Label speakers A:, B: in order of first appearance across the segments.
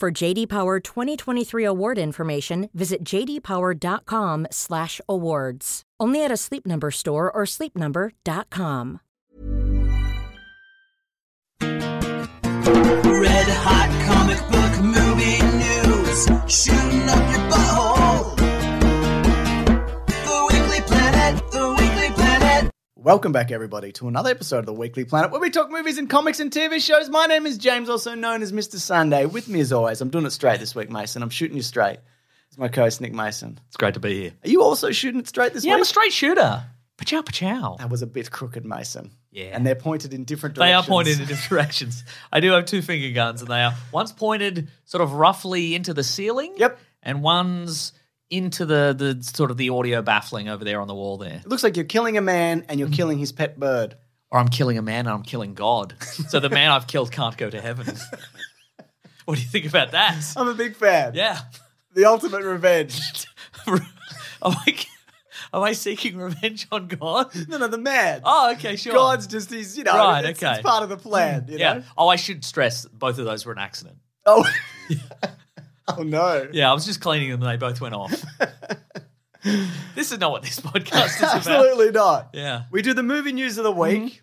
A: For JD Power 2023 award information, visit jdpower.com/awards. Only at a Sleep Number store or sleepnumber.com.
B: Red hot comic book movie news, shooting up your butthole. The Weekly Planet, the Weekly Planet.
C: Welcome back, everybody, to another episode of the Weekly Planet where we talk movies and comics and TV shows. My name is James, also known as Mr. Sunday. With me, as always, I'm doing it straight this week, Mason. I'm shooting you straight. It's my co host, Nick Mason.
D: It's great to be here.
C: Are you also shooting it straight this
D: Yeah, I'm
C: week?
D: a straight shooter. Pachow, pachow.
C: That was a bit crooked, Mason.
D: Yeah.
C: And they're pointed in different
D: They are
C: directions.
D: pointed in different directions. I do have two finger guns, and they are one's pointed sort of roughly into the ceiling.
C: Yep.
D: And one's into the the sort of the audio baffling over there on the wall there.
C: It looks like you're killing a man and you're killing his pet bird.
D: Or I'm killing a man and I'm killing God. so the man I've killed can't go to heaven. what do you think about that?
C: I'm a big fan.
D: Yeah.
C: The ultimate revenge.
D: am I am I seeking revenge on God?
C: No, no, the man.
D: Oh, okay, sure.
C: God's just he's you know
D: Right,
C: it's,
D: okay.
C: it's part of the plan. You
D: yeah.
C: Know?
D: Oh, I should stress both of those were an accident.
C: Oh. oh no.
D: Yeah, I was just cleaning them and they both went off. this is not what this podcast is about.
C: Absolutely not.
D: Yeah. Mm-hmm.
C: We do the movie news of the week,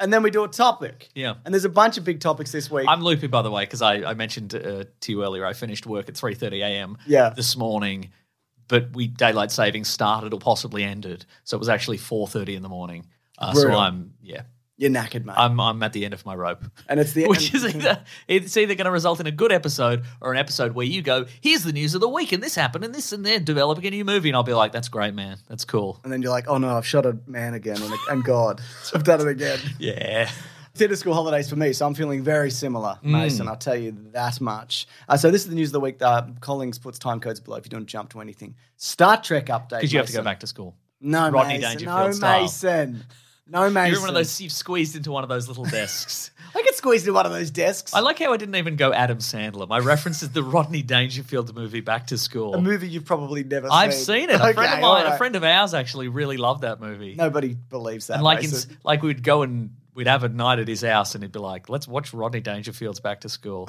C: and then we do a topic.
D: Yeah.
C: And there's a bunch of big topics this week.
D: I'm loopy, by the way, because I, I mentioned uh, to you earlier I finished work at 3.30 a.m.
C: Yeah.
D: this morning, but we daylight saving started or possibly ended. So it was actually 4.30 in the morning. Uh, so
C: Brutal.
D: I'm, yeah,
C: You're knackered, mate.
D: I'm, I'm at the end of my rope.
C: and it's the
D: Which
C: and-
D: is either, it's either going to result in a good episode or an episode where you go, here's the news of the week and this happened and this and they're developing a new movie. And I'll be like, that's great, man. That's cool.
C: and then you're like, oh no, I've shot a man again, and, and God, I've done it again.
D: Yeah.
C: Theatre school holidays for me, so I'm feeling very similar,
D: Mm.
C: Mason. I'll tell you that much. Uh, so this is the news of the week. Uh, Collings puts time codes below if you don't jump to anything. Star Trek update.
D: Because you have to go
C: Mason.
D: back to school.
C: No,
D: Rodney
C: Mason.
D: Dangerfield
C: No,
D: style.
C: Mason. No, Mason.
D: You're in one of those. You've squeezed into one of those little desks.
C: I get squeezed in one of those desks.
D: I like how I didn't even go Adam Sandler. My reference is the Rodney Dangerfield movie Back to School.
C: a movie you've probably never seen.
D: I've seen it. A friend
C: Okay,
D: of mine,
C: alright.
D: a friend of ours, actually really loved that movie.
C: Nobody believes that.
D: and like, in,
C: Mason.
D: like we'd go and we'd have a night at his house, and he'd be like, "Let's watch Rodney Dangerfield's Back to School,"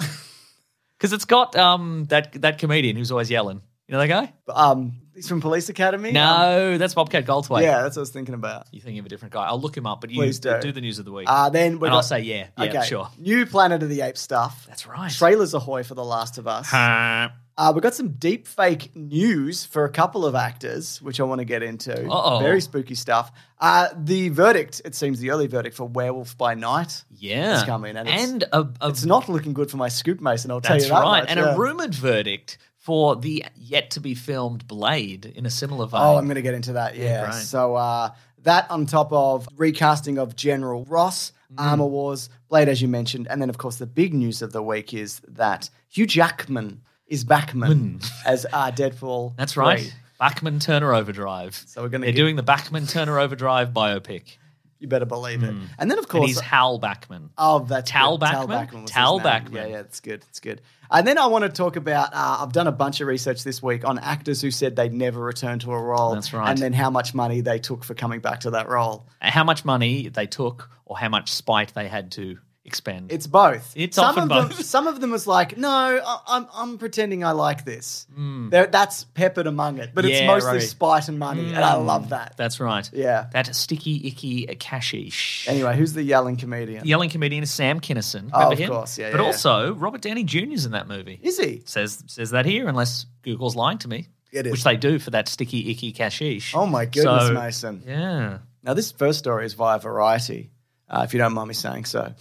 D: because it's got um that that comedian who's always yelling. You know that guy?
C: um, he's from Police Academy. Um,
D: No, that's Bobcat Goldthwait.
C: yeah, that's what I was thinking about.
D: You're thinking of a different guy. I'll look him up, but you
C: Please do.
D: do. the news of the week.
C: Uh, then we
D: and I'll say, yeah, yeah,
C: okay,
D: sure.
C: New Planet of the Apes stuff.
D: That's right.
C: Trailers ahoy for The Last of Us.
D: uh
C: Uh, we got some deep fake news for a couple of actors, which I want to get into.
D: Uh-oh.
C: Very spooky stuff. Uh, the verdict, it seems the early verdict for Werewolf by Night.
D: Yeah.
C: It's coming, and it's-
D: a, a-
C: It's not looking good for my scoop, Mason. I'll tell
D: that's
C: you that.
D: right.
C: much,
D: and
C: yeah.
D: a rumored verdict for the yet to be filmed Blade in a similar vein.
C: Oh, I'm going to get into that. Yeah.
D: great.
C: so uh, that on top of recasting of General Ross,
D: Mm.
C: Armor Wars, Blade, as you mentioned, and then of course the big news of the week is that Hugh Jackman is Backman as uh, Deadpool.
D: that's
C: 3.
D: right. Backman Turner Overdrive.
C: So we're gonna
D: They're
C: get-
D: doing the Backman Turner Overdrive biopic,
C: You better believe it. And then of
D: Mm. and
C: course,
D: he's Hal Backman.
C: Oh, that's
D: Tal
C: good.
D: Bachman?
C: was his
D: Tal
C: name.
D: Bachman.
C: Yeah, yeah, it's good. It's good. And then I want to talk about. Uh, I've done a bunch of research this week on actors who said they'd never return to a role.
D: That's right.
C: And then how much money they took for coming back to that role.
D: How much money they took, or how much spite they had to expend.
C: It's both.
D: It's
C: some
D: often
C: of
D: both.
C: Them, some of them was like, no, I, I'm I'm pretending I like this. There- That's peppered among it, but it's
D: Hmm. Yeah,
C: mostly
D: right. Hmm.
C: spite and money, and I love that.
D: That's right.
C: Yeah.
D: That sticky, icky Akashi.
C: Anyway, who's the yelling comedian?
D: Yelling comedian is Sam Kinison.
C: Oh,
D: Remember
C: of
D: him?
C: course, yeah,
D: But
C: yeah, yeah.
D: also, Robert Downey Jr.'s in that movie.
C: Is he?
D: says says that here, unless Google's lying to me.
C: It is.
D: Which they do for that sticky, icky cashish.
C: Oh my goodness,
D: So,
C: Mason.
D: Yeah.
C: Now, this first story is via Variety, uh, if you don't mind me saying so.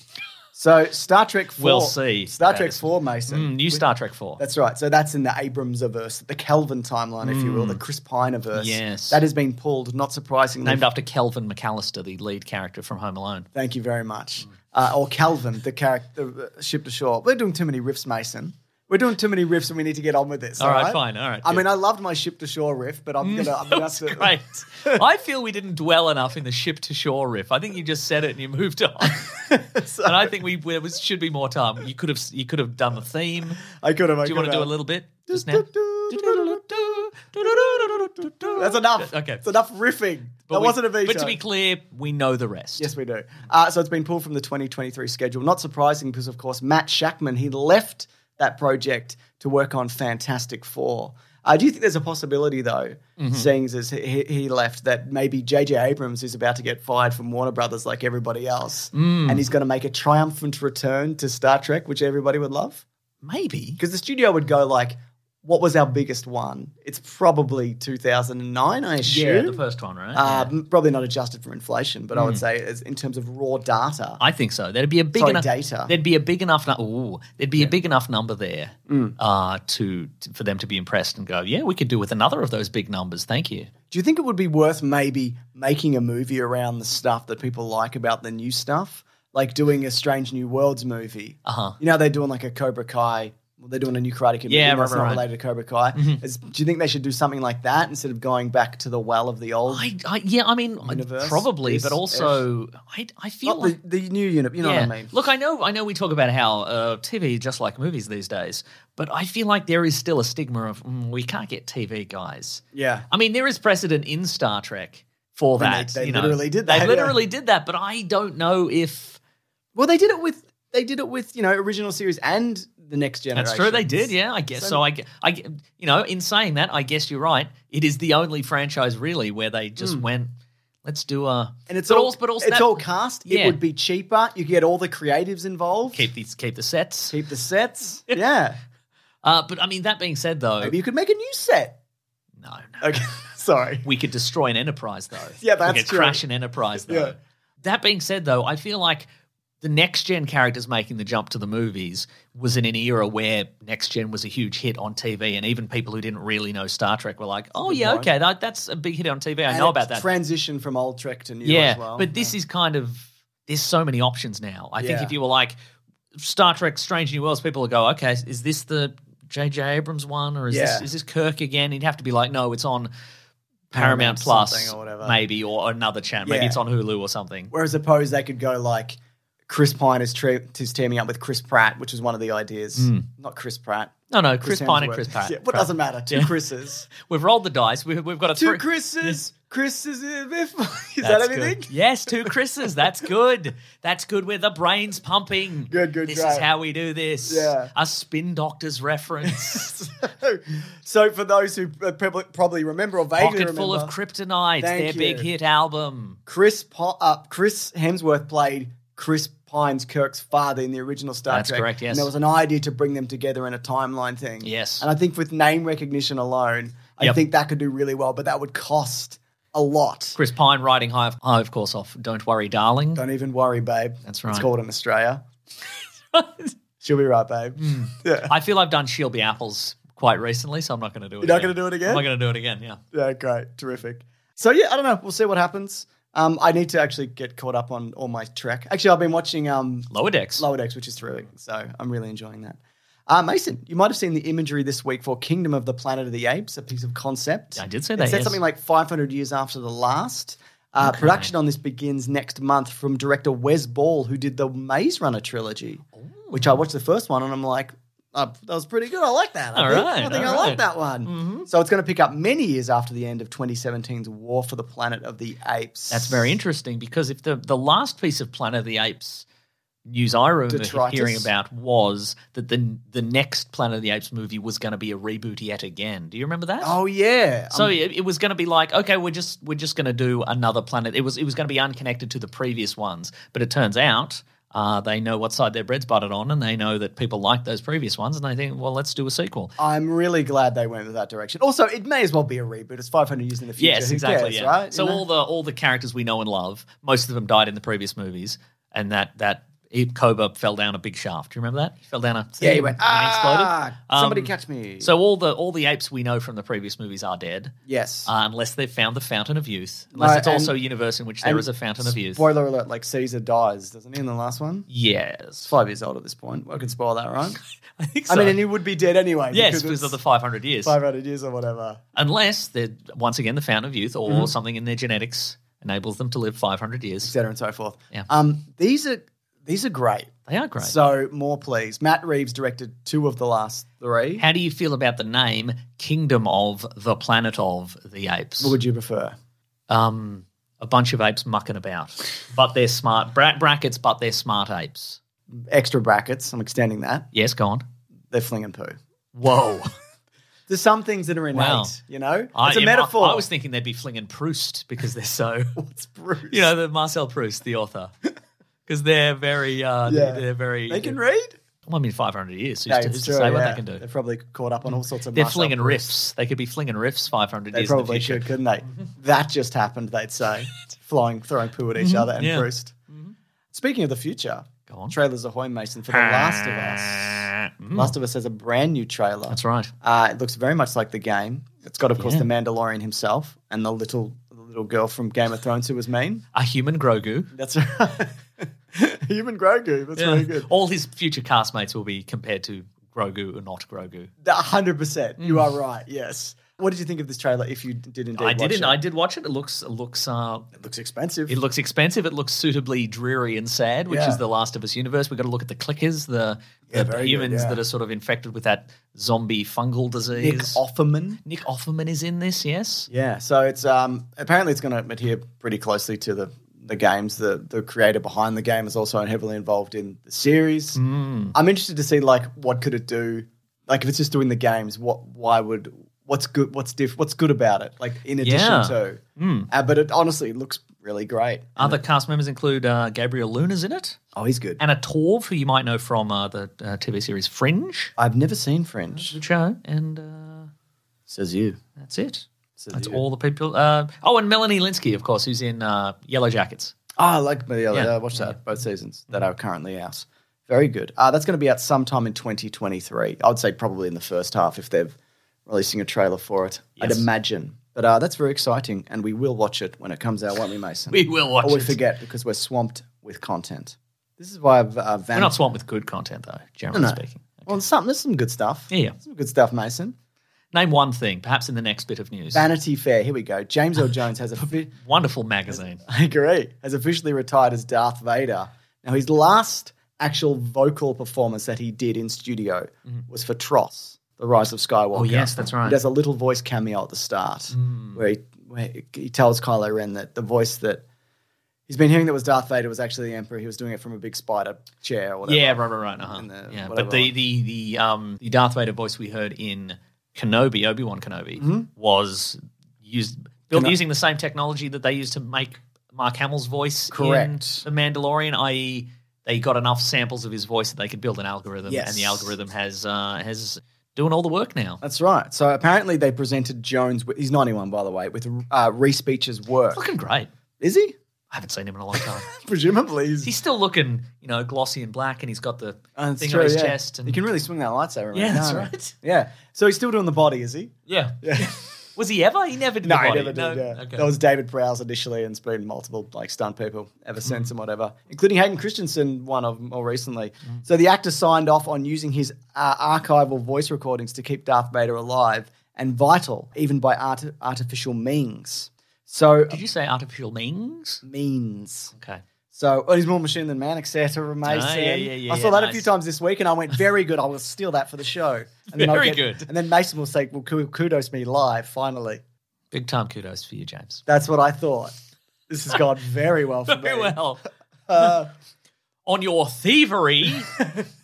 C: So, Star Trek 4.
D: We'll see.
C: Star
D: That
C: Trek
D: is-
C: 4, Mason.
D: Mm, new Star Trek 4.
C: That's right. So that's in the Abramsverse, the Kelvin timeline, if you will, the Chris Pineverse.
D: Hmm. Yes.
C: that has been pulled, not surprisingly.
D: Named after Kelvin McAllister, the lead character from Home Alone.
C: Thank you very much. Uh, or Calvin, the character, the uh, ship to shore. We're doing too many riffs, Mason. We're doing too many riffs, and we need to get on with this.
D: All right, fine, all right,
C: I
D: good. Mm,
C: mean, I loved my ship to shore riff, but I'm gonna. I'm gonna have to,
D: Great. I feel we didn't dwell enough in the ship to shore riff. I think you just said it and you moved on. and I think we there was, should be more time. You could have you could have done the theme.
C: I could have. I
D: do you want to
C: coulda.
D: do a little bit just now?
C: That's enough.
D: Okay.
C: it's enough riffing.
D: But
C: that
D: we-
C: wasn't a veto.
D: But to be clear, we know the rest.
C: Yes, we do. Uh, so it's been pulled from the 2023 schedule. Not surprising because, of course, Matt Shackman, he left that project to work on Fantastic Four. Uh, do you think there's a possibility, though,
D: Mm-hmm.
C: seeing as he, he- he left, that maybe J.J. Abrams is about to get fired from Warner Brothers like everybody else
D: Mm.
C: and he's going to make a triumphant return to Star Trek, which everybody would love?
D: Maybe.
C: Because the studio would go like, what was our biggest one? It's probably 2009, I assume.
D: Yeah, the first one, right?
C: Uh, m- probably not adjusted for inflation, but I would say as, in terms of raw data.
D: I think so. There'd be a big
C: Sorry,
D: enough
C: data.
D: There'd be a big enough. nu- Ooh, there'd be a big enough number there uh, to, to- for them to be impressed and go, yeah, we could do with another of those big numbers. Thank you.
C: Do you think it would be worth maybe making a movie around the stuff that people like about the new stuff? Like doing a Strange New Worlds movie.
D: Uh-huh.
C: You know, they're doing like a Cobra Kai. Well, they're doing a new Karate Kid
D: Yeah,
C: movie that's
D: right, Mm-hmm.
C: not
D: right, right.
C: related to Cobra Kai. Is- do you think they should do something like that instead of going back to the well of the old?
D: I, I yeah, I mean, I-
C: Universe,
D: probably, but
C: this-ish.
D: also, I, I feel
C: not
D: like
C: the, the new unit, you know what I mean?
D: Look, I know, I know we talk about how uh, TV is just like movies these days, but I feel like there is still a stigma of mm, we can't get TV guys.
C: Yeah.
D: I mean, there is precedent in Star Trek for
C: When
D: that.
C: they- they
D: you know.
C: literally did that,
D: They
C: yeah.
D: literally did that, but I don't know if
C: Well, they did it with, they did it with, you know, original series and the next generation.
D: that's true. They did, yeah. I guess so. I, gue- I, gue- you know, in saying that, I guess you're right. It is the only franchise really where they just went, let's do a
C: Hmm. And it's
D: but
C: all,
D: also, but also
C: it's
D: that-
C: all cast. It
D: Yeah.
C: would be cheaper. You get all the creatives involved.
D: keep these keep the sets.
C: keep the sets. yeah.
D: Uh, but I mean, that being said, though,
C: Maybe you could make a new set.
D: no, no,
C: Okay. Sorry.
D: we could destroy an enterprise though.
C: Yeah, that's
D: we could
C: true.
D: crash an enterprise though.
C: Yeah.
D: That being said though, I feel like the next gen characters making the jump to the movies was in an era where next gen was a huge hit on TV, and even people who didn't really know Star Trek were like, "Oh yeah, okay, that, that's a big hit on TV. I
C: And
D: know
C: it
D: about that."
C: Transition from old Trek to new
D: yeah,
C: as well.
D: but this is kind of there's so many options now. I think
C: Yeah.
D: if you were like Star Trek: Strange New Worlds, people will go, "Okay, is this the J.J. Abrams one, or is this
C: Yeah.
D: is this Kirk again?" You'd have to be like, "No, it's on."
C: Paramount
D: Paramount Plus,
C: something or whatever.
D: maybe, or another channel. Maybe
C: Yeah.
D: it's on Hulu or something.
C: Whereas suppose they could go like Chris Pine is, tre- is teaming up with Chris Pratt, which was one of the ideas. Not Chris Pratt.
D: No, no, Hmm. Chris, Pine and
C: Hemsworth.
D: Chris Pratt.
C: Yeah, what doesn't matter? Two
D: Yeah.
C: Chris's.
D: We've rolled the dice. We've, we've got a
C: Two
D: three-
C: Chris's. Chris's. Is
D: That's
C: that
D: good.
C: anything?
D: Yes, two Chris's. That's good. That's good. Where the brain's pumping.
C: Good, good,
D: This is
C: great.
D: how we do this.
C: Yeah.
D: A spin doctor's reference.
C: so for those who uh, prob- probably remember or vaguely
D: Pocket full
C: remember,
D: of kryptonite.
C: Thank
D: Their big
C: you.
D: hit album.
C: Chris po- uh, Chris Hemsworth played Chris Pine's Kirk's father in the original Star
D: That's
C: Trek.
D: correct, yes.
C: And there was an idea to bring them together in a timeline thing.
D: Yes.
C: And I think with name recognition alone, I
D: Yep.
C: think that could do really well, but that would cost a lot.
D: Chris Pine writing high, high of course, off "Don't Worry, Darling."
C: Don't even worry, babe.
D: That's
C: It's
D: right.
C: called in Australia. She'll be right, babe.
D: Hmm.
C: Yeah.
D: I feel I've done "She'll Be Apples" quite recently, so I'm not going to do it.
C: You're not
D: again.
C: gonna do it again?
D: I'm not going to do it again. Yeah.
C: Yeah, great. Terrific. So yeah, I don't know. We'll see what happens. Um, I need to actually get caught up on all my track. Actually, I've been watching um,
D: Lower decks.
C: Lower Decks, which is thrilling. So I'm really enjoying that. Uh, Mason, you might have seen the imagery this week for Kingdom of the Planet of the Apes, a piece of concept.
D: I did see
C: It
D: that,
C: said
D: yes.
C: something like 500 years after the last. Uh, Production on this begins next month from director Wes Ball, who did the Maze Runner trilogy, which I watched the first one and I'm like, uh, that was pretty good. I like that. I
D: All
C: think, I,
D: right,
C: think
D: all
C: I like
D: right.
C: that one.
D: Mm-hmm.
C: So it's going to pick up many years after the end of 2017's War for the Planet of the Apes.
D: That's very interesting because if the the last piece of Planet of the Apes news I remember
C: Detritus.
D: hearing about was that the the next Planet of the Apes movie was going to be a reboot yet again. Do you remember that?
C: Oh yeah.
D: So
C: Um,
D: it, it was going to be like, okay, we're just we're just going to do another planet. It was it was going to be unconnected to the previous ones, but it turns out uh, they know what side their bread's buttered on, and they know that people like those previous ones, and they think, well, let's do a sequel.
C: I'm really glad they went in that direction. Also, it may as well be a reboot. It's 500 years in the future.
D: Yes,
C: Who
D: exactly.
C: cares,
D: yeah.
C: Right?
D: So
C: You know?
D: all the all the characters we know and love, most of them died in the previous movies, and that that Koba fell down a big shaft. Do you remember that? He fell down a
C: yeah, he
D: thing
C: went.
D: and he
C: Ah,
D: Um,
C: somebody catch me.
D: So all the all the apes we know from the previous movies are dead,
C: yes.
D: uh, unless they've found the fountain of youth. Unless
C: No,
D: it's
C: and-
D: also a universe in which there
C: and
D: is a fountain of youth.
C: Spoiler alert: Like Caesar dies, doesn't he? In the last one,
D: Yes,
C: five years old at this point. I can spoil that, right?
D: I think
C: I
D: so.
C: mean, and he would be dead anyway.
D: yes, because of the
C: it's
D: five hundred years.
C: 500 years or whatever.
D: Unless they're once again the fountain of youth, or
C: Mm-hmm.
D: something in their genetics enables them to live five hundred years.
C: etc. and so forth.
D: Yeah.
C: Um, these are these are great.
D: They are great.
C: So more, please. Matt Reeves directed two of the last three.
D: How do you feel about the name Kingdom of the Planet of the Apes?
C: what would you prefer?
D: Um, a bunch of apes mucking about, but they're smart. Bra- brackets, but they're smart apes.
C: Extra brackets. I'm extending that.
D: Yes, go on.
C: They're flinging poo.
D: Whoa.
C: There's some things that are innate.
D: Wow.
C: You know,
D: I-
C: it's a
D: yeah,
C: metaphor.
D: I, I was thinking they'd be flinging Proust because they're so,
C: it's Bruce.
D: you know, the Marcel Proust, the author, because they're very, uh,
C: Yeah.
D: they're, they're very. uh,
C: they can read.
D: Well, I mean, 500 years. Who's,
C: Yeah,
D: to,
C: it's
D: who's
C: true,
D: to say what
C: yeah.
D: they can do?
C: They're probably caught up on all sorts of.
D: They're
C: Marcel
D: flinging
C: Proust.
D: riffs. They could be flinging riffs 500
C: They
D: years
C: probably
D: in the future.
C: should, couldn't they? That just happened. They'd say, flying, throwing poo at each other, and
D: Mm-hmm. yeah. Mm-hmm.
C: Proust. Speaking of the future,
D: Go on. Mm.
C: trailers ahoy, Mason, for The Last of Us. Last of Us has a brand new trailer.
D: That's right.
C: Uh, it looks very much like the game. It's got, of course, the Mandalorian himself and the little the little girl from Game of Thrones who was mean.
D: A human Grogu.
C: That's right. Oh, Human Grogu. That's
D: Yeah.
C: really good.
D: All his future castmates will be compared to Grogu or not Grogu.
C: hundred percent. You are right. Yes. What did you think of this trailer? If you did indeed,
D: I
C: watch
D: didn't.
C: It?
D: I did watch it. It looks it looks uh,
C: It looks expensive.
D: it looks expensive. It looks suitably dreary and sad, which
C: Yeah.
D: is the Last of Us universe. We've got to look at the clickers, the, the
C: very good,
D: humans
C: yeah.
D: that are sort of infected with that zombie fungal
C: Nick
D: disease.
C: Offerman.
D: Nick Offerman is in this, yes.
C: Yeah. So it's um apparently it's going to adhere pretty closely to the the games. The the creator behind the game is also heavily involved in the series.
D: Mm.
C: I'm interested to see like what could it do? Like if it's just doing the games, what why would what's good what's diff what's good about it? Like in addition
D: Yeah. Mm.
C: to. Uh, but it honestly looks really great.
D: Other cast members include uh, Gabriel Luna's in it,
C: Oh, he's good.
D: Anna Torv, who you might know from uh, the uh, TV series Fringe,
C: I've never seen Fringe.
D: the show, and uh,
C: Says you.
D: that's it.
C: Says
D: That's
C: you.
D: all the people. Uh, oh, and Melanie Linsky, of course, who's in uh, Yellow Jackets.
C: Oh, I like the other.
D: Yeah.
C: I watched that both seasons that are currently out. Very good. Uh, that's going to be out sometime in 2023. I would say probably in the first half if they're releasing a trailer for it. I'd
D: Yes.
C: imagine. But uh, that's very exciting, and we will watch it when it comes out, won't we, Mason?
D: We will watch
C: Or we
D: it.
C: forget because we're swamped with content. This is why I've uh,
D: We're not
C: vanished.
D: swamped with good content, though, generally
C: No, no.
D: speaking.
C: Well, some, there's some good stuff.
D: Yeah, yeah.
C: Some good stuff, Mason.
D: Name one thing, perhaps in the next bit of news.
C: Vanity Fair. Here we go. James Earl Jones has a. fi-
D: Wonderful magazine.
C: I agree. Has officially retired as Darth Vader. Now, his last actual vocal performance that he did in studio was for Tross, The Rise of Skywalker.
D: Mm-hmm. Oh, yes, that's right. Mm.
C: He does a little voice cameo at the start where, he, where he tells Kylo Ren that the voice that he's been hearing that was Darth Vader was actually the Emperor. He was doing it from a big spider chair or whatever.
D: Yeah, right, right, right. Uh-huh.
C: And the-
D: yeah,
C: whatever
D: but the the the um the Darth Vader voice we heard in Kenobi, Obi Wan Kenobi, was used built
C: Mm-hmm. Keno-
D: using the same technology that they used to make Mark Hamill's voice
C: Correct.
D: in The Mandalorian, i.e. They got enough samples of his voice that they could build an algorithm,
C: Yes.
D: and the algorithm has uh, has doing all the work now.
C: That's right. So apparently they presented Jones, with, he's 91 by the way, with uh, Reese Beecher's work.
D: Looking great.
C: Is he?
D: I haven't seen him in a long time.
C: Presumably. He's,
D: He's still looking, you know, glossy and black, and he's got the
C: Uh, that's
D: thing
C: true,
D: on his
C: yeah.
D: chest. And
C: You can really swing that lightsaber.
D: Yeah,
C: around,
D: that's
C: can't you?
D: right.
C: Yeah. So he's still doing the body, is he?
D: yeah.
C: Yeah.
D: Was he ever? He never did.
C: no,
D: the
C: he
D: body.
C: never did. yeah.
D: Okay.
C: That was David Prowse initially, and it's been multiple like stunt people ever
D: Hmm.
C: since, and whatever, including Hayden Christensen, one of them more recently.
D: Hmm.
C: So the actor signed off on using his uh, archival voice recordings to keep Darth Vader alive and vital, even by art- artificial means. So
D: Did you say artificial means?
C: means.
D: Okay.
C: So oh, he's more machine than man, etc. Mason.
D: Ah, yeah, yeah, yeah,
C: I saw
D: yeah,
C: that a
D: nice.
C: few times this week, and I went very good. I will steal that for the show. And I'll
D: Very
C: get-
D: good.
C: And then Mason will say, "Well, ku- kudos me live." Finally,
D: Big time kudos for you, James.
C: that's what I thought. This has gone very well for me.
D: Very well. on your thievery,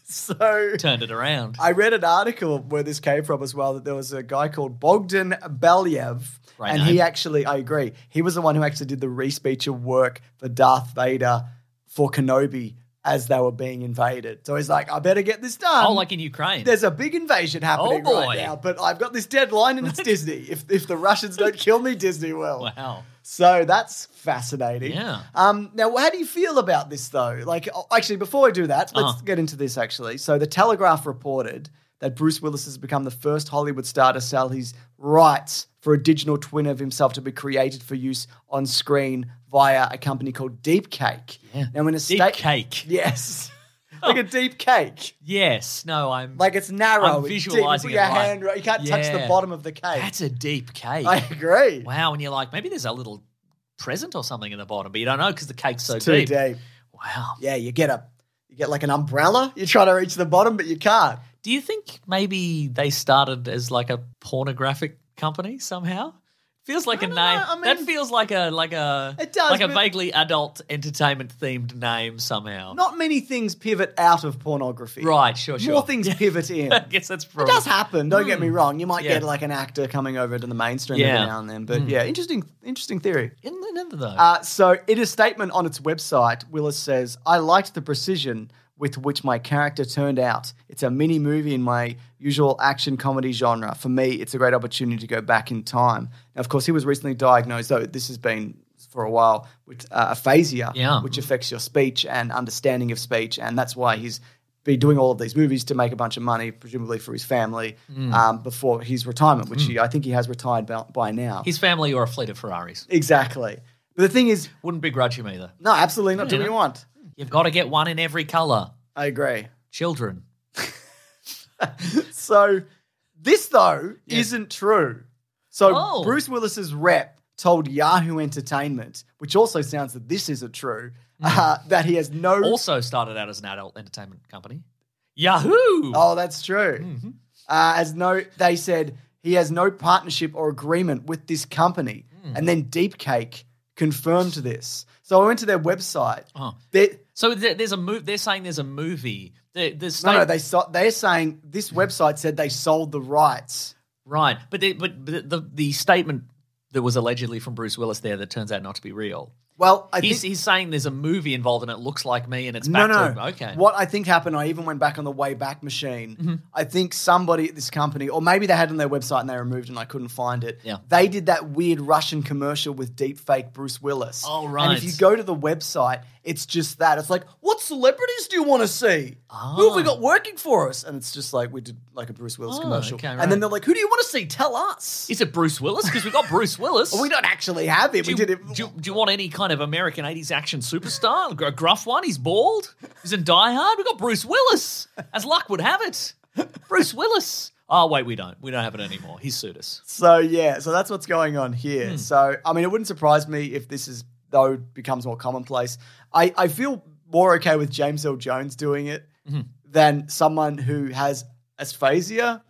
C: So
D: turned it around.
C: I read an article where this came from as well that there was a guy called Bogdan Balyev.
D: Right
C: and
D: name.
C: he actually, I agree, he was the one who actually did the re-speech of work for Darth Vader for Kenobi as they were being invaded. So he's like, I better get this done.
D: oh, like in Ukraine.
C: There's a big invasion happening
D: Oh,
C: right
D: boy.
C: now, but I've got this deadline and it's Disney. If, if the Russians don't kill me, Disney will.
D: Wow.
C: So that's fascinating.
D: Yeah.
C: Um, now, how do you feel about this, though? Like, oh, actually, before I do that, let's
D: Uh-huh.
C: get into this, actually. So, The Telegraph reported that Bruce Willis has become the first Hollywood star to sell his rights for a digital twin of himself to be created for use on screen via a company called Deepcake. Yeah. Now, in a
D: Deep
C: state.
D: cake.
C: Yes. like
D: Oh.
C: a deep cake.
D: Yes. No, I'm.
C: Like, it's narrow.
D: I'm
C: it's deep,
D: visualizing
C: you put
D: it
C: your
D: right.
C: hand right- You can't touch the
D: Yeah.
C: bottom of the cake.
D: that's a deep cake.
C: I agree.
D: Wow. And you're like, maybe there's a little present or something in the bottom, but you don't know because the cake's so
C: Too
D: deep.
C: deep.
D: Wow.
C: Yeah, you get a you get like an umbrella. You try to reach the bottom, but you can't.
D: Do you think maybe they started as like a pornographic company somehow? Feels like a name.
C: don't know, I
D: that
C: mean-
D: feels like a like a
C: It does,
D: like a
C: but-
D: vaguely adult entertainment themed name somehow.
C: Not many things pivot out of pornography.
D: right, sure, sure.
C: More things pivot in.
D: I
C: it
D: guess that's probably
C: does happen. Don't get me wrong. You might
D: Yeah.
C: get like an actor coming over to the mainstream
D: Yeah. Hmm.
C: every now and then. But yeah, interesting, interesting theory.
D: Isn't it never though?
C: Uh, so, in a statement on its website, Willis says, I liked the precision with which my character turned out. It's a mini movie in my usual action comedy genre. For me, it's a great opportunity to go back in time. Now, of course, he was recently diagnosed, though this has been for a while, with uh, aphasia,
D: Yeah.
C: which affects your speech and understanding of speech. And that's why he's been doing all of these movies to make a bunch of money, presumably for his family, um, before his retirement, which he, I think he has retired by, by now.
D: His family or a fleet of Ferraris.
C: exactly. But the thing is,
D: Wouldn't begrudge him either.
C: no, absolutely not. Do what you want.
D: You've got to get one in every color.
C: I agree.
D: Children.
C: So this though isn't true. So
D: Oh.
C: Bruce Willis's rep told Yahoo Entertainment, which also sounds that this isn't true, uh, that he has no.
D: Also started out as an adult entertainment company. Yahoo!
C: oh, that's true. Uh, as no, they said he has no partnership or agreement with this company, and then Deepcake confirmed this. So I went to their website.
D: Oh.
C: They-
D: So there, there's a move. They're saying there's a movie. There, there's
C: no, no, they so, they're saying this website said they sold the rights.
D: Right, but the, but the, the the statement that was allegedly from Bruce Willis there that turns out not to be real.
C: Well, I
D: he's
C: think,
D: he's saying there's a movie involved and it looks like me and it's back to okay. Mm-hmm.
C: What I think happened, I even went back on the way back machine. I think somebody at this company, or maybe they had it on their website and they removed it and I couldn't find it.
D: Yeah.
C: They did that weird Russian commercial with deep fake Bruce Willis.
D: Oh,
C: And if
D: right.
C: you go to the website, it's just that. It's like, what celebrities do you want to see? Who have we got working for us? And it's just like we did like a Bruce Willis
D: Ah. Oh,
C: commercial.
D: okay,
C: And then
D: right.
C: they're like, who do you want to see? Tell us.
D: Is it Bruce Willis? Because we got Bruce Willis.
C: we don't actually have it.
D: do
C: we
D: you,
C: did it.
D: do, you- do you want any kind of American 80s action superstar? A gruff one? He's bald? He's in Die Hard? we got Bruce Willis. As luck would have it. Bruce Willis. Oh, wait, we don't. We don't have it anymore. He's sued us.
C: So yeah, so that's what's going on here.
D: Hmm.
C: So I mean, it wouldn't surprise me if this is though becomes more commonplace. I I feel more okay with James L. Jones doing it
D: Hmm.
C: than someone who has asphasia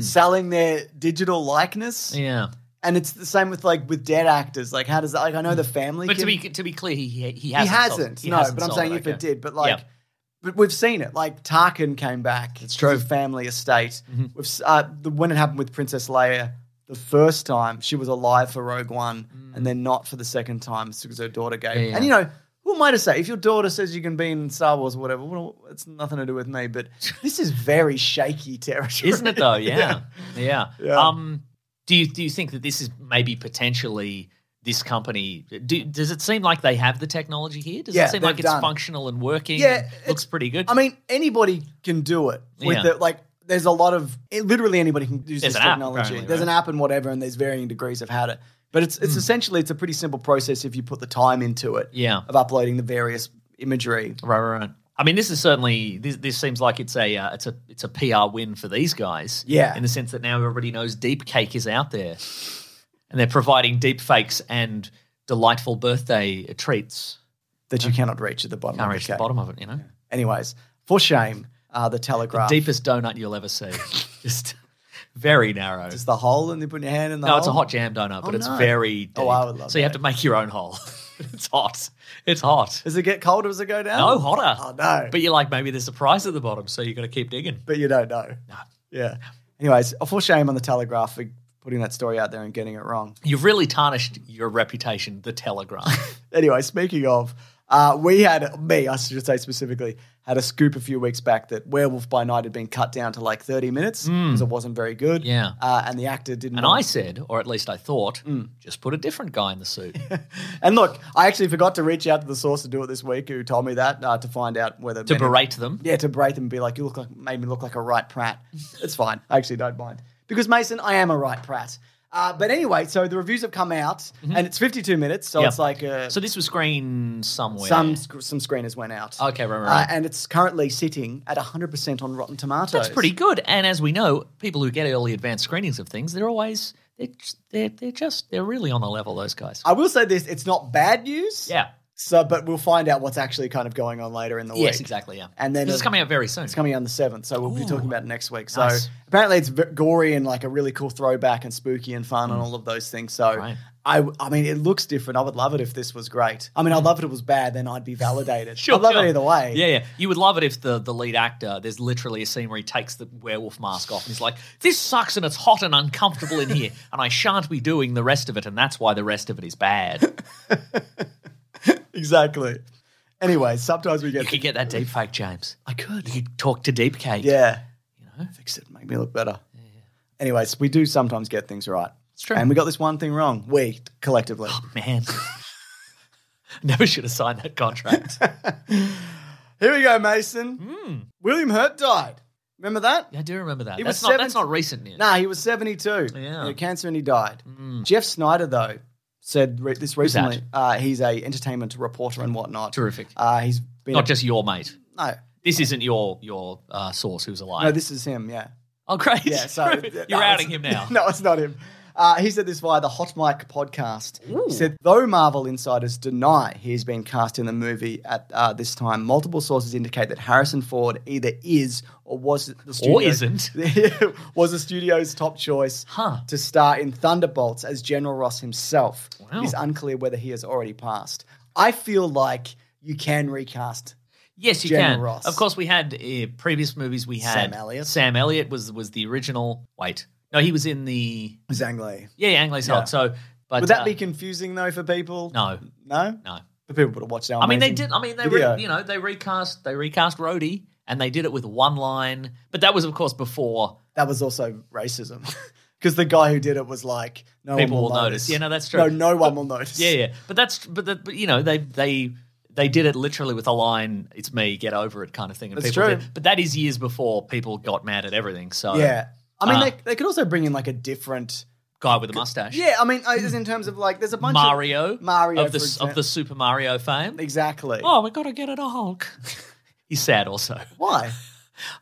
C: selling their digital likeness.
D: Hmm. Yeah.
C: And it's the same with like with dead actors. Like, how does that, like I know the family,
D: But to
C: can-
D: be, to be clear, he, he
C: he
D: hasn't. sold-
C: hasn't.
D: he
C: no,
D: hasn't
C: but I'm
D: sold
C: saying if
D: okay.
C: it did, but like,
D: Yeah.
C: but we've seen it. Like Tarkin came back. It's true. family estate.
D: Mm-hmm.
C: We've s- uh, the, when it happened with Princess Leia the first time, she was alive for Rogue One, and then not for the second time it's because her daughter gave.
D: Mm. Yeah, yeah.
C: And you know. Who am I to say? If your daughter says you can be in Star Wars or whatever, well, it's nothing to do with me. But this is very shaky territory,
D: isn't it though? Yeah, yeah.
C: Yeah.
D: Um, do you do you think that this is maybe potentially this company? Do, does it seem like they have the technology here? Does
C: Yeah,
D: it seem
C: they've
D: like it's
C: done.
D: functional and working?
C: Yeah,
D: and
C: it-
D: looks pretty good.
C: I mean, anybody can do it. With
D: Yeah.
C: the, like, there's a lot of it- literally anybody can use this
D: There's an app,
C: technology.
D: apparently,
C: There's
D: right? Hmm.
C: an app and whatever, and there's varying degrees of how to. But it's it's essentially it's a pretty simple process if you put the time into it.
D: Yeah.
C: of uploading the various imagery.
D: right, right, right. I mean, this is certainly this. This seems like it's a uh, it's a it's a PR win for these guys.
C: Yeah.
D: in the sense that now everybody knows deep cake is out there, and they're providing deep fakes and delightful birthday treats.
C: That you cannot reach at the bottom.
D: Can't
C: of
D: reach
C: the
D: the
C: cake.
D: bottom of it, you know.
C: Anyways, for shame, uh, the Telegraph.
D: Deepest donut you'll ever see. Just very narrow.
C: It's the hole, and you put your hand in the.
D: No, it's a
C: hole.
D: hot jam donut, but
C: Oh,
D: it's
C: no.
D: very deep.
C: Oh, I would love
D: So you have
C: that.
D: to make your own hole. It's hot. It's hot.
C: Does it get cold or does it go down?
D: No hotter.
C: Oh, no.
D: But you're like, maybe there's a price at the bottom, so you got to keep digging.
C: but you don't know. No. Yeah. Anyways, a full shame on the Telegraph for putting that story out there and getting it wrong.
D: You've really tarnished your reputation, The Telegraph.
C: Anyway, speaking of, uh, we had, me, I should say specifically, had a scoop a few weeks back that Werewolf by Night had been cut down to like 30 minutes because it wasn't very good.
D: Hmm. Yeah.
C: Uh, and the actor didn't.
D: and
C: want-
D: I said, or at least I thought,
C: Mm.
D: just put a different guy in the suit.
C: And look, I actually forgot to reach out to the source to do it this week who told me that uh, to find out whether.
D: to
C: men in-
D: berate them.
C: Yeah, to berate them and be like, you look like, made me look like a right prat. It's fine. I actually don't mind. Because, Mason, I am a right prat. Uh, but anyway, so the reviews have come out and it's 52 minutes. So
D: Mm-hmm. Yeah.
C: it's like uh
D: So this was screened somewhere.
C: some, sc- some screeners went out.
D: Okay, right, right,
C: Uh,
D: right.
C: and it's currently sitting at 100% on Rotten Tomatoes.
D: That's pretty good. And as we know, people who get early advanced screenings of things, they're always they're just, they're, they're just they're really on the level. Those guys.
C: I will say this it's not bad news.
D: yeah.
C: So, but we'll find out what's actually kind of going on later in the week.
D: Yes, exactly. Yeah.
C: And then
D: Because
C: it-
D: it's coming out very soon.
C: It's coming out on the seventh, so we'll be talking about it next week. So
D: Nice.
C: apparently, it's v- gory and like a really cool throwback and spooky and fun and all of those things. So
D: Mm. Right.
C: I, I mean, it looks different. I would love it if this was great. I mean, I'd love it if it was bad. Then I'd be validated. I'd love
D: Mm. sure.
C: it either way.
D: Yeah, yeah. You would love it if the, the lead actor, there's literally a scene where he takes the werewolf mask off and he's like, this sucks and it's hot and uncomfortable in here, and I shan't be doing the rest of it, and that's why the rest of it is bad.
C: exactly. Anyway, sometimes we
D: You
C: get
D: could get that deep fake, James. I could. You could talk to Deep Cake.
C: yeah, you know, fix it, make me look better. Anyways, we do sometimes get things right. It's
D: true.
C: And we got this one thing wrong. We collectively.
D: Man. Never should have signed that contract.
C: Here we go, Mason.
D: Hmm.
C: William Hurt died. Remember that?
D: I do remember that.
C: He
D: That's
C: was
D: not, that's
C: seven-
D: not recent news.
C: Nah, he was 72.
D: Yeah. Hmm.
C: He had cancer and he died. Jeff Snyder, though, said re- this
D: that?
C: recently. Uh, he's a entertainment reporter and whatnot.
D: Terrific.
C: Uh, he's been
D: Not
C: a-
D: just your mate.
C: no,
D: This isn't your your uh, source who's alive.
C: no. This is him. Yeah,
D: oh, great.
C: yeah. So
D: Terrific.
C: no,
D: You're outing
C: it's-
D: him now.
C: no, it's not him. Uh, he said this via the Hot Mic podcast. He said, though Marvel insiders deny he's been cast in the movie at uh, this time, multiple sources indicate that Harrison Ford either is or was the studio
D: isn't.
C: was the studio's top choice
D: Huh.
C: to star in Thunderbolts as General Ross himself.
D: Wow.
C: It is unclear whether he has already passed. I feel like you can recast.
D: Yes, you
C: General
D: can.
C: Ross.
D: Of course, we had uh, previous movies. We had
C: Sam Elliott.
D: Sam Elliott was was the original. Wait, no, he was in the
C: Zhang Li.
D: yeah, yeah Anglo Salt. So, but
C: Would that
D: uh,
C: be confusing though for people?
D: no,
C: No?
D: no?
C: The people would have watched that.
D: I mean, they did. I mean, they
C: video.
D: re, you know they recast they recast Rhodey and they did it with one line. But that was of course before
C: that was also racism. Because the guy who did it was like, no
D: People
C: one
D: will notice. Yeah, no, that's true.
C: No, no one will notice.
D: yeah, yeah. But that's but that but you know they they. They did it literally with a line, "It's me, get over it," kind of thing. And
C: That's
D: people
C: true.
D: Did, but that is years before people got mad at everything. So,
C: Yeah. I mean,
D: Ah.
C: they, they could also bring in like a different.
D: guy with a mustache,
C: Yeah, I mean, as in terms of like, there's a bunch
D: Mario,
C: of Mario
D: of the
C: for
D: of the
C: example.
D: Super Mario fame.
C: exactly.
D: Oh, we got to get it a Hulk. He's sad also.
C: Why?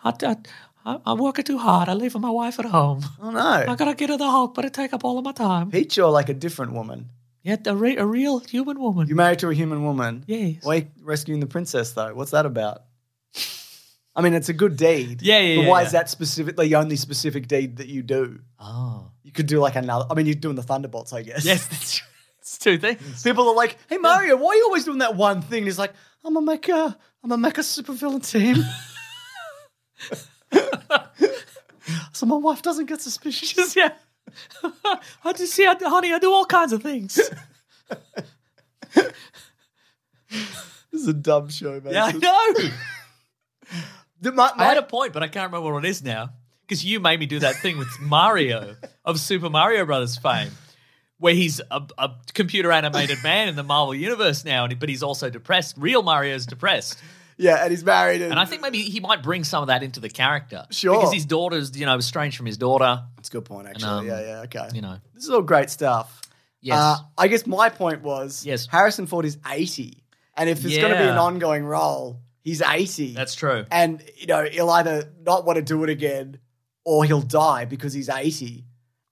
D: I, I, I, I'm working too hard. I leave my wife at home.
C: Oh no.
D: I got to get her the Hulk, but it take up all of my time.
C: Peach, you're like a different woman.
D: Yet a, re- a real human woman.
C: You're married to a human woman.
D: Yes.
C: Why you rescuing the princess though? What's that about? I mean, it's a good deed.
D: Yeah, yeah,
C: But
D: yeah,
C: why
D: yeah.
C: is that specifically the only specific deed that you do?
D: Oh.
C: You could do like another. I mean, you're doing the Thunderbolts, I guess.
D: Yes, that's true. It's two things.
C: People are like, "Hey Mario, why are you always doing that one thing?" And he's like, "I'm gonna make a, I'm gonna make a supervillain team." so my wife doesn't get suspicious.
D: yeah. I just see, I, honey, I do all kinds of things.
C: This is a dumb show, man.
D: yeah, I know.
C: The- my-
D: I had
C: my-
D: a point, but I can't remember what it is now because you made me do that thing with Mario of Super Mario Brothers fame, where he's a, a computer animated man in the Marvel universe now, and- but he's also depressed. Real Mario's depressed,
C: yeah, and he's married, and,
D: and I think maybe he might bring some of that into the character,
C: Sure.
D: because his daughter's you know estranged from his daughter,
C: That's a good point, actually.
D: um,
C: yeah, yeah, okay.
D: you know.
C: This is all great stuff.
D: Yes.
C: Uh, I guess my point was
D: Yes.
C: Harrison Ford is 80. And if it's going to be an
D: Yeah.
C: ongoing role, he's 80.
D: That's true.
C: And, you know, he'll either not want to do it again or he'll die because he's 80.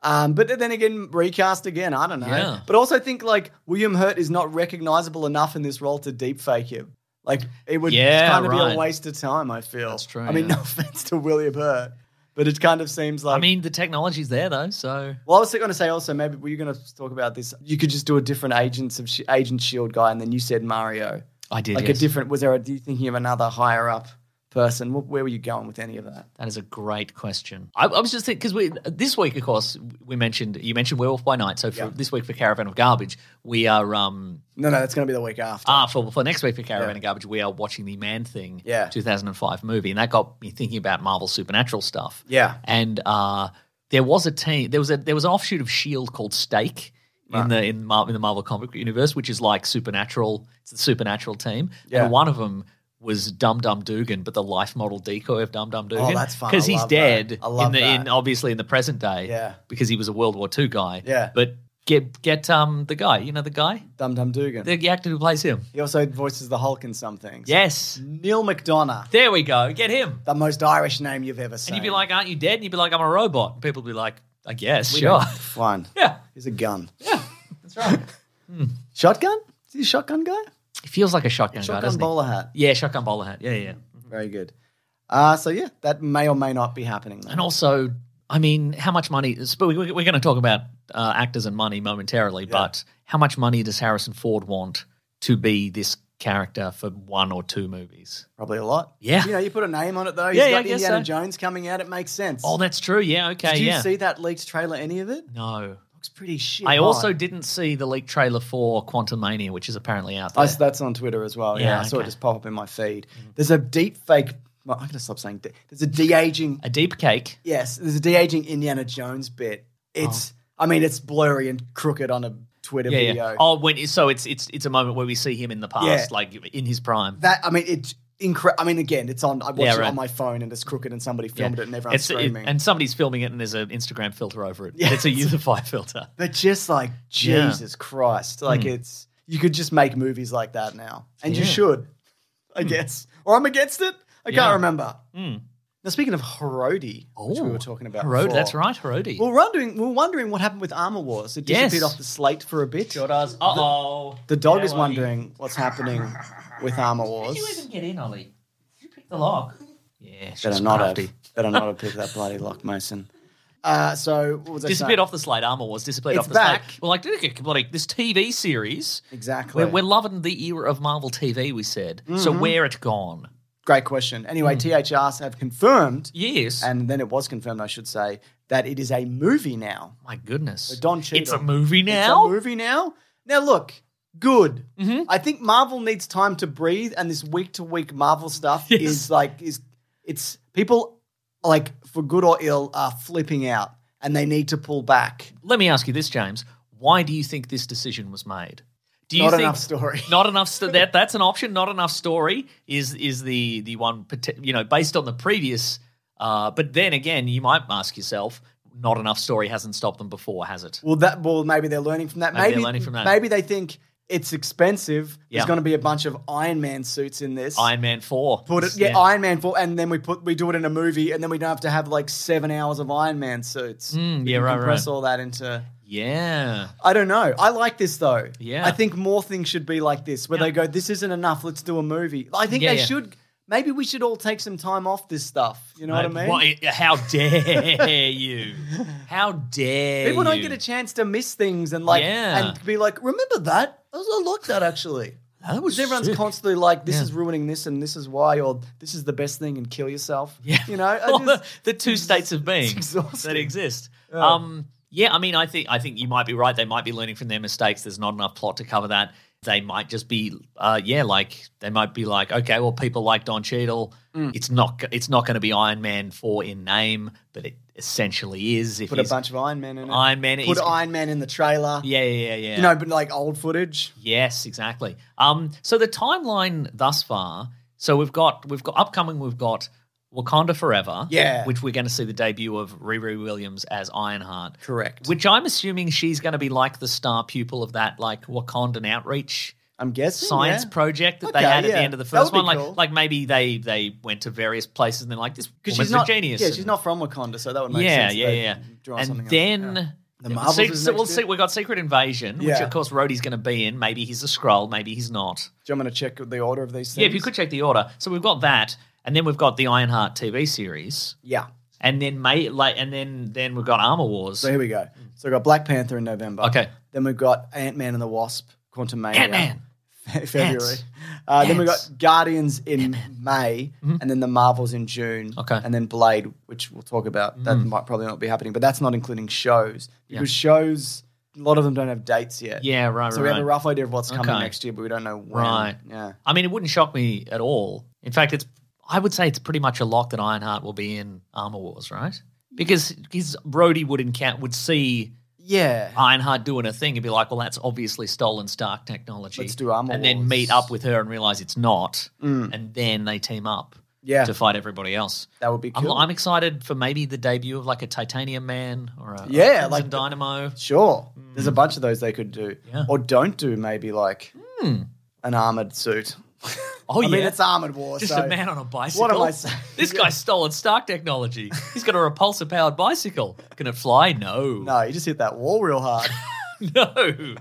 C: Um, but then again, recast again. I don't know.
D: Yeah.
C: But also think like William Hurt is not recognizable enough in this role to deepfake him. Like it would
D: Yeah,
C: kind of be
D: right.
C: a waste of time. I feel
D: That's true,
C: I mean,
D: yeah.
C: no offense to William Hurt, But it kind of seems like.
D: I mean, the technology's there though, so
C: well, I was going to say also maybe we were going to talk about this. You could just do a different agents of Sh- Agent Shield guy, and then you said Mario,
D: I did.
C: like a different. Was there? A, you thinking of another higher up person? Wh- Where were you going with any of that?
D: That is a great question. I, I was just thinking because we this week, of course, we mentioned you mentioned Werewolf by Night. So for this week for Caravan of Garbage, we are um
C: No, no, that's going to be the week after.
D: ah for, for next week for Caravan of Garbage, we are watching the Man Thing,
C: Yeah.
D: 2005 movie, and that got me thinking about Marvel supernatural stuff.
C: Yeah.
D: and uh, there was a team. There was a there was an offshoot of Shield E called Stake. In the in, Mar- in the Marvel comic book universe, which is like supernatural, it's the supernatural team,
C: Yeah.
D: and one of them was Dum Dum Dugan, but the life model decoy of Dum Dum Dugan.
C: Oh, that's fun.
D: Because
C: I
D: he's
C: love that.
D: dead.
C: I love
D: in the, In,
C: that.
D: obviously in the present day.
C: Yeah.
D: Because he was a World War II guy.
C: Yeah.
D: But get get um the guy, you know the guy,
C: Dum Dum Dugan.
D: the actor who plays him.
C: he also voices the Hulk in some things.
D: Yes.
C: Neil McDonough,
D: There we go. Get him.
C: the most Irish name you've ever seen.
D: And you'd be like, "Aren't you dead?" And you'd be like, "I'm a robot." And people would be like, "I guess, sure."
C: Yeah, fine.
D: yeah.
C: He's a gun. Hmm.
D: That's right.
C: Shotgun? Is he a shotgun guy?
D: It feels like a shotgun, guy,
C: Shotgun
D: doesn't
C: bowler hat.
D: it? Yeah, shotgun bowler hat. Yeah, yeah.
C: Very good. Uh, so yeah, that may or may not be happening. then.
D: And also, I mean, how much money? But we- we're going to talk about uh, actors and money momentarily. But how much money does Harrison Ford want to be this character for one or two movies?
C: Probably a lot.
D: Yeah.
C: You know, you put a name on it though. He's
D: Yeah, yeah, I
C: got
D: guess
C: Indiana
D: so.
C: Jones coming out. It makes sense.
D: Oh, that's true. Yeah. Okay.
C: Did you
D: yeah.
C: see that leaked trailer? Any of it?
D: no.
C: Looks pretty shit.
D: I
C: hot.
D: also didn't see the leaked trailer for Quantum Mania, which is apparently out there.
C: I, that's on Twitter as well. Yeah,
D: Yeah,
C: I saw it
D: okay. Mm-hmm.
C: just pop up in my feed. There's a deep fake. Well, I'm gonna stop saying. De- there's a de aging.
D: a deep cake.
C: Yes, there's a de aging Indiana Jones bit. It's. I mean, it's blurry and crooked on a Twitter
D: Oh. Yeah,
C: video.
D: yeah. Oh, when so it's it's it's a moment where we see him in the past,
C: Yeah.
D: like in his prime.
C: That I mean, it's incredible. I mean, again, it's on. I watched
D: Yeah,
C: it
D: right.
C: on my phone, and it's crooked, and somebody filmed
D: Yeah.
C: it, and everyone's
D: It's- it-
C: screaming.
D: and somebody's filming it, and there's an Instagram filter over it. It's a Unify filter.
C: but just like
D: Yeah. Hmm.
C: Jesus Christ, like it's you could just make movies like that now, and you
D: Yeah. Hmm.
C: should, I guess. Or I'm against it. I
D: Yeah. Hmm.
C: can't remember. Now, speaking of Herodi, which we were talking about,
D: Herod,
C: before,
D: that's right, Herodi.
C: We were wondering, we were wondering what happened with Armor Wars. It disappeared
D: Yes.
C: off the slate for a bit.
D: does. Uh oh.
C: The dog is wondering what's happening with Armor Wars.
D: get in, Ollie? You pick the lock. Yeah, she's
C: Better not
D: crafty.
C: have. Better not have picked that bloody lock, Mason. Uh, so what was I
D: Disappeared
C: saying?
D: off the slate. Armor Wars disappeared
C: It's
D: off the
C: back.
D: slate. Well, like, did it get bloody- this TV series?
C: Exactly.
D: We're, we're loving the era of Marvel TV. We said so.
C: Mm-hmm.
D: Where it gone?
C: Great question.
D: Hmm.
C: Anyway, THRs have confirmed,
D: Yes.
C: and then it was confirmed, I should say, that it is a movie now.
D: My goodness.
C: Don Cheadle.
D: It's a movie now. Mm-hmm.
C: It's a movie now. Now look, good. I think Marvel needs time to breathe, and this week to week Marvel stuff
D: Yes.
C: is like is it's people like for good or ill are flipping out, and they need to pull back.
D: Let me ask you this, James. Why do you think this decision was made? Do you
C: Not
D: think
C: enough story.
D: not enough st- that that's an option. Not enough story is is the the one pot- you know based on the previous. Uh, but then again, you might ask yourself, not enough story hasn't stopped them before, has it?
C: Well, that well, maybe they're learning from that.
D: Maybe they're learning from that.
C: Maybe they think it's expensive. There's
D: Yeah.
C: going to be a bunch of Iron Man suits in this.
D: Iron Man Four.
C: Put it, yeah, Iron Man four, and then we put we do it in a movie, and then we don't have to have like seven hours of Iron Man suits.
D: Mm,
C: We
D: yeah,
C: can
D: right,
C: compress
D: right.
C: all that into.
D: yeah.
C: I don't know. I like this though.
D: Yeah.
C: I think more things should be like this, where they go, "This isn't enough. Let's do a movie." I think
D: Yeah,
C: they
D: yeah.
C: should. Maybe we should all take some time off this stuff. You know what I mean?
D: Why- how dare you? How dare
C: People don't
D: you?
C: get a chance to miss things and like
D: Yeah.
C: and be like, "Remember that? I was- I like that actually."
D: That was
C: Because everyone's
D: sick.
C: constantly like, "This
D: Yeah.
C: is ruining this, and this is why," or "This is the best thing," and kill yourself.
D: Yeah.
C: You know, I
D: Well,
C: just-
D: the two states of being
C: exhausting.
D: that exist. Um, yeah, I mean, I think I think you might be right. They might be learning from their mistakes. There's not enough plot to cover that. They might just be, uh, yeah, like they might be like, okay, well, people like Don Cheadle.
C: Mm.
D: It's not it's not going to be Iron Man four in name, but it essentially is. If
C: put a
D: he's-
C: bunch of Iron Man in it.
D: Iron Man
C: Put
D: is-
C: Iron Man in the trailer.
D: yeah, yeah, yeah, yeah.
C: You know, but like old footage.
D: Yes, exactly. Um, so the timeline thus far. So we've got we've got upcoming. We've got Wakanda Forever.
C: Yeah.
D: which we're going to see the debut of Riri Williams as Ironheart.
C: Correct.
D: Which I'm assuming she's going to be like the star pupil of that like Wakandan outreach
C: I'm guessing
D: science
C: Hmm, yeah.
D: project that they
C: Okay,
D: had at
C: yeah.
D: the end of the
C: That would
D: first
C: be
D: one. Like
C: cool.
D: like maybe they they went to various places and they're like this
C: because
D: because
C: she's not
D: a genius.
C: Yeah,
D: and-
C: she's not from Wakanda, so that would make
D: yeah,
C: sense.
D: yeah,
C: They'd
D: yeah.
C: draw
D: And
C: something
D: then
C: up. The
D: Yeah,
C: Marvels
D: see-
C: is
D: so
C: next
D: we'll
C: year.
D: see. We got Secret Invasion, which
C: Yeah.
D: of course Rhodey's going to be in. Maybe he's a scroll. Maybe he's not.
C: Do you want me to check the order of these things?
D: Yeah, if you could check the order. So we've got that, and then we've got the Ironheart TV series,
C: Yeah.
D: and then May like and then then we've got Armor Wars.
C: So here we go. So we've got Black Panther in November.
D: Okay.
C: Then we've got Ant Man and the Wasp, Quantum Mania.
D: Ant-Man.
C: February.
D: Ants.
C: Uh, then we've got
D: Ants.
C: Guardians in May, and then the Marvels in June.
D: Mm-hmm. Okay. Mm.
C: And then Blade, which we'll talk about. That might probably not be happening, but that's not including shows. Because shows, a lot of them don't have dates yet.
D: Yeah, right,
C: So
D: right,
C: we have
D: right.
C: a rough idea of what's coming
D: Okay.
C: next year, but we don't know when.
D: Right.
C: Yeah.
D: I mean, it wouldn't shock me at all. In fact, it's I would say it's pretty much a lock that Ironheart will be in Armor Wars, right? Because his Rhodey would encounter would see
C: Yeah.
D: Ironheart doing a thing and be like, "Well, that's obviously stolen Stark technology."
C: Let's do Armor
D: and then
C: Wars. Mm.
D: meet up with her and realize it's not, and then they team up
C: Yeah.
D: to fight everybody else.
C: That would be
D: I'm,
C: cool.
D: I'm excited for maybe the debut of like a Titanium Man or a
C: Yeah,
D: a Crimson
C: like-
D: Dynamo.
C: Sure. There's a bunch of those they could do.
D: Mm. Yeah. Hmm.
C: Or don't do maybe like an armored suit.
D: Oh
C: I
D: yeah,
C: mean, it's armored war.
D: Just
C: so-
D: a man on a bicycle.
C: What am I saying?
D: This guy's stolen Stark technology. He's got a repulsor powered bicycle. Can it fly? No.
C: No, you just hit that wall real hard.
D: No.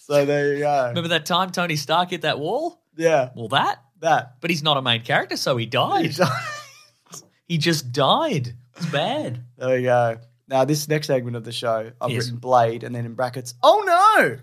C: so there you go.
D: Remember that time Tony Stark hit that wall?
C: Yeah,
D: Well, that.
C: that.
D: But he's not a main character, so he died. He just died. It's bad.
C: there you go. Now, this next segment of the show, I've
D: Yes.
C: written Blade and then in brackets, oh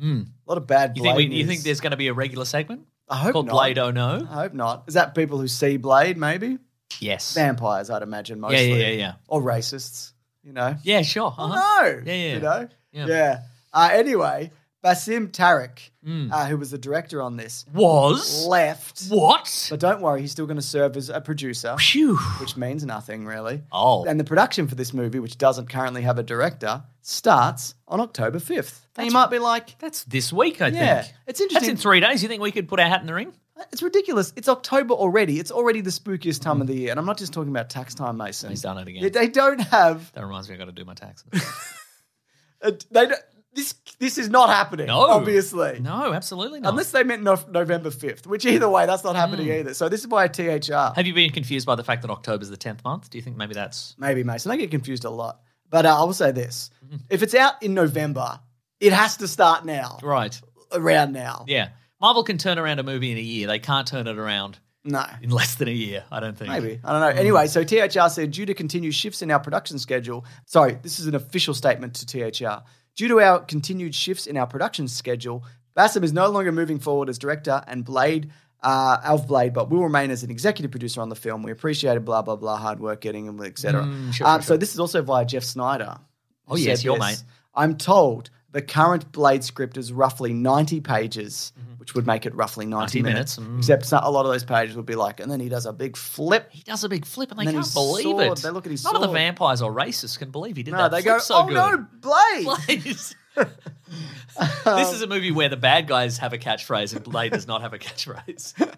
C: no!
D: Mm.
C: A lot of bad
D: You
C: Blade.
D: think we, you
C: news.
D: think there's going to be a regular segment
C: I hope
D: called
C: not. Uh,
D: Blade? Oh no.
C: I hope not. Is that people who see Blade, maybe?
D: Yes.
C: Vampires, I'd imagine,
D: yeah,
C: mostly.
D: yeah, yeah, yeah.
C: Or racists, you know?
D: Yeah, sure.
C: Oh
D: uh-huh.
C: no!
D: Yeah, yeah.
C: You know?
D: Yeah.
C: Yeah. Uh, anyway, Basim Tarek,
D: Mm.
C: uh, who was the director on this,
D: Was
C: left.
D: what?
C: But don't worry, he's still going to serve as a producer,
D: Phew.
C: which means nothing really.
D: Oh.
C: And the production for this movie, which doesn't currently have a director, starts on October 5th. And you might be like,
D: That's this week, I
C: yeah,
D: think.
C: it's
D: That's
C: interesting.
D: in three days. You think we could put our hat in the ring?
C: It's ridiculous. It's October already. It's already the spookiest time of the year. And I'm not just talking about tax time, Mason.
D: He's done it again.
C: They- They don't have.
D: That reminds me, I got to do my taxes.
C: a- They don't, this this is not happening.
D: No.
C: obviously.
D: no, absolutely not.
C: Unless they meant no- November 5th, which either way, that's not happening
D: Mm.
C: either. So this is why THR.
D: Have you been confused by the fact that October's the tenth month? Do you think maybe that's
C: Maybe, Mason. I get confused a lot. But uh, I will say this
D: Mm-hmm.
C: if it's out in November, it has to start now,
D: right?
C: around now.
D: Yeah, Marvel can turn around a movie in a year. They can't turn it around
C: No.
D: in less than a year. I don't think. Hmm.
C: Maybe. I don't know. Anyway, so THR said due to continued shifts in our production schedule, sorry, this is an official statement to THR. Due to our continued shifts in our production schedule, Bassam is no longer moving forward as director and Blade, uh, Alf Blade, but will remain as an executive producer on the film. We appreciated blah, blah, blah, hard work getting him, etc.
D: Hmm,
C: um, So this is also via Jeff Snyder. who
D: Oh, yes,
C: said
D: your
C: this.
D: mate.
C: I'm told the current Blade script is roughly 90 pages, which would make it roughly 90,
D: 90
C: minutes.
D: Mm-hmm. minutes, mm.
C: Except so- a lot of those pages would be like, and then he does a big flip.
D: He does a big flip, and they
C: And then
D: can't
C: his
D: believe
C: sword,
D: it.
C: they look at his
D: None of the
C: sword.
D: vampires or racists can believe he did
C: No,
D: that.
C: they
D: flip
C: go,
D: so
C: oh
D: good.
C: no, Blade!
D: Blaze. this is a movie where the bad guys have a catchphrase and Blade does not have a catchphrase.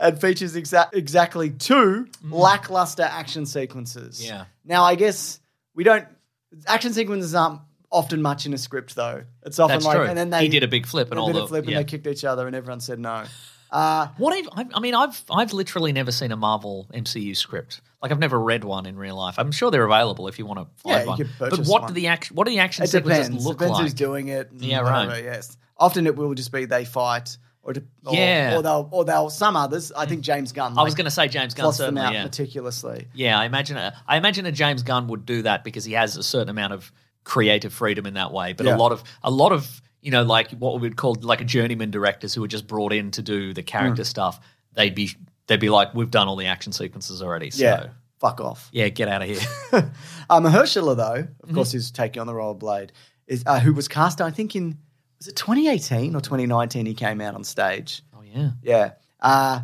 C: And features exa- exactly two lackluster action sequences.
D: Mm. Yeah.
C: Now, I guess we don't, action sequences aren't often much in a script though. It's often
D: That's
C: like,
D: true.
C: and then they
D: he did a big flip, and
C: they
D: all
C: did a
D: the
C: flip
D: yeah.
C: and they kicked each other and everyone said no.
D: What if, I, I mean, I've I've literally never seen a Marvel MCU script. Like I've never read one in real life. I'm sure they're available if you want to
C: Yeah,
D: find
C: you
D: one.
C: could
D: but
C: purchase
D: what
C: one.
D: do the action what do the action
C: It
D: sequences
C: depends.
D: look
C: depends
D: like?
C: who's doing it. and
D: Yeah,
C: whatever,
D: right.
C: Yes. Often it will just be they fight, or, de- or
D: Yeah. Mm.
C: or they'll or they'll some others. I think James Gunn.
D: I was going to say James Gunn
C: plots them
D: certainly.
C: out
D: Yeah.
C: meticulously.
D: yeah, I imagine a, I imagine a James Gunn would do that because he has a certain amount of creative freedom in that way. But
C: Yeah.
D: a lot of a lot of you know like what we would call like a journeyman directors who are just brought in to do the character
C: Hmm.
D: stuff. They'd be they'd be like, we've done all the action sequences already. So
C: Yeah. Fuck off.
D: yeah get out of here.
C: Um, Mahershala though, of
D: Mm-hmm.
C: course, who's taking on the role of Blade, is uh, who was cast. I think in was it 2018 or 2019? He came out on stage.
D: oh yeah.
C: Yeah. Uh,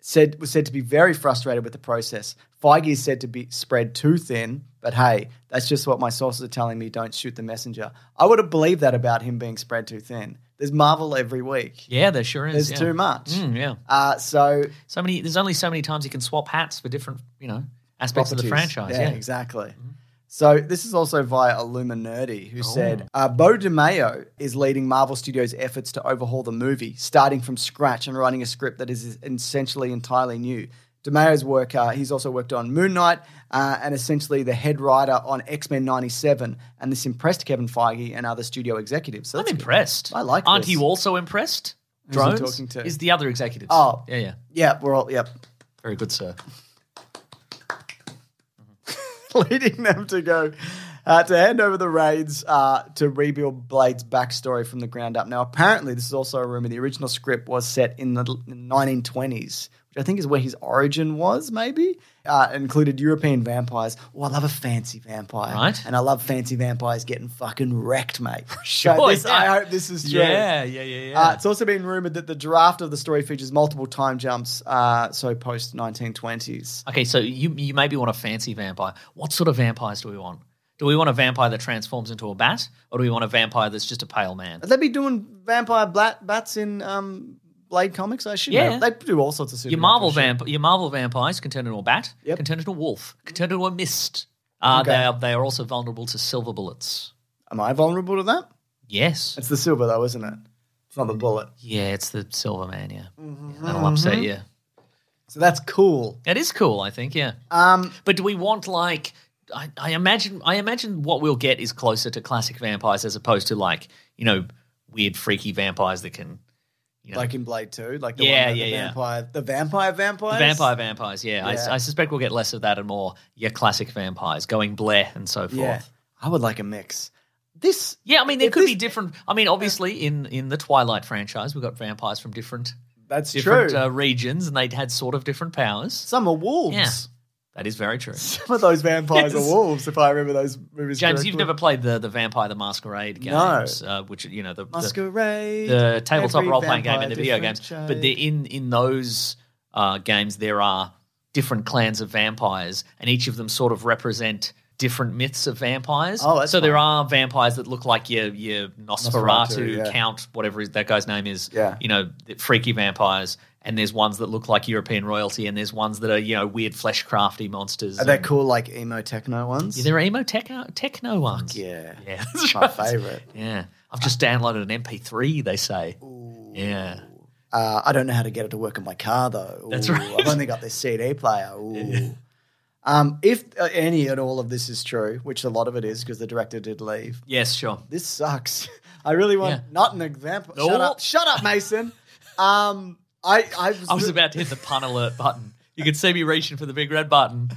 C: said was said to be very frustrated with the process. Feige is said to be spread too thin, but hey, that's just what my sources are telling me. Don't shoot the messenger. I would have believed that about him being spread too thin. There's Marvel every week.
D: Yeah, there sure is.
C: There's
D: yeah.
C: too much.
D: Mm, yeah.
C: Uh, so
D: So many. There's only so many times you can swap hats for different, you know, aspects of the
C: properties.
D: franchise. Yeah. Mm-hmm.
C: exactly. So this is also via Illuminati,
D: Oh.
C: who said uh, Bo DiMeo is leading Marvel Studios' efforts to overhaul the movie, starting from scratch and writing a script that is essentially entirely new. DiMeo's work, uh, he's also worked on Moon Knight uh, and essentially the head writer on X Men '97, and this impressed Kevin Feige and other studio executives. So
D: I'm
C: that's good.
D: impressed.
C: I like
D: Aren't
C: this.
D: you also impressed?
C: he
D: Drones
C: talking to?
D: is the other executives.
C: Oh.
D: yeah, yeah.
C: Yeah, we're all yep.
D: Very good, sir.
C: leading them to go uh, to hand over the reins uh, to rebuild Blade's backstory from the ground up. Now, apparently, this is also a rumor. The original script was set in the l- 1920s, which I think is where his origin was. Maybe uh, included European vampires. Oh, I love a fancy vampire,
D: Right.
C: And I love fancy vampires getting fucking wrecked, mate.
D: Sure,
C: So this-
D: yeah.
C: I hope this is true.
D: Yeah, yeah, yeah, yeah.
C: Uh, it's also been rumored that the draft of the story features multiple time jumps, uh, so post 1920s.
D: Okay, so you you maybe want a fancy vampire. What sort of vampires do we want? Do we want a vampire that transforms into a bat, or do we want a vampire that's just a pale man?
C: They'd be doing vampire blat- bats in um, Blade comics, I should
D: Yeah.
C: know. They do all sorts of
D: Your
C: supernatural
D: Marvel
C: shit.
D: vamp- your Marvel vampires can turn into a bat,
C: Yep.
D: can turn into a wolf, can turn into a mist. Uh,
C: Okay.
D: they, are, they are also vulnerable to silver bullets.
C: Am I vulnerable to that?
D: Yes.
C: It's the silver, though, isn't it? It's not the bullet.
D: Yeah, it's the silver man, yeah.
C: Mm-hmm.
D: Yeah, that'll upset you.
C: So that's cool.
D: That is cool, I think, yeah.
C: Um,
D: But do we want like I, I imagine I imagine what we'll get is closer to classic vampires as opposed to like, you know, weird freaky vampires that can you know
C: Like in Blade 2, like the
D: Yeah,
C: one that
D: yeah,
C: the
D: yeah.
C: vampire, the vampire vampires?
D: vampire vampires, yeah. I s I
C: Yeah.
D: I, suspect we'll get less of that and more your classic vampires going bleh and so forth.
C: Yeah.
D: Yeah.
C: I would like a mix. This
D: I mean, there
C: If
D: could
C: this-
D: be different. I mean, obviously, in in the Twilight franchise, we've got vampires from different
C: That's
D: different
C: true.
D: uh, regions, and they'd had sort of different powers.
C: Some are wolves.
D: Yeah, that is very true.
C: Some of those vampires
D: Yes.
C: are wolves, if I remember those movies.
D: James, you've
C: correctly.
D: never played the the Vampire the Masquerade
C: No.
D: games, uh, which you know the the-
C: Masquerade.
D: the tabletop
C: every
D: role playing game
C: vampire
D: in the video
C: different
D: games. But
C: shade.
D: the, in in those uh, games, there are different clans of vampires, and each of them sort of represent different myths of vampires.
C: Oh, that's
D: so there
C: fun.
D: are vampires that look like your your Nosferatu,
C: Nosferatu, yeah.
D: Count, whatever is- that guy's name is.
C: Yeah.
D: you know, the freaky vampires. And there's ones that look like European royalty, and there's ones that are you know weird fleshcrafty monsters.
C: Are they
D: and-
C: cool like emo techno ones?
D: Yeah, there are emo techno techno ones.
C: Yeah.
D: yeah, that's
C: My
D: right.
C: favorite.
D: Yeah, I've just downloaded an MP3. They say. Yeah.
C: Uh, I don't know how to get it to work on my car though.
D: That's
C: Ooh,
D: right.
C: I've only got this CD player. Ooh. Um, if uh, any and all of this is true, which a lot of it is because the director did leave,
D: Yes, sure.
C: this sucks. I really want
D: Yeah.
C: not an example.
D: No.
C: Shut up! Shut up, Mason. um, I I was,
D: I was about to hit the pun alert button. You could see me reaching for the big red button.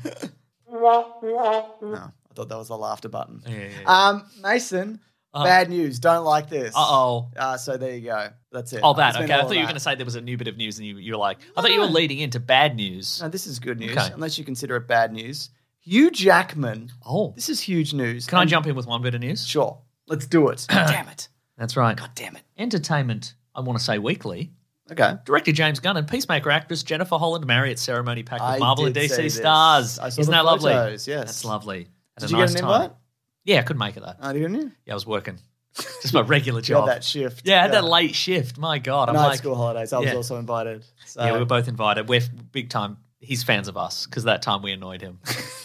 C: Oh, No, I thought that was the laughter button.
D: yeah, yeah. Uh-huh.
C: Um, Mason, bad news. Don't like this.
D: Uh-oh.
C: Uh, so there you go. That's it.
D: Oh, that.
C: It's been
D: Okay. I
C: all
D: thought you
C: that.
D: were
C: Uh-huh.
D: going to say there was a new bit of news, and you, you were like, I thought you were leading into bad news.
C: No, this is good news,
D: Okay.
C: unless you consider it bad news. Hugh Jackman.
D: Oh,
C: This is huge news.
D: can I
C: And-
D: jump in with one bit of news?
C: Sure. Let's do it. Damn it.
D: That's right.
C: Damn it.
D: Entertainment. I want to say weekly.
C: Okay.
D: Director James Gunn and Peacemaker actress Jennifer Holland marry at ceremony packed with
C: I
D: Marvel and
C: did see
D: DC
C: this.
D: stars.
C: I saw
D: Isn't
C: the
D: that lovely?
C: photos, yes.
D: That's lovely. At
C: Did
D: a
C: you
D: nice
C: get an
D: time.
C: invite?
D: Yeah, I couldn't make it though.
C: Oh, didn't you?
D: Yeah, I was working. Just my regular
C: You had
D: job.
C: that shift.
D: yeah, I had that late shift. My God, I'm
C: Night
D: like,
C: school holidays. I
D: Yeah.
C: was also invited. So.
D: yeah, we were both invited. We're f- big time. He's fans of us because that time we annoyed him.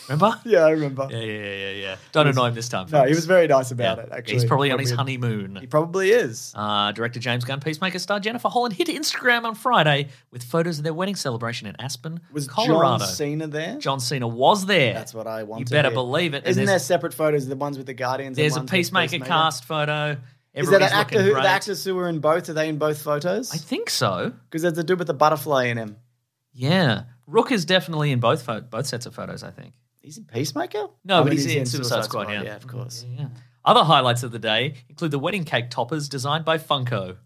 D: Remember?
C: Yeah, I remember.
D: yeah, yeah, yeah, yeah, yeah. Don't annoy him this time.
C: No,
D: folks.
C: he was very nice
D: Yeah.
C: about it, actually.
D: He's probably on
C: But
D: his
C: we-
D: honeymoon.
C: He probably is.
D: Uh, director James Gunn, Peacemaker star Jennifer Holland hit Instagram on Friday with photos of their wedding celebration in Aspen,
C: Was
D: Colorado.
C: John Cena there?
D: John Cena was there.
C: That's what I
D: You
C: wanted.
D: better believe it. And
C: Isn't there
D: there's,
C: separate photos? The ones with the Guardians. and
D: there's a
C: ones with
D: Peacemaker, cast photo.
C: Is there
D: Everybody's
C: that actor
D: looking
C: who,
D: great.
C: the actors who were in both? Are they in both photos?
D: I think so.
C: Because there's a dude with the butterfly in him.
D: Yeah, Rook is definitely in both pho- both sets of photos. I think.
C: He's in Peacemaker?
D: No,
C: I
D: Oh, but
C: mean,
D: he's, in Suicide, Squad. yeah. Mm-hmm.
C: of course.
D: Yeah. Other highlights of the day include the wedding cake toppers designed by Funko,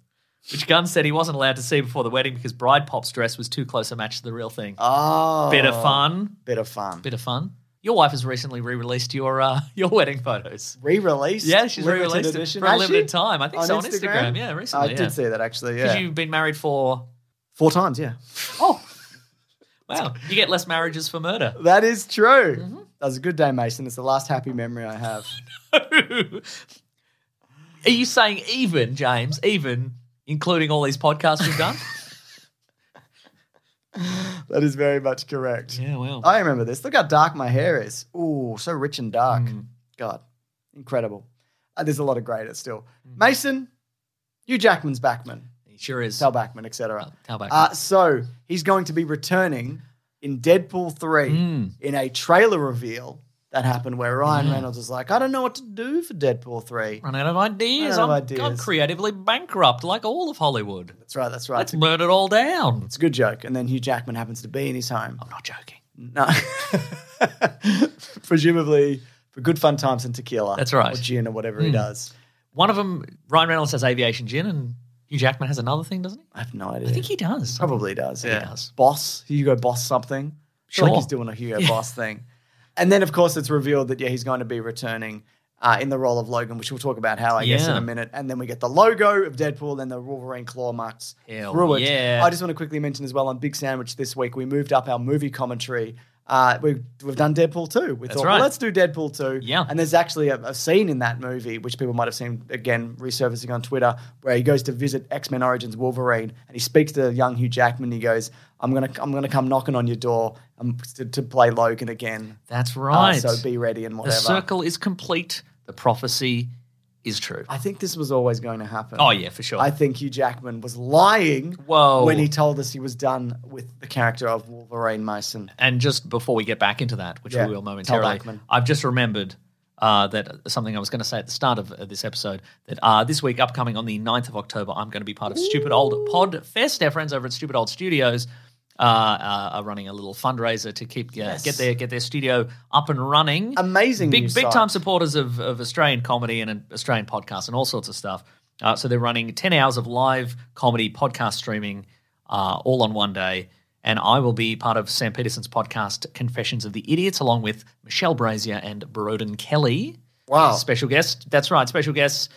D: which Gunn said he wasn't allowed to see before the wedding because Bride Pop's dress was too close a match to the real thing.
C: Oh.
D: Bit of fun.
C: Bit of fun.
D: Bit of fun. Your wife has recently re-released your uh, your wedding photos.
C: Re-released?
D: Yeah, she's
C: Limited
D: re-released it
C: edition.
D: for a
C: Has
D: limited
C: she?
D: time. I think so on Instagram. Yeah, recently,
C: I
D: yeah.
C: did see that, actually,
D: Because
C: yeah.
D: you've been married for
C: Four times, yeah.
D: oh wow, you get less marriages for murder.
C: That is true.
D: Mm-hmm.
C: That was a good day, Mason. It's the last happy memory I have.
D: Are you saying even, James? Even including all these podcasts we've done?
C: that is very much correct.
D: yeah, well,
C: I remember this. Look how dark my hair is. Ooh, so rich and dark.
D: Mm.
C: God, incredible. Uh, there's a lot of great at still.
D: Mm.
C: Mason, Hugh Jackman's Backman,
D: he sure is.
C: Sal Backman, etc.
D: Tal Bachman.
C: Uh, so he's going to be returning in Deadpool 3
D: Hmm.
C: in a trailer reveal that happened where Ryan Reynolds was like, I don't know what to do for Deadpool 3.
D: Run out of ideas.
C: Run out of
D: I'm,
C: ideas.
D: I'm creatively bankrupt, like all of Hollywood.
C: That's right, that's right.
D: Let's
C: It's a,
D: burn it all down.
C: it's a good joke. And then Hugh Jackman happens to be in his home.
D: I'm not joking.
C: No. presumably for good fun times and tequila.
D: That's right. Hmm.
C: Or gin or whatever he does.
D: One of them, Ryan Reynolds has aviation gin, and Hugh Jackman has another thing, doesn't he?
C: I have no idea.
D: I think he does.
C: probably does.
D: Yeah. He does.
C: Boss, Hugo Boss something. Sure. Like
D: Sure.
C: he's doing a Hugo Boss thing. And then, of course, it's revealed that, yeah, he's going to be returning uh, in the role of Logan, which we'll talk about how, I guess, in
D: Yeah.
C: a minute. And then we get the logo of Deadpool and the Wolverine claw marks
D: Hell
C: through it.
D: yeah.
C: I just want to quickly mention as well on Big Sandwich this week, we moved up our movie commentary. Uh, we, we've done Deadpool 2. We
D: That's
C: thought,
D: right.
C: well, let's do Deadpool 2.
D: Yeah.
C: And there's actually a, a scene in that movie, which people might have seen again resurfacing on Twitter, where he goes to visit X Men Origins Wolverine and he speaks to young Hugh Jackman. He goes, I'm going to I'm gonna come knocking on your door um, to, to play Logan again.
D: That's
C: Uh,
D: right.
C: so be ready and
D: the
C: whatever.
D: circle is complete. The prophecy is true.
C: I think this was always going to happen.
D: Oh yeah, for sure.
C: I think Hugh Jackman was lying
D: Whoa.
C: when he told us he was done with the character of Wolverine Mason.
D: And just before we get back into that, which
C: Yeah,
D: we will
C: tell
D: momentarily,
C: Backman.
D: I've just remembered uh, that something I was going to say at the start of uh, this episode that uh, this week, upcoming on the 9th of October, I'm going to be part of Stupid Old Pod Fest. Our friends over at Stupid Old Studios. Uh, uh, are running a little fundraiser to keep uh, get their get their studio up and running.
C: Amazing
D: big
C: new
D: big
C: site.
D: time supporters of, of Australian comedy and uh, Australian podcasts and all sorts of stuff. Uh, so they're running 10 hours of live comedy podcast streaming uh, all on one day. And I will be part of Sam Peterson's podcast, Confessions of the Idiots, along with Michelle Brazier and Broden Kelly.
C: Wow.
D: Special guest. That's right, special guests.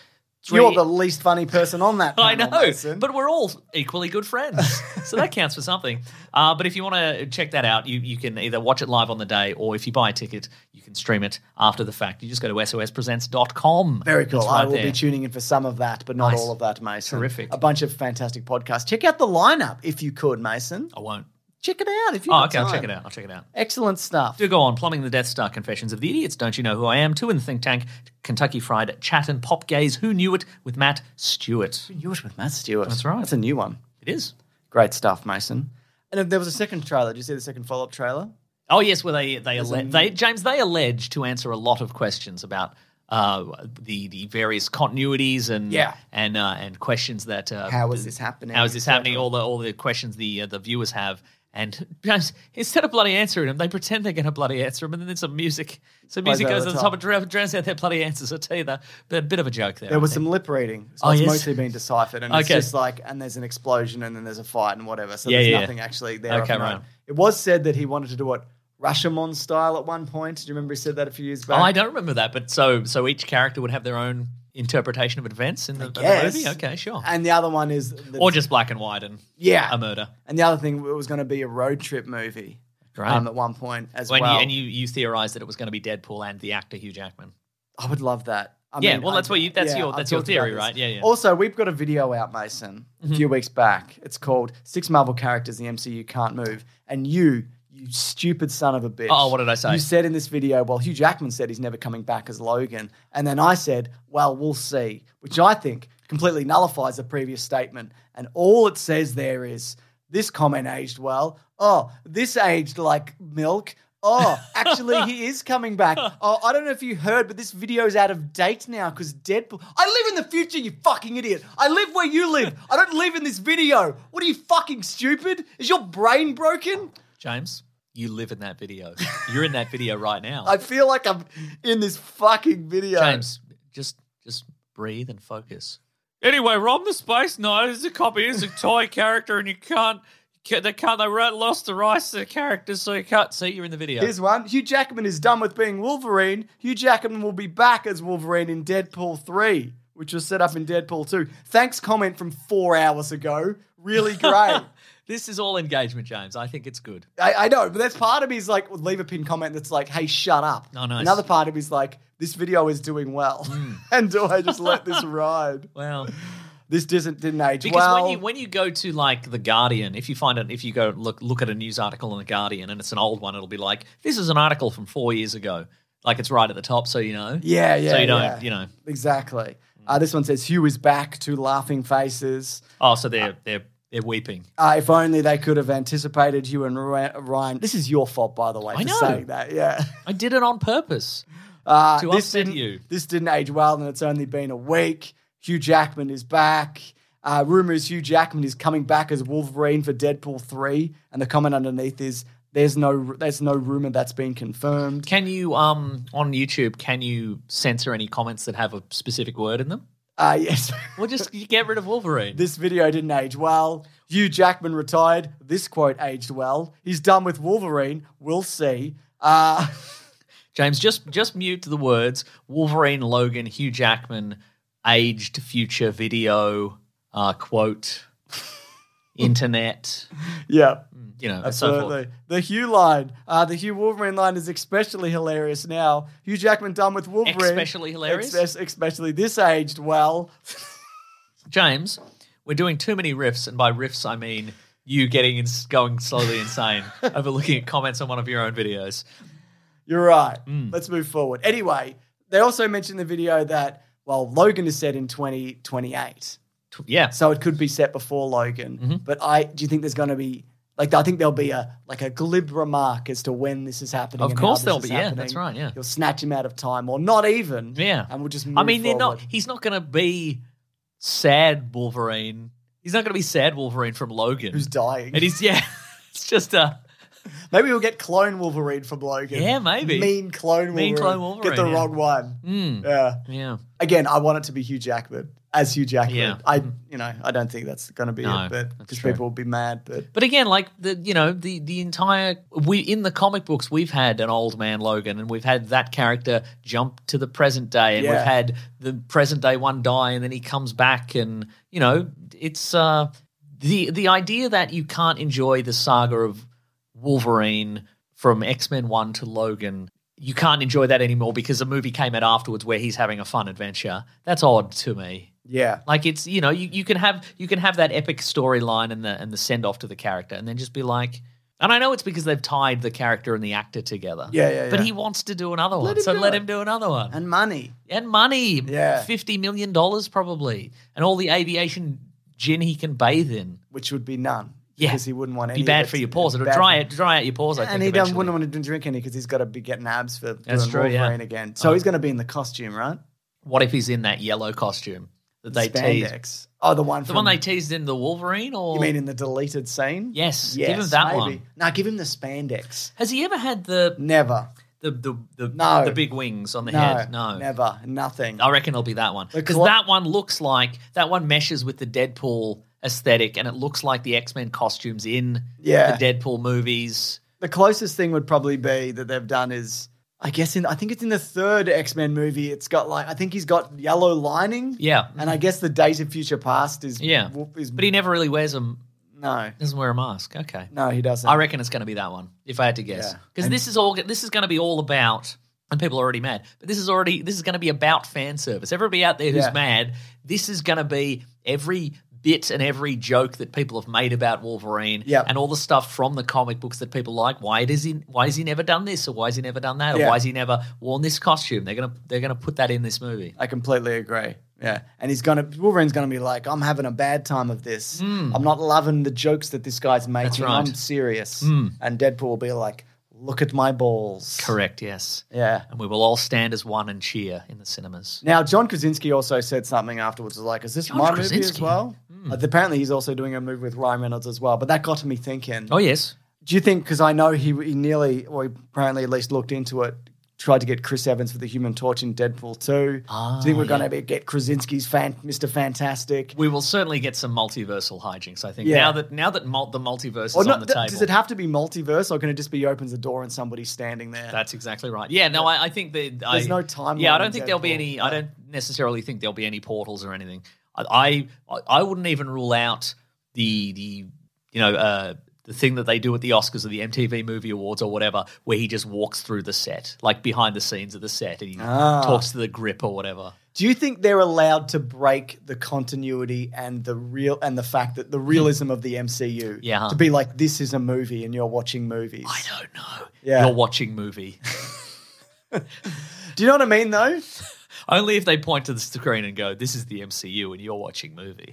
C: You're the least funny person on that.
D: I know,
C: panel, Mason.
D: but we're all equally good friends, so that counts for something. Uh, but if you want to check that out, you, you can either watch it live on the day, or if you buy a ticket, you can stream it after the fact. You just go to sospresents.com.
C: Very cool.
D: It's right
C: I will
D: there.
C: be tuning in for some of that, but not
D: Nice.
C: all of that, Mason.
D: Terrific.
C: A bunch of fantastic podcasts. Check out the lineup if you could, Mason.
D: I won't.
C: Check it out if you. got
D: Oh, okay. I'll check
C: time.
D: it out. I'll check it out.
C: Excellent stuff.
D: Do go on, Plumbing the Death Star Confessions of the Idiots, Don't You Know Who I Am, Two in the Think Tank, Kentucky Fried Chat and Pop Gaze, Who Knew It with Matt Stewart.
C: You it with Matt Stewart.
D: That's right.
C: That's a new one.
D: It is.
C: Great stuff, Mason. And then there was a second trailer. Did you see the second follow-up trailer?
D: Oh yes, well they they, alle- they James they allege to answer a lot of questions about uh, the the various continuities and
C: Yeah.
D: and uh, and questions that uh,
C: How is this happening?
D: how is this happening all the all the questions the uh, the viewers have and James instead of bloody answering them they pretend they're going to bloody answer them and then there's some music some
C: Plays
D: music
C: over
D: goes
C: the
D: on the
C: top.
D: top and dr- drowns out their bloody answers it's either but a bit of a joke there
C: There
D: I
C: was
D: think.
C: some lip reading. So
D: Oh,
C: it's
D: yes.
C: mostly been deciphered, and it's
D: Okay.
C: just like, and there's an explosion, and then there's a fight, and whatever. So
D: Yeah,
C: there's
D: yeah, yeah.
C: nothing actually there. of
D: Okay,
C: note.
D: right.
C: It was said that he wanted to do it Rashomon style at one point. Do you remember he said that a few years
D: oh,
C: back?
D: I don't remember that but so so each character would have their own interpretation of events in the, in the
C: Yes.
D: movie okay sure
C: And the other one is the,
D: or just black and white and
C: yeah.
D: a murder
C: and the other thing it was going to be a road trip movie.
D: Great.
C: Um, at one point as
D: When
C: well.
D: you, and you you theorized that it was going to be Deadpool and the actor Hugh Jackman.
C: I would love that. I
D: Yeah, well, that's what you- that's your-
C: I've
D: that's your
C: talked about
D: theory,
C: this.
D: right? Yeah, Mm-hmm. yeah.
C: Also, we've got a video out, Mason, a few weeks back. It's called Six Marvel Characters the MCU Can't Move. And you, you stupid son of a bitch.
D: Oh, what did I say?
C: You said in this video, well, Hugh Jackman said he's never coming back as Logan. And then I said, well, we'll see, which I think completely nullifies the previous statement. And all it says there is this comment aged well. Oh, this aged like milk. Oh, actually, he is coming back. Oh, I don't know if you heard, but this video's out of date now because Deadpool. I live in the future, you fucking idiot. I live where you live. I don't live in this video. What are you fucking stupid? Is your brain broken?
D: James, you live in that video. You're in that video right now.
C: I feel like I'm in this fucking video.
D: James, just just breathe and focus. Anyway, Rom the Space Knight is a copy, is a toy character, and you can't. They can't. They lost the rights to the character, so you can't see you're in the video.
C: Here's one. Hugh Jackman is done with being Wolverine. Hugh Jackman will be back as Wolverine in Deadpool 3, which was set up in Deadpool 2. Thanks comment from four hours ago. Really great.
D: this is all engagement, James. I think it's good.
C: I, I know, but that's part of me is like, well, leave a pin comment that's like, hey, shut up.
D: Oh, nice. Hmm.
C: Another part of me is like, this video is doing well. and do I just let this ride?
D: Wow.
C: This doesn't, didn't age
D: Because
C: well.
D: when you when you go to like the Guardian, if you find it, if you go look look at a news article in the Guardian and it's an old one, it'll be like this is an article from four years ago, like it's right at the top, so you know.
C: yeah, yeah.
D: So you don't,
C: yeah.
D: you know.
C: Exactly. Uh, this one says, Hugh is back to laughing faces.
D: Oh, so they're they're they're weeping.
C: Uh, if only they could have anticipated you and Ra- Ryan. This is your fault, by the way,
D: I
C: for
D: know.
C: saying that. Yeah.
D: I did it on purpose.
C: Uh,
D: To upset
C: didn't,
D: you.
C: This didn't age well, and it's only been a week. Hugh Jackman is back. Uh, rumors Hugh Jackman is coming back as Wolverine for Deadpool 3. And the comment underneath is There's no there's no rumor that's been confirmed.
D: Can you um on YouTube? Can you censor any comments that have a specific word in them?
C: Ah, yes.
D: Well, just you get rid of Wolverine.
C: This video didn't age well. Hugh Jackman retired. This quote aged well. He's done with Wolverine. We'll see. Uh,
D: James, just just mute the words Wolverine, Logan, Hugh Jackman, aged future video uh, quote, internet.
C: yeah.
D: You know, and Hmm, so forth.
C: Absolutely. The Hugh line, uh, the Hugh Wolverine line is especially hilarious now. Hugh Jackman done with Wolverine.
D: Especially hilarious?
C: Expe- especially this aged well.
D: James, we're doing too many riffs, and by riffs I mean you getting and going slowly insane over looking at comments on one of your own videos.
C: You're right.
D: Hmm.
C: Let's move forward. Anyway, they also mentioned in the video that, well, Logan is set in 2028.
D: Tw- Yeah,
C: So it could be set before Logan.
D: Mm-hmm.
C: But I do you think there's going to be like I think there'll be a like a glib remark as to when this is happening.
D: Of
C: and
D: course
C: how this is
D: there'll be, yeah,
C: happening.
D: that's right, yeah.
C: you'll snatch him out of time or not even.
D: yeah.
C: and we'll just.
D: I
C: move
D: mean, they're not.
C: forward.
D: He's not going to be sad Wolverine. He's not going to be sad Wolverine from Logan.
C: Who's dying?
D: and he's yeah. It's just a.
C: maybe we'll get clone Wolverine from Logan.
D: Yeah, maybe.
C: mean clone Wolverine.
D: Mean clone
C: Get the
D: Wolverine, yeah.
C: wrong one.
D: Mm,
C: Yeah.
D: yeah.
C: Again, I want it to be Hugh Jackman as Hugh Jackman.
D: Yeah.
C: I you know I don't think that's going to be
D: No,
C: it, but
D: that's
C: because
D: true.
C: people will be mad. But
D: But again, like the you know the the entire we in the comic books we've had an old man Logan, and we've had that character jump to the present day, and
C: Yeah.
D: we've had the present day one die, and then he comes back, and you know it's uh the the idea that you can't enjoy the saga of Wolverine from X Men One to Logan. You can't enjoy that anymore because a movie came out afterwards where he's having a fun adventure. That's odd to me.
C: yeah,
D: Like it's you know you, you can have you can have that epic storyline and the and the send off to the character and then just be like and I know it's because they've tied the character and the actor together.
C: Yeah, yeah,
D: But
C: yeah.
D: he wants to do another one,
C: him
D: so
C: do
D: let
C: it.
D: him do another one. And,
C: and money.
D: money,
C: Yeah.
D: fifty million dollars probably, and all the aviation gin he can bathe in.
C: which would be none.
D: Yeah.
C: Because he wouldn't want any.
D: Be
C: of
D: bad
C: it
D: for
C: to-
D: your paws. It'll
C: bad
D: dry
C: for-
D: it, dry out your paws. I think.
C: And he doesn't,
D: eventually.
C: wouldn't want to drink any because he's got to be getting abs for
D: That's
C: doing
D: true, yeah.
C: Wolverine again. So he's going to be in the costume, right?
D: What if he's in that yellow costume that they teased?
C: Spandex. Oh, the one
D: The
C: from,
D: one they teased in the Wolverine, or
C: You mean in the deleted scene?
D: Yes, give
C: Yes.
D: him that one.
C: Now give him the spandex.
D: has he ever had the
C: Never.
D: the the the,
C: No.
D: the big wings on the
C: No.
D: head. No,
C: Never. Nothing.
D: I reckon it'll be that one
C: The
D: because
C: clo-
D: that one looks like that one meshes with the Deadpool aesthetic, and it looks like the X Men costumes in
C: Yeah.
D: the Deadpool movies.
C: The closest thing would probably be that they've done is. I guess in I think it's in the third X Men movie. It's got like I think he's got yellow lining.
D: Yeah.
C: and I guess the Days of Future Past is
D: Yeah,
C: is
D: but he never really wears them.
C: no
D: Doesn't wear a mask. Okay,
C: no he doesn't.
D: I reckon it's going to be that one if I had to guess
C: Yeah.
D: because this is all this is going to be all about. And people are already mad, but this is already this is going to be about fan service. Everybody out there who's
C: Yeah.
D: mad, this is going to be every bit and every joke that people have made about Wolverine,
C: Yep.
D: and all the stuff from the comic books that people like. Why does he? Why has he never done this? Or why has he never done that? Or
C: Yeah.
D: why has he never worn this costume? They're gonna they're gonna put that in this movie.
C: I completely agree. Yeah, and he's gonna Wolverine's gonna be like, I'm having a bad time of this. I'm not loving the jokes that this guy's making.
D: right.
C: I'm serious. And Deadpool will be like, Look at my balls.
D: Correct. Yes.
C: Yeah.
D: And we will all stand as one and cheer in the cinemas.
C: Now John Krasinski also said something afterwards. Was like, is this my movie as
D: Krasinski?
C: well? Uh, apparently, he's also doing a movie with Ryan Reynolds as well. But that got me thinking.
D: Oh yes.
C: Do you think? Because I know he, he nearly, or he apparently at least looked into it, tried to get Chris Evans for the Human Torch in Deadpool Two.
D: Ah,
C: Do you think we're going to get Krasinski's fan, Mister Fantastic?
D: We will certainly get some multiversal hijinks. I think
C: Yeah.
D: now that now that mul- the multiverse
C: Or
D: is on
C: not-
D: the
C: th-
D: table.
C: Does it have to be multiverse, or can it just be he opens the door and somebody's standing there?
D: That's exactly right. Yeah, no, I, I think that
C: There's
D: I,
C: no timeline
D: Yeah, I
C: in
D: don't think there'll be
C: Deadpool,
D: any. I don't necessarily think there'll be any portals or anything. I I, I wouldn't even rule out the the you know uh, the thing that they do at the Oscars or the MTV Movie Awards or whatever, where he just walks through the set, like behind the scenes of the set, and he
C: Ah.
D: talks to the grip or whatever.
C: Do you think they're allowed to break the continuity and the real and the fact that the realism of the MCU?
D: Yeah, huh.
C: To be like this is a movie and you're watching movies.
D: I don't know.
C: Yeah.
D: You're watching movie.
C: Do you know what I mean though?
D: Only if they point to the screen and go, "This is the MCU," and you're watching movie.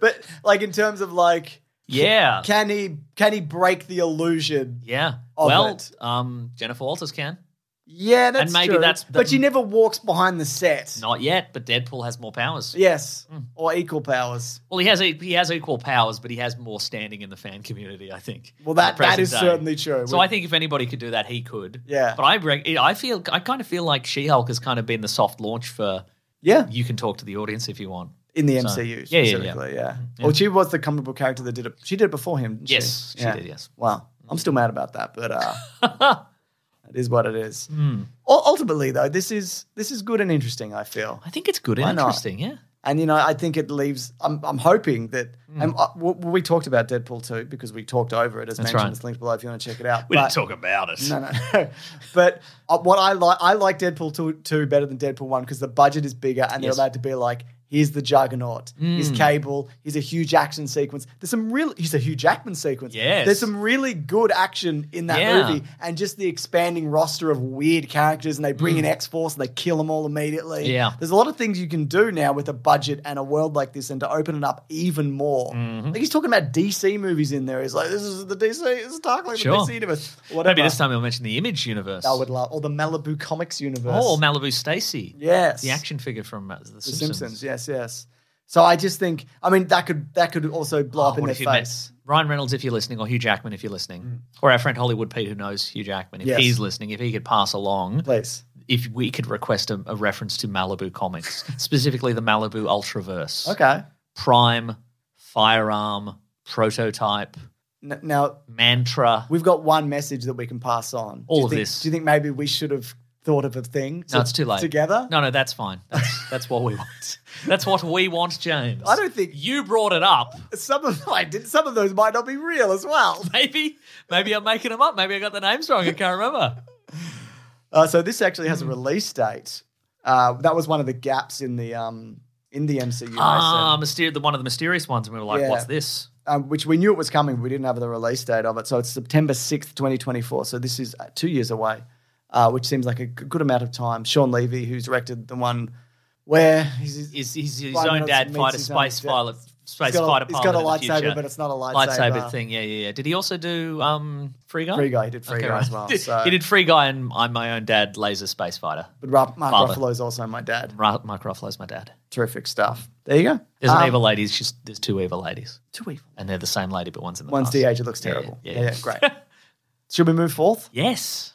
C: But like in terms of like,
D: yeah.
C: can he can he break the illusion?
D: yeah.
C: Of
D: Well,
C: it.
D: um, Jennifer Walters can.
C: Yeah, that's
D: maybe
C: true.
D: that's the-
C: but she never walks behind the set.
D: Not yet, but Deadpool has more powers.
C: Yes,
D: Hmm.
C: or equal powers.
D: Well, he has e- he has equal powers, but he has more standing in the fan community. I think.
C: Well, that-
D: at the
C: that
D: present
C: is certainly true.
D: So
C: We-
D: I think if anybody could do that, he could.
C: Yeah.
D: But I rec- I feel I kind of feel like She Hulk has kind of been the soft launch for
C: Yeah,
D: you can talk to the audience if you want.
C: in the
D: So-
C: MCU
D: Yeah, yeah, yeah.
C: specifically. Yeah, Well, she was the comic book character that did it. She did it before him. Didn't
D: Yes,
C: she,
D: she did, yes.
C: Wow, I'm still mad about that, but uh, it is what it is.
D: Hmm.
C: U- ultimately, though, this is this is good and interesting. I feel.
D: I think it's good and
C: Why not?
D: interesting. Yeah.
C: And you know, I think it leaves. I'm, I'm hoping that.
D: Mm.
C: And uh, w- we talked about Deadpool too because we talked over it as
D: That's
C: mentioned.
D: right.
C: It's linked below if you want to check it out.
D: We
C: But-
D: didn't talk about it.
C: No, no, no. But uh, what I like, I like Deadpool 2, 2 better than Deadpool 1 because the budget is bigger and they're
D: Yes. Mm.
C: allowed to be like, here's the Juggernaut, here's Cable, here's a huge action sequence. There's some real, here's a Hugh Jackman sequence.
D: Yes.
C: There's some really good action in that
D: Yeah.
C: movie and just the expanding roster of weird characters and they bring in X Force and they kill them all immediately.
D: Mm. Yeah.
C: There's a lot of things you can do now with a budget and a world like this and to open it up even more.
D: Mm-hmm.
C: Like he's talking about DC movies in there. He's like, this is the DC, it's dark like
D: Sure.
C: the DC universe. Whatever.
D: Maybe this time we'll mention the Image universe.
C: I would love, or the Malibu Comics universe.
D: Oh, Malibu Stacy.
C: yes,
D: The action figure from uh, The,
C: The
D: Simpsons.
C: Simpsons. Yes, yes. So I just think, I mean, that could that could also blow
D: Oh,
C: up in
D: what
C: their
D: if you met
C: face. Mm.
D: Ryan Reynolds, if you're listening, or Hugh Jackman, if you're listening, or our friend Hollywood Pete, who knows Hugh Jackman, if
C: Yes.
D: he's listening, if he could pass along,
C: Please.
D: if we could request a, a reference to Malibu comics, specifically the Malibu Ultraverse,
C: Okay.
D: Prime, Firearm, Prototype,
C: N- now
D: Mantra.
C: we've got one message that we can pass on. Do
D: All
C: you
D: of
C: think-
D: this.
C: Do you think maybe we should have thought of a thing?
D: no,
C: to-
D: it's too late.
C: Together.
D: No, no, that's fine. That's that's what we want. That's what we want, James.
C: I don't think-
D: you brought it up.
C: Some of I did. Some of those might not be real as well.
D: Maybe, maybe I'm making them up. Maybe I got the names wrong. I can't remember.
C: Uh, so this actually
D: Hmm.
C: has a release date. Uh, that was one of the gaps in the um, in the MCU. I
D: Ah,
C: said.
D: myster- the one of the mysterious ones, and we were like,
C: Yeah.
D: "What's this?"
C: um, which we knew it was coming, but we didn't have the release date of it. So it's September 6th, 2024. So this is uh, two years away, uh, which seems like a g- good amount of time. Sean Levy, who's directed the one where he's, he's
D: Is he's his
C: Ryan
D: own
C: Reynolds
D: dad
C: meets
D: fight a
C: his own
D: space
C: dad.
D: pilot, space
C: got a-
D: fighter
C: he's
D: pilot?
C: got a
D: in the
C: lightsaber,
D: future.
C: but it's not a
D: lightsaber,
C: lightsaber.
D: thing. Yeah, yeah, yeah. Did he also do um Free Guy?
C: Free Guy. He did Free
D: Okay,
C: Guy
D: right.
C: as well. So.
D: he did Free Guy and I'm my own dad, Laser Space Fighter.
C: But Ra- Mark
D: Father.
C: Ruffalo's also my dad.
D: Ra- Mark Ruffalo's my dad.
C: Terrific stuff. There you go.
D: There's an
C: Um,
D: evil lady. She's there's two evil ladies,
C: Too evil.
D: and they're the same lady, but one's in the
C: One's
D: past.
C: de age. It looks
D: Yeah, yeah,
C: terrible.
D: yeah,
C: Yeah,
D: yeah.
C: yeah, great. Should we move forth?
D: Yes.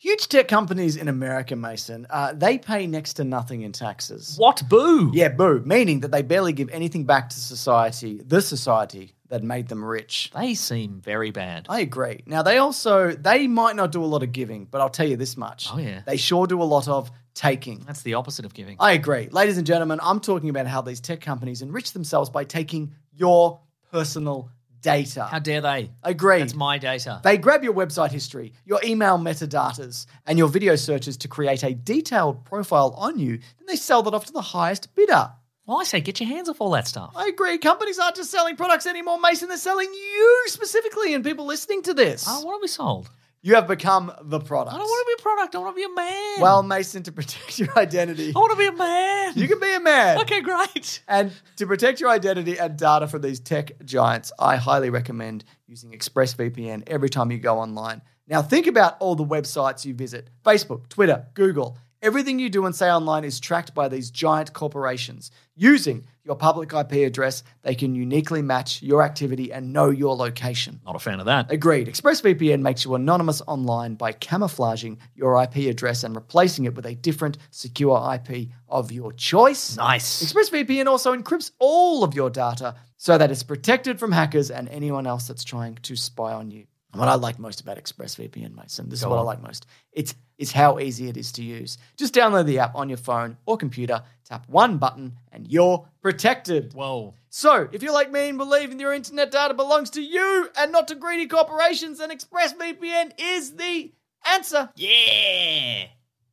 C: Huge tech companies in America, Mason, uh, they pay next to nothing in taxes.
D: What boo?
C: Yeah, boo, meaning that they barely give anything back to society, the society that made them rich.
D: They seem very bad.
C: I agree. Now they also they might not do a lot of giving, but I'll tell you this much.
D: Oh, yeah.
C: They sure do a lot of taking.
D: That's the opposite of giving.
C: I agree. Ladies and gentlemen, I'm talking about how these tech companies enrich themselves by taking your personal data.
D: How dare they?
C: Agreed.
D: That's my data.
C: They grab your website history, your email metadatas, and your video searches to create a detailed profile on you, then they sell that off to the highest bidder.
D: well, I say get your hands off all that stuff.
C: I agree. Companies aren't just selling products anymore, Mason. They're selling you specifically and people listening to this.
D: I want to be sold.
C: You have become the
D: I
C: product.
D: don't want to be a product. I want to be a man.
C: Well, Mason, to protect your identity,
D: I want to be a man.
C: you can be a man.
D: Okay, great.
C: And to protect your identity and data from these tech giants, I highly recommend using ExpressVPN every time you go online. Now, think about all the websites you visit Facebook, Twitter, Google. Everything you do and say online is tracked by these giant corporations. Using your public IP address, they can uniquely match your activity and know your location.
D: Not a fan of that.
C: Agreed. ExpressVPN makes you anonymous online by camouflaging your IP address and replacing it with a different secure IP of your choice.
D: Nice.
C: ExpressVPN also encrypts all of your data so that it's protected from hackers and anyone else that's trying to spy on you. And what I like most about ExpressVPN, Mason, this is what I like most. It's is how easy it is to use. Just download the app on your phone or computer, tap one button, and you're protected.
D: Whoa.
C: So, if you're like me and believe in your internet data belongs to you and not to greedy corporations, then ExpressVPN is the answer.
D: Yeah.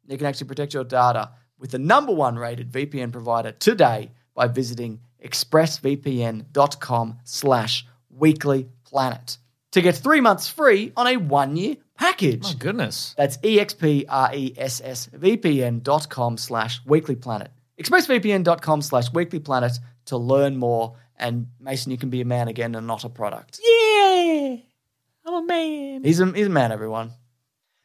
C: You can actually protect your data with the number one rated VPN provider today by visiting expressvpn.com slash weeklyplanet to get three months free on a one-year package.
D: My goodness.
C: That's E expressvpn.com slash weeklyplanet. Expressvpn.com slash weeklyplanet to learn more. And Mason, you can be a man again and not a product.
D: Yeah. I'm a man.
C: He's a, he's a man, everyone.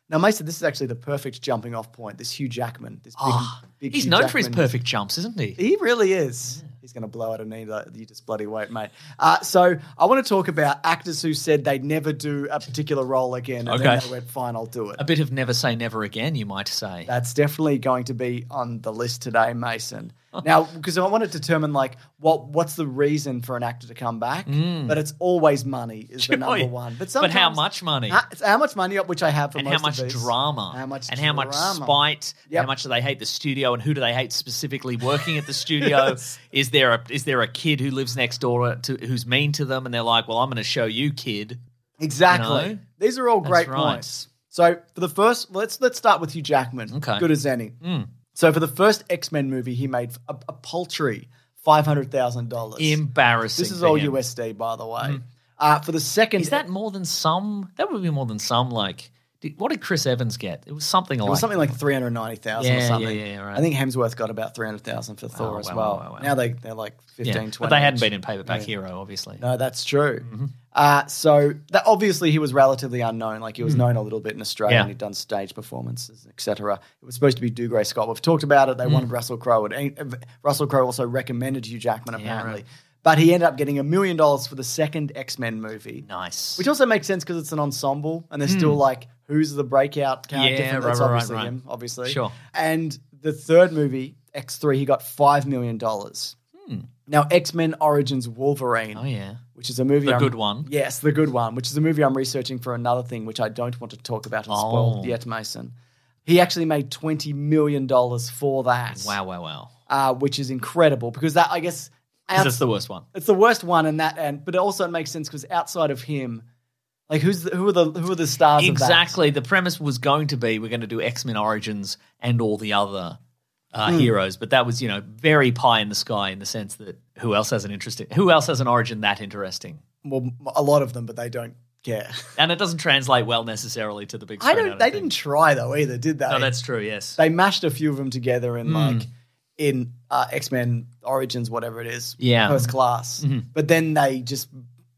C: Now, Mason, this is actually the perfect jumping off point. This Hugh Jackman. This big, big
D: Ah, He's
C: Hugh
D: known for his
C: Jackman.
D: perfect jumps, isn't he?
C: He really is. He's going to blow out a knee that you just bloody wait, mate. Uh, so I want to talk about actors who said they'd never do a particular role again, and then
D: Okay.
C: they went, "Fine, I'll do it."
D: A bit of never say never again, you might say.
C: That's definitely going to be on the list today, Mason. Now, because I want to determine like what what's the reason for an actor to come back, but it's always money is the number
D: Mm. Joy.
C: one. But
D: But
C: sometimes,
D: how much money?
C: How, it's how much money? Which I have for
D: and
C: most
D: how
C: of
D: much
C: these.
D: drama?
C: How much
D: and how much
C: drama.
D: spite?
C: Yep.
D: How much do they hate the studio? And who do they hate specifically working at the studio? Is there a is there a kid who lives next door to who's mean to them? And they're like, "Well, I'm going to show you, kid."
C: Exactly.
D: You know?
C: These are all
D: That's
C: great
D: right.
C: points. So for the first, let's let's start with Hugh Jackman.
D: Okay. Mm.
C: Good as any. So for the first X Men movie, he made a, a paltry five hundred thousand dollars.
D: Embarrassing.
C: This is
D: for
C: all
D: him. Mm.
C: USD, by the way. Uh, for the second,
D: Is that more than some? That would be more than some. Like, did, what did Chris Evans get? It was something like
C: It was something like three hundred ninety thousand
D: Yeah,
C: or
D: yeah,
C: something.
D: yeah, right.
C: I think Hemsworth got about three hundred thousand for Thor as
D: wow,
C: well.
D: wow, wow.
C: Now they they're like 15,
D: Yeah.
C: 20.
D: But they hadn't
C: each.
D: been in Mm-hmm. Paperback Hero, obviously.
C: No, that's true. Uh, so that obviously he was relatively unknown. Like he was known a little bit in Australia,
D: Mm. Yeah.
C: and he'd done stage performances, etc. It was supposed to be Do Gray Scott. We've talked about it. They
D: Mm.
C: wanted Russell Crowe, and uh, Russell Crowe also recommended Hugh Jackman apparently. But he ended up getting a million dollars for the second X Men movie,
D: Nice.
C: which also makes sense because it's an ensemble, and they're still like, who's the breakout character?
D: Hmm. Yeah,
C: from-
D: right,
C: it's
D: right, right,
C: obviously
D: right.
C: him, obviously.
D: Sure.
C: And the third movie, X Three, he got five million dollars. Now X Men Origins Wolverine
D: Hmm. oh yeah.
C: which is a movie.
D: The
C: I'm-
D: good one.
C: Yes, the good one, which is a movie I'm researching for another thing, which I don't want to talk about and spoil
D: Oh.
C: yet, Mason. He actually made twenty million dollars for that.
D: Wow, wow, wow.
C: uh, which is incredible because that I guess
D: Because
C: outs-
D: it's the worst one.
C: it's the worst one, and that and but it also it makes sense because outside of him, like who's the, who are the who are the stars
D: Exactly. The premise was going to be we're going to do X Men Origins and all the other uh,
C: Hmm.
D: heroes, but that was you know very pie in the sky in the sense that who else has an interesting who else has an origin that interesting,
C: of that? Well, a lot of them, but they don't care.
D: and it doesn't translate well necessarily to the big.
C: I
D: Screen,
C: don't. They didn't try though either, did they?
D: No, that's Hmm. true. Yes.
C: they mashed a few of them together in like in uh, X Men Origins, whatever it is,
D: Yeah. Mm-hmm.
C: first class. But then they just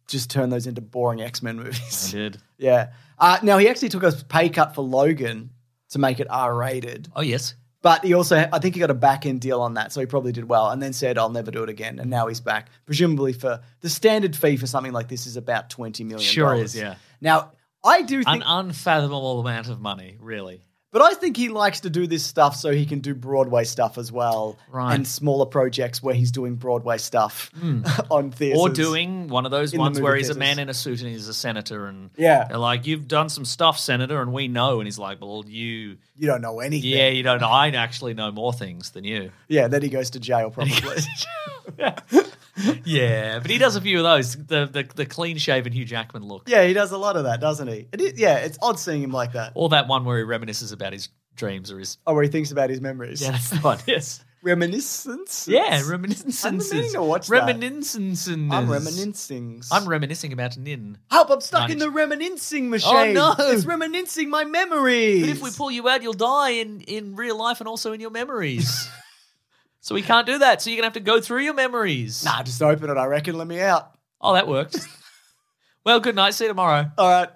C: just turned those into boring X Men movies.
D: They did.
C: yeah. Uh, now he actually took a pay cut for Logan to make it R rated,
D: Oh yes.
C: But he also, I think he got a back end deal on that, so he probably did well, and then said, "I'll never do it again." And now he's back, presumably for the standard fee for something like this is about twenty million.
D: Sure is, yeah.
C: Now I do
D: An
C: think,
D: unfathomable amount of money, really.
C: but I think he likes to do this stuff so he can do Broadway stuff as well,
D: Right. Hmm.
C: And smaller projects where he's doing Broadway stuff on theaters
D: Or doing one of those
C: In the
D: ones
C: movie
D: where he's a
C: theaters.
D: man in a suit and he's a senator, and
C: Yeah.
D: they're like, "You've done some stuff, senator, and we know." And he's like, "Well, you,
C: You don't know anything.
D: yeah, you don't. I actually know more things than you."
C: Yeah, then he goes to jail probably.
D: yeah, but he does a few of those. The the, the clean shaven Hugh Jackman look,
C: yeah, he does a lot of that, doesn't he? It is, yeah, it's odd seeing him like that.
D: or that one where he reminisces about his dreams or his.
C: Oh, where he thinks about his memories.
D: Yeah, that's the one. Yes.
C: Reminiscence.
D: Yeah, reminiscences.
C: I'm meaning to watch that.
D: Reminiscences.
C: I'm reminiscing.
D: I'm reminiscing about Nin.
C: Help, I'm stuck in
D: Nice.
C: the reminiscing machine.
D: no.
C: It's reminiscing my memories.
D: But if we pull you out, you'll die in, in real life and also in your memories. so we can't do that. So you're going to have to go through your memories.
C: Nah, just open it, I reckon. Let me out.
D: Oh, that worked. well, good night. See you tomorrow.
C: All right.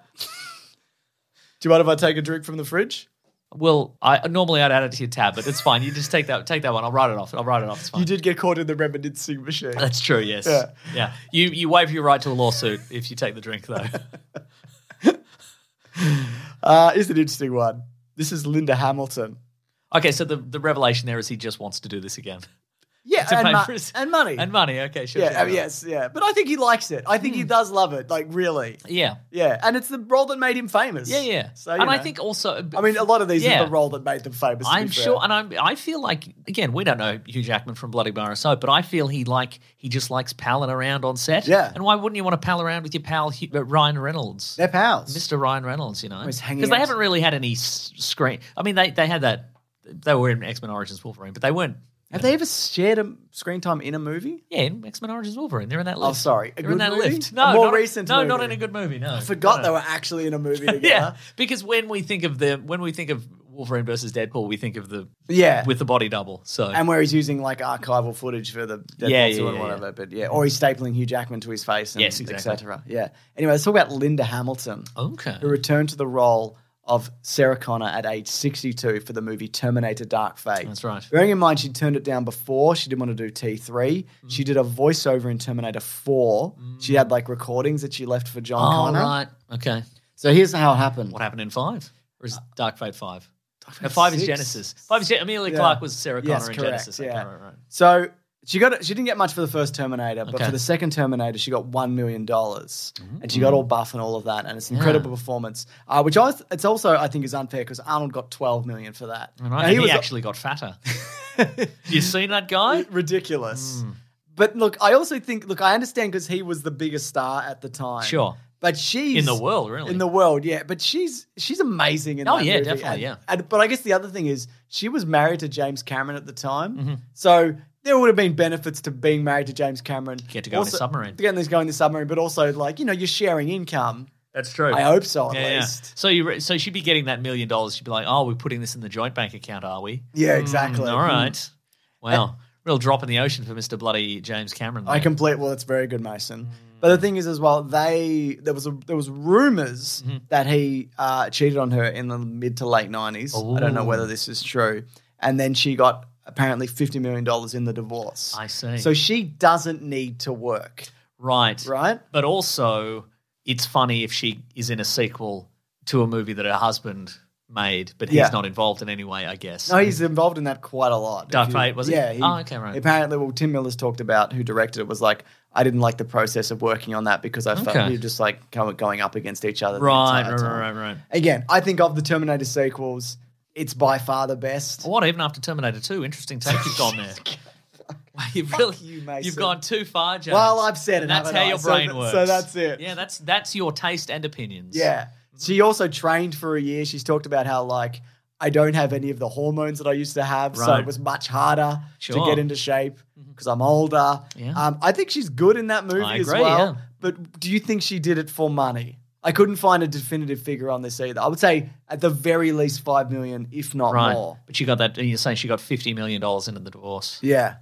C: Do you mind if I take a drink from the fridge?
D: Well, I normally I'd add it to your tab, but it's fine. You just take that take that one. I'll write it off. I'll write it off. It's fine.
C: You did get caught in the reminiscing machine.
D: That's true. Yes.
C: Yeah.
D: Yeah. You you waive your right to a lawsuit if you take the drink though.
C: Uh, is an interesting one. This is Linda Hamilton.
D: okay. So the, the revelation there is he just wants to do this again.
C: Yeah,
D: To
C: and,
D: pay
C: mo-
D: for his-
C: and money.
D: And money. Okay. Sure.
C: yeah, Hmm.
D: sure,
C: uh,
D: sure.
C: yes, yeah. But I think he likes it. I think he does love it. Like really.
D: Yeah.
C: Yeah, and it's the role that made him famous.
D: Yeah. Yeah.
C: So, you
D: and I
C: know.
D: think also.
C: I mean, a lot of these
D: Yeah.
C: are the role that made them famous. to be
D: I'm
C: fair.
D: sure, and I'm. I feel like again, we don't know Hugh Jackman from Bloody Bar and Soap, but I feel he like he just likes palling around on set.
C: Yeah.
D: And why wouldn't you want to pal around with your pal Hugh, uh, Ryan Reynolds,
C: They're pals.
D: Mr. Ryan Reynolds? You know,
C: Always
D: because
C: hanging
D: they
C: out.
D: haven't really had any s- screen. I mean, they they had that. They were in X Men Origins Wolverine, but they weren't.
C: Have they ever shared a screen time in a movie?
D: Yeah, in X Men Origins Wolverine, they're in that
C: Oh,
D: list.
C: sorry. A
D: they're in
C: good
D: that
C: movie?
D: list.
C: A
D: No,
C: more
D: not-
C: recent
D: No, not
C: movie.
D: in a good movie. No,
C: I forgot
D: No.
C: they were actually in a movie together.
D: Yeah, because when we think of the when we think of Wolverine versus Deadpool, we think of the
C: Yeah.
D: with the body double. So
C: and where he's using like archival footage for the Deadpool
D: Yeah, yeah,
C: 2 and
D: yeah,
C: whatever, but yeah, or he's stapling Hugh Jackman to his face, and
D: Yes, exactly. Oh,
C: etc. Yeah. Anyway, let's talk about Linda Hamilton,
D: okay,
C: who returned to the role of Sarah Connor at age 62 for the movie Terminator: Dark Fate.
D: That's right.
C: Bearing in mind she turned it down before, she didn't want to do T3.
D: Mm-hmm.
C: She did a voiceover in Terminator 4. She had like recordings that she left for John
D: All Mm-hmm. Oh, right.
C: Connor.
D: Okay.
C: So here's how it happened.
D: What happened in five? Or is Dark Fate five? No, five is
C: Uh, six.
D: Genesis. Five is Gen- Amelia
C: Yeah.
D: Clark was Sarah Connor
C: Yes,
D: in
C: correct,
D: Genesis. Okay,
C: yeah.
D: right, right.
C: So she got she didn't get much for the first Terminator, but
D: Okay. Mm-hmm.
C: for the second Terminator, she got one million dollars, and she got all buff and all of that, and it's an incredible performance. Uh, which I was, it's also I think is unfair because Arnold got twelve million for that.
D: All
C: Now,
D: right. And he,
C: was
D: actually got fatter. you seen that guy?
C: ridiculous.
D: Hmm.
C: But look, I also think look, I understand because he was the biggest star at the time.
D: Sure.
C: But she's
D: In the world, really.
C: In the world, yeah. But she's she's amazing in
D: Oh,
C: that
D: yeah,
C: movie.
D: definitely,
C: And-
D: yeah.
C: And but I guess the other thing is she was married to James Cameron at the time.
D: Mm-hmm.
C: So there would have been benefits to being married to James Cameron.
D: Get to go in a submarine. Mm,
C: Again, there's going in the submarine, but also like, you know, you're sharing income.
D: That's true.
C: I hope so at
D: Yeah, yeah.
C: least.
D: So you re- so she'd be getting that million dollars. She'd be like, "Oh, we're putting this in the joint bank account, are we?"
C: Yeah, exactly. Hmm.
D: All right. Wow, real drop in the ocean for Mister Bloody James Cameron.
C: I
D: there.
C: complete. Well, it's very good, Mason. But the thing is, as well, they there was a, there was rumors
D: Mm-hmm.
C: that he uh, cheated on her in the mid to late nineties. I don't know whether this is true. And then she got apparently fifty million dollars in the divorce.
D: I see.
C: So she doesn't need to work,
D: Right.
C: right?
D: But also, it's funny if she is in a sequel to a movie that her husband made, but he's
C: Yeah.
D: not involved in any way, I guess.
C: No, he's involved in that quite a lot.
D: Mm. Dark
C: If
D: Fate, was he?
C: Yeah.
D: Oh, okay, right.
C: Apparently, well, Tim Miller's talked about who directed it was like, I didn't like the process of working on that because I felt
D: Okay.
C: we were just like go- going up against each other. the
D: right,
C: entire
D: right,
C: time.
D: right, right, right.
C: Again, I think of the Terminator sequels, it's by far the best.
D: What even after Terminator 2? Interesting take you've gone there. Wow, you've really,
C: you, Mason.
D: have gone too far, James.
C: Well, I've said it.
D: And that's
C: haven't
D: how
C: I?
D: your
C: So
D: brain
C: th-
D: works.
C: So that's it.
D: Yeah, that's that's your taste and opinions.
C: Yeah.
D: Mm-hmm.
C: She also trained for a year. She's talked about how like I don't have any of the hormones that I used to have, so
D: Right.
C: it was much harder to
D: Sure. Mm-hmm.
C: get into shape because I'm older.
D: Yeah.
C: Um, I think she's good in that movie
D: I
C: as
D: agree,
C: well.
D: yeah.
C: But do you think she did it for money? I couldn't find a definitive figure on this either. I would say at the very least five million, if not
D: Right.
C: more.
D: But you got that you're saying she got fifty million dollars into the divorce.
C: Yeah.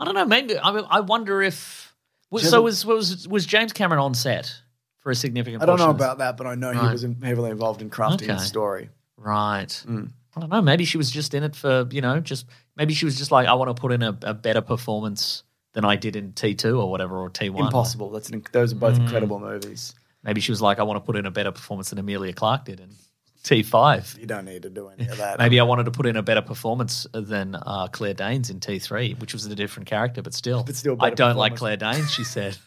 D: I don't know, maybe I mean, I wonder if was- so was was was James Cameron on set for a significant
C: I don't
D: portion
C: know
D: of this?
C: about that, but I know he
D: Right.
C: was in, heavily involved in crafting
D: Okay.
C: the story.
D: Right. I don't know. Maybe she was just in it for you know, just maybe she was just like, I want to put in a, a better performance than I did in T two or whatever or T one. Mm.
C: Impossible. That's an, those are both incredible movies.
D: Maybe she was like, I want to put in a better performance than Amelia Clark did in T five.
C: You don't need to do any of that.
D: Maybe I wanted to put in a better performance than uh, Claire Danes in T3, which was a different character, but still.
C: But still a
D: I
C: better
D: don't like Claire
C: performance.
D: Danes, she said.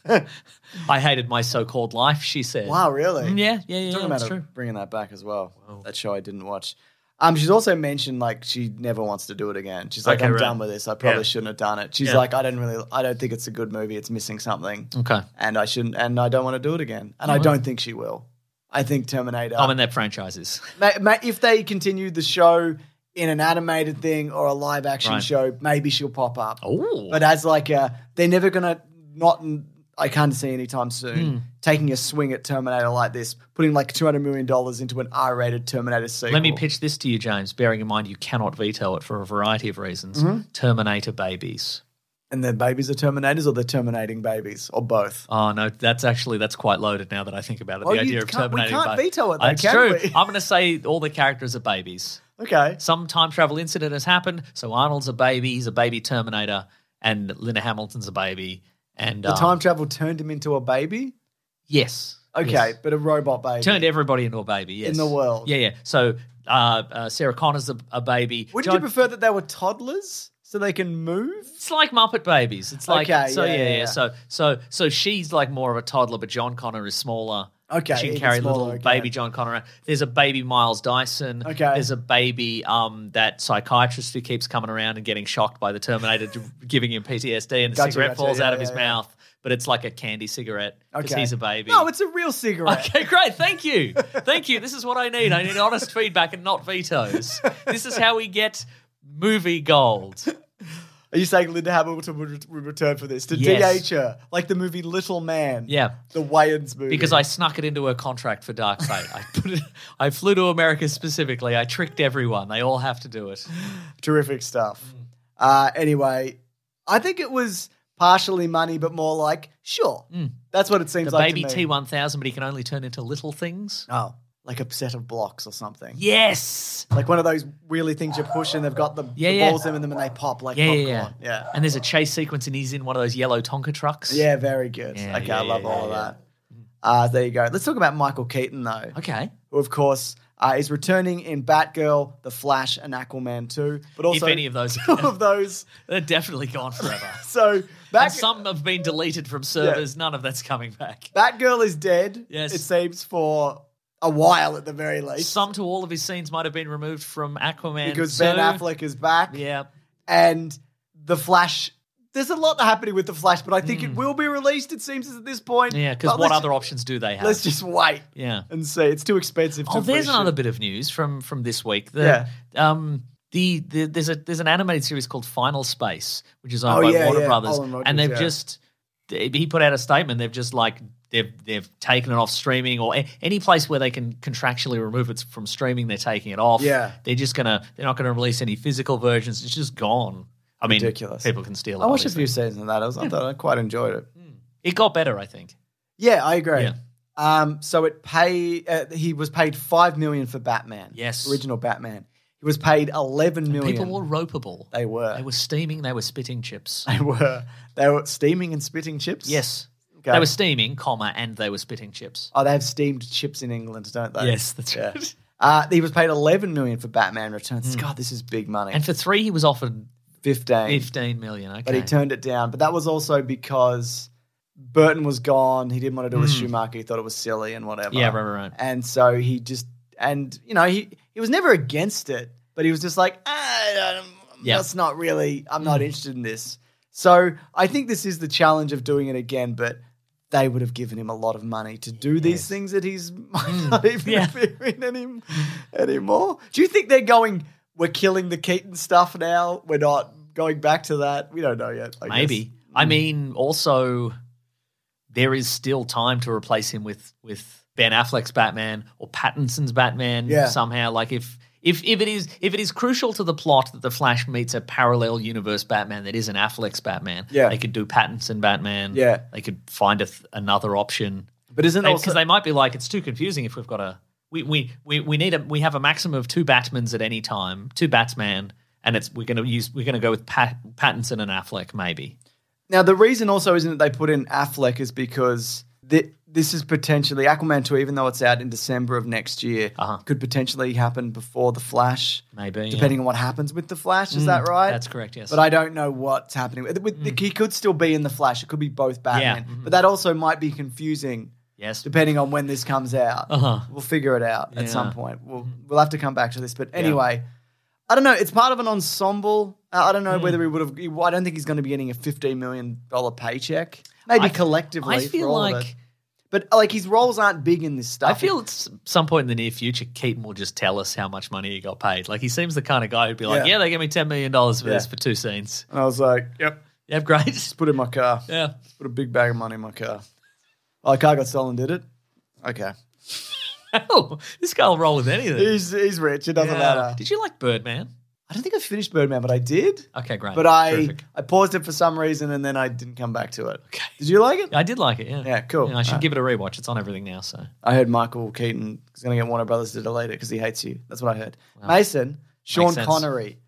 D: I hated my so called life, she said.
C: Um, Wow, really?
D: Mm, Yeah, yeah, yeah.
C: Talking
D: that's
C: about her
D: true.
C: bringing that back as well. That show I didn't watch. Um, she's also mentioned like she never wants to do it again. She's like,
D: Okay,
C: I'm
D: right.
C: done with this. I probably
D: Yeah.
C: shouldn't have done it. She's
D: Yeah.
C: like, I don't really, I don't think it's a good movie. It's missing something,
D: Okay.
C: and I shouldn't, and I don't want to do it again. And I don't think she will. I think Terminator.
D: I mean, they're franchises.
C: ma- ma- if they continue the show in an animated thing or a live action
D: Right.
C: show, maybe she'll pop up.
D: Oh.
C: But as like a, they're never gonna not. I can't see anytime soon
D: Hmm.
C: taking a swing at Terminator like this, putting like two hundred million dollars into an R-rated Terminator sequel.
D: Let me pitch this to you, James, bearing in mind you cannot veto it for a variety of reasons.
C: Mm-hmm.
D: Terminator babies.
C: And their babies are Terminators, or they're terminating babies, or both.
D: Oh no, that's actually that's quite loaded now that I think about it.
C: Well,
D: the
C: Oh, you
D: idea of
C: can't- we
D: terminating
C: can't
D: babies.
C: veto it, though,
D: That's
C: can
D: true.
C: we?
D: I'm going to say all the characters are babies.
C: Okay,
D: Some time travel incident has happened. So Arnold's a baby. He's a baby Terminator, and Linda Hamilton's a baby. And
C: the
D: um,
C: time travel turned him into a baby.
D: yes,
C: Okay,
D: yes.
C: but a robot baby.
D: turned everybody into a baby. Yes,
C: In the world.
D: Yeah, yeah. So uh, uh, Sarah Connor's a, a baby.
C: Wouldn't
D: John-
C: you prefer that they were toddlers so they can move?
D: It's like Muppet Babies. It's like
C: Okay,
D: so
C: yeah,
D: yeah,
C: yeah,
D: yeah,
C: yeah.
D: So so so she's like more of a toddler, but John Connor is smaller.
C: Okay,
D: she
C: even
D: can carry
C: smaller,
D: little
C: okay.
D: baby John Connor. around. There's a baby Miles Dyson.
C: Okay.
D: there's a baby um that psychiatrist who keeps coming around and getting shocked by the Terminator, d- giving him PTSD, and the
C: Gotcha,
D: cigarette
C: gotcha,
D: falls
C: yeah,
D: out of
C: yeah,
D: his
C: yeah.
D: mouth. But it's like a candy cigarette because
C: Okay.
D: he's a baby.
C: No, it's a real cigarette.
D: Okay, great. Thank you. Thank you. This is what I need. I need honest feedback and not vetoes. This is how we get movie gold.
C: Are you saying Linda Hamilton would, re- would return for this to
D: Yes.
C: DH her, like the movie Little Man?
D: Yeah.
C: the Wayans movie.
D: Because I snuck it into her contract for Dark Fate. I put it, I flew to America specifically. I tricked everyone. They all have to do it.
C: terrific stuff.
D: Mm.
C: Uh, anyway, I think it was partially money, but more like sure. That's what it seems
D: Mm. The
C: like.
D: baby
C: to me.
D: T1000, but he can only turn into little things.
C: Oh, like a set of blocks or something.
D: Yes.
C: Like one of those wheelie things you push and they've got the,
D: Yeah,
C: the
D: yeah.
C: balls in them and they pop like
D: Yeah, yeah,
C: popcorn.
D: yeah,
C: Oh, yeah.
D: And there's a chase sequence, and he's in one of those yellow Tonka trucks.
C: Yeah, very good.
D: Yeah,
C: okay,
D: yeah,
C: I love
D: yeah,
C: all of
D: yeah,
C: that. Uh, there you go. Let's talk about Michael Keaton though.
D: Okay.
C: who of course uh, is returning in Batgirl, The Flash, and Aquaman 2. But also
D: any of those-
C: two of those.
D: They're definitely gone forever.
C: So
D: and
C: Bat-
D: some have been deleted from servers. None of that's coming back.
C: Batgirl is dead.
D: Yes.
C: it seems for a while at the very least.
D: Some to all of his scenes might have been removed from Aquaman.
C: because
D: 2.
C: Ben Affleck is back.
D: Yeah.
C: and The Flash. There's a lot happening with The Flash, but I think it will be released. It seems at this point.
D: Hmm. Yeah, because
C: But
D: what
C: let's-
D: other options do they have?
C: Let's just wait.
D: Yeah.
C: and see. It's too expensive. to
D: Oh, there's
C: reshoot.
D: another bit of news from from this week. The, Um, the, the there's a there's an animated series called Final Space, which is owned
C: Oh,
D: by
C: yeah,
D: Warner
C: yeah,
D: Brothers,
C: Alan Rogers,
D: and they've
C: yeah.
D: just they- he put out a statement. They've just like they've they've taken it off streaming or a- any place where they can contractually remove it from streaming. They're taking it off.
C: Yeah.
D: they're just gonna they're not gonna release any physical versions. It's just gone. I mean,
C: Ridiculous.
D: People can steal it.
C: I watched a
D: obviously.
C: few seasons of that. I, was, I thought I quite enjoyed it.
D: It got better, I think.
C: Yeah, I agree.
D: Yeah.
C: Um, so it pay uh, he was paid five million for Batman.
D: Yes.
C: original Batman. He was paid eleven million.
D: People were ropeable.
C: They were.
D: They were steaming. They were spitting chips.
C: They were. They were steaming and spitting chips.
D: Yes.
C: Okay.
D: They were steaming, comma, and they were spitting chips.
C: Oh, they have steamed chips in England, don't they?
D: Yes, that's
C: Yeah.
D: right. Hmm.
C: Uh, he was paid eleven million for Batman Returns. God, this is big money.
D: And for three, he was offered
C: fifteen.
D: 15 million. Okay.
C: But he turned it down. But that was also because Burton was gone. He didn't want to do a Schumacher. He thought it was silly and whatever.
D: Hmm. Yeah, right, right, right.
C: And so he just and you know he he was never against it, but he was just like, ah, um,
D: Yeah. Hmm.
C: that's not really. I'm not interested in this. So I think this is the challenge of doing it again, but. They would have given him a lot of money to do these things that he's might not even
D: Hmm. Yeah.
C: appearing any, anymore. Do you think they're going? We're killing the Keaton stuff now. We're not going back to that. We don't know yet. I guess.
D: Maybe.
C: Mm.
D: I mean, also, there is still time to replace him with with Ben Affleck's Batman or Pattinson's Batman
C: Yeah.
D: somehow. Like if. If, if it is if it is crucial to the plot that the Flash meets a parallel universe Batman that isn't Affleck's Batman,
C: Yeah.
D: they could do Pattinson Batman.
C: Yeah.
D: they could find a th- another option.
C: But isn't
D: because
C: also
D: they might be like it's too confusing if we've got a we we we, we need a we have a maximum of two Batmans at any time, two Batman, and it's we're gonna use we're gonna go with Pat, Pattinson and Affleck maybe.
C: Now, the reason also isn't that they put in Affleck is because thi- this is potentially Aquaman 2, even though it's out in December of next year, could potentially happen before The Flash.
D: Uh-huh. Maybe, yeah. Hmm.
C: Depending on what happens with The Flash, is that right?
D: that's correct, yes. Mm.
C: But I don't know what's happening. With, with the, he could still be in The Flash. It could be both Batman.
D: Mm-hmm.
C: But that also might be confusing.
D: Yes.
C: Depending on when this comes out.
D: Uh-huh.
C: We'll figure it out at some
D: Yeah. Mm-hmm.
C: point. We'll, we'll have to come back to this. But anyway. I don't know. It's part of an ensemble. Uh, I I don't
D: Mm.
C: know whether he would have. I don't think he's going to be getting a fifteen million dollar paycheck. Maybe
D: I-
C: collectively.
D: I
C: for
D: feel
C: all of
D: like-
C: it. but like his roles aren't big in this stuff.
D: I feel at s- some point in the near future, Keaton will just tell us how much money he got paid. Like he seems the kind of guy who'd be like,
C: Yeah.
D: "Yeah, they gave me ten million dollars for
C: Yeah.
D: this for two scenes."
C: And I was like, yep.
D: Yeah, great.
C: Just put it in my car.
D: yeah,
C: Put a big bag of money in my car. Oh, the car got stolen, did it? Okay.
D: oh, this guy will roll with anything.
C: He's he's rich. It doesn't
D: Yeah.
C: matter.
D: Did you like Birdman?
C: I don't think I finished Birdman, but I did.
D: Okay, great.
C: But I
D: Terrific.
C: I paused it for some reason and then I didn't come back to it. Okay. Did you like it?
D: I did like it. Yeah,
C: Yeah, cool.
D: And I should
C: All right.
D: give it a rewatch. It's on everything now, so
C: I heard Michael Keaton is going to get Warner Brothers to delete it because he hates you. That's what I heard. Mason, Sean
D: sense.
C: Connery,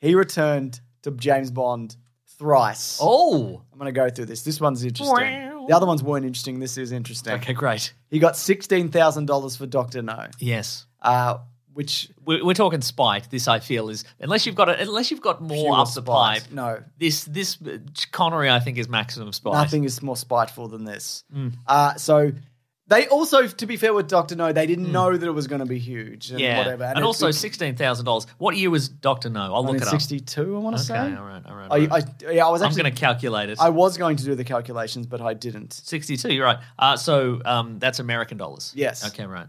C: he returned to James Bond thrice.
D: oh,
C: I'm going to go through this. This one's interesting. The other ones weren't interesting. This is interesting.
D: okay, great.
C: He got $16,000 for Dr. No,
D: Yes.
C: uh, which
D: We're, we're talking spite. This I feel is unless you've got a, unless you've got more
C: Fewer
D: up the
C: spite.
D: pipe.
C: No.
D: this this uh, Connery I think is maximum spite.
C: nothing is more spiteful than this.
D: Mm.
C: Uh, so they also, to be fair with Dr. No, they didn't know that it was going to be huge and
D: Mm. yeah,
C: whatever.
D: and,
C: it-
D: also sixteen thousand dollars. What year was Doctor No? I'll look it up.
C: 1962, I want to
D: Okay,
C: say.
D: all right, all right. all right.
C: I, I, yeah, I was
D: I'm
C: actually
D: going to calculate it.
C: I was going to do the calculations, but I didn't.
D: 62, you're right. Uh, so um, that's American dollars.
C: Yes.
D: Okay, right.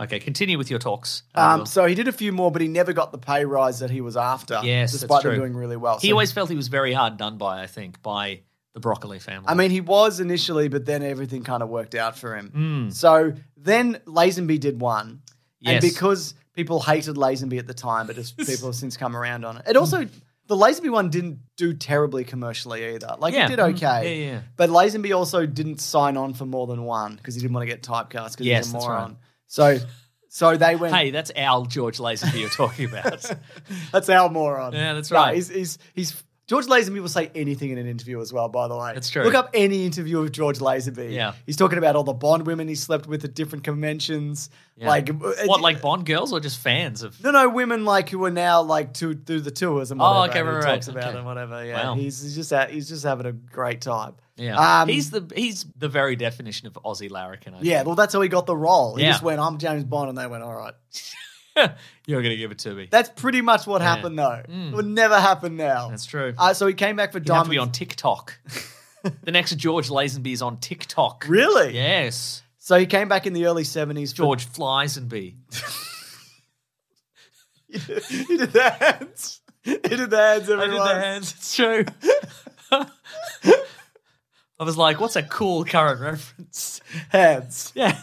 D: Okay, continue with your talks. Uh,
C: Um, so he did a few more, but he never got the pay rise that he was after.
D: yes, that's
C: despite them
D: true.
C: doing really well.
D: He
C: So-
D: always felt he was very hard done by, I think, by the Broccoli family.
C: I mean, he was initially, but then everything kind of worked out for him. So then Lazenby did one, and
D: Hmm. Yes.
C: because people hated Lazenby at the time, but as people have since come around on it. It also the Lazenby one didn't do terribly commercially either. Like
D: Yeah.
C: it did
D: Mm.
C: okay,
D: Yeah, yeah.
C: But Lazenby also didn't sign on for more than one because he didn't want to get typecast because
D: Yes,
C: he's a
D: that's
C: moron.
D: right.
C: So, so they went.
D: hey, that's our George Lazenby you're talking about.
C: That's our moron.
D: Yeah, that's
C: No,
D: right.
C: he's, he's, he's, George Lazenby will say anything in an interview as well, by the way.
D: That's true.
C: Look up any interview of George Lazenby.
D: Yeah.
C: He's talking about all the Bond women he slept with at different conventions. Like, uh,
D: what, like Bond girls or just fans of?
C: No, no, women like who are now like to do the tours and whatever.
D: Oh, okay,
C: and he
D: right, right,
C: talks about
D: okay.
C: and whatever. Yeah,
D: Wow.
C: he's, he's just out, he's just having a great time.
D: Yeah,
C: um,
D: he's the he's the very definition of Aussie larrikin. I
C: yeah. Well, that's how he got the role. He
D: Yeah.
C: just went, "I'm James Bond," and they went, "All right."
D: think. you're gonna give it to me.
C: That's pretty much what happened, though. It would never happen now.
D: Hmm. That's true.
C: Uh, so he came back for
D: You have
C: Diamond.
D: to be on TikTok. the next George Lazenby is on TikTok.
C: Really?
D: Yes.
C: So he came back in the early 70s. for-
D: George Flyzenby.
C: he did the hands. He did the hands,
D: I did
C: everyone.
D: the hands. It's true. I was like, what's a cool current reference?
C: hands.
D: Yeah.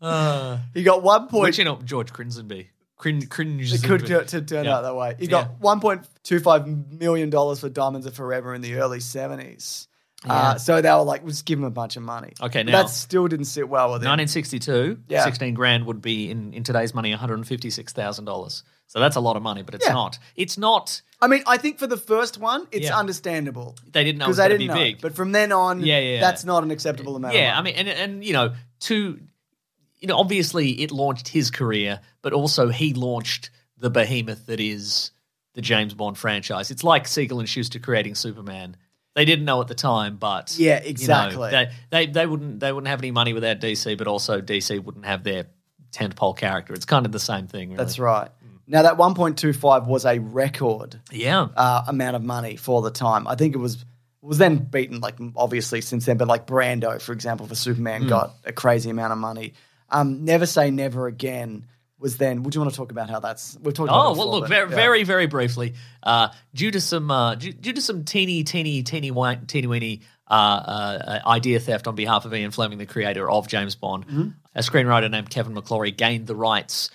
D: Uh,
C: He got one point.
D: which, you know, George Crinzenby. Crin, cringe.
C: It could do- to turn
D: Yeah.
C: out that way. He
D: Yeah.
C: got $1.25 million for Diamonds Are Forever in the early 70s. Uh, so they were like, we'll just give him a bunch of money.
D: Okay,
C: But
D: now-
C: That still didn't sit well with him.
D: 1962,
C: Yeah.
D: 16 grand would be in, in today's money $156,000. So that's a lot of money, but it's
C: Yeah.
D: not. It's not.
C: I mean, I think for the first one, it's
D: Yeah.
C: understandable.
D: They didn't know it
C: Because
D: was
C: they
D: going to
C: didn't
D: be
C: know.
D: big.
C: But from then on,
D: Yeah, yeah, yeah.
C: that's not an acceptable amount
D: Yeah, I
C: of money.
D: mean, and and you know, to you know, obviously it launched his career, but also he launched the behemoth that is the James Bond franchise. It's like Siegel and Schuster creating Superman. They didn't know at the time, but
C: Yeah,
D: you know,
C: exactly.
D: they, they they wouldn't they wouldn't have any money without DC, but also DC wouldn't have their tentpole character. It's kind of the same thing. Really.
C: That's right. Now, that 1.25 was a record.
D: Yeah.
C: uh, amount of money for the time. I think it was was then beaten like obviously since then, but like Brando, for example, for Superman
D: Hmm.
C: got a crazy amount of money. Um, Never Say Never Again was then. Would you want to talk about how that's? We've talked. about
D: Oh
C: it
D: well,
C: before,
D: look
C: but,
D: very,
C: yeah.
D: very, very briefly. Uh, due to some, uh, due, due to some teeny, teeny, teeny, wi- teeny, weeny uh, uh, uh, idea theft on behalf of Ian Fleming, the creator of James Bond,
C: Mm-hmm.
D: a screenwriter named Kevin McClory gained the rights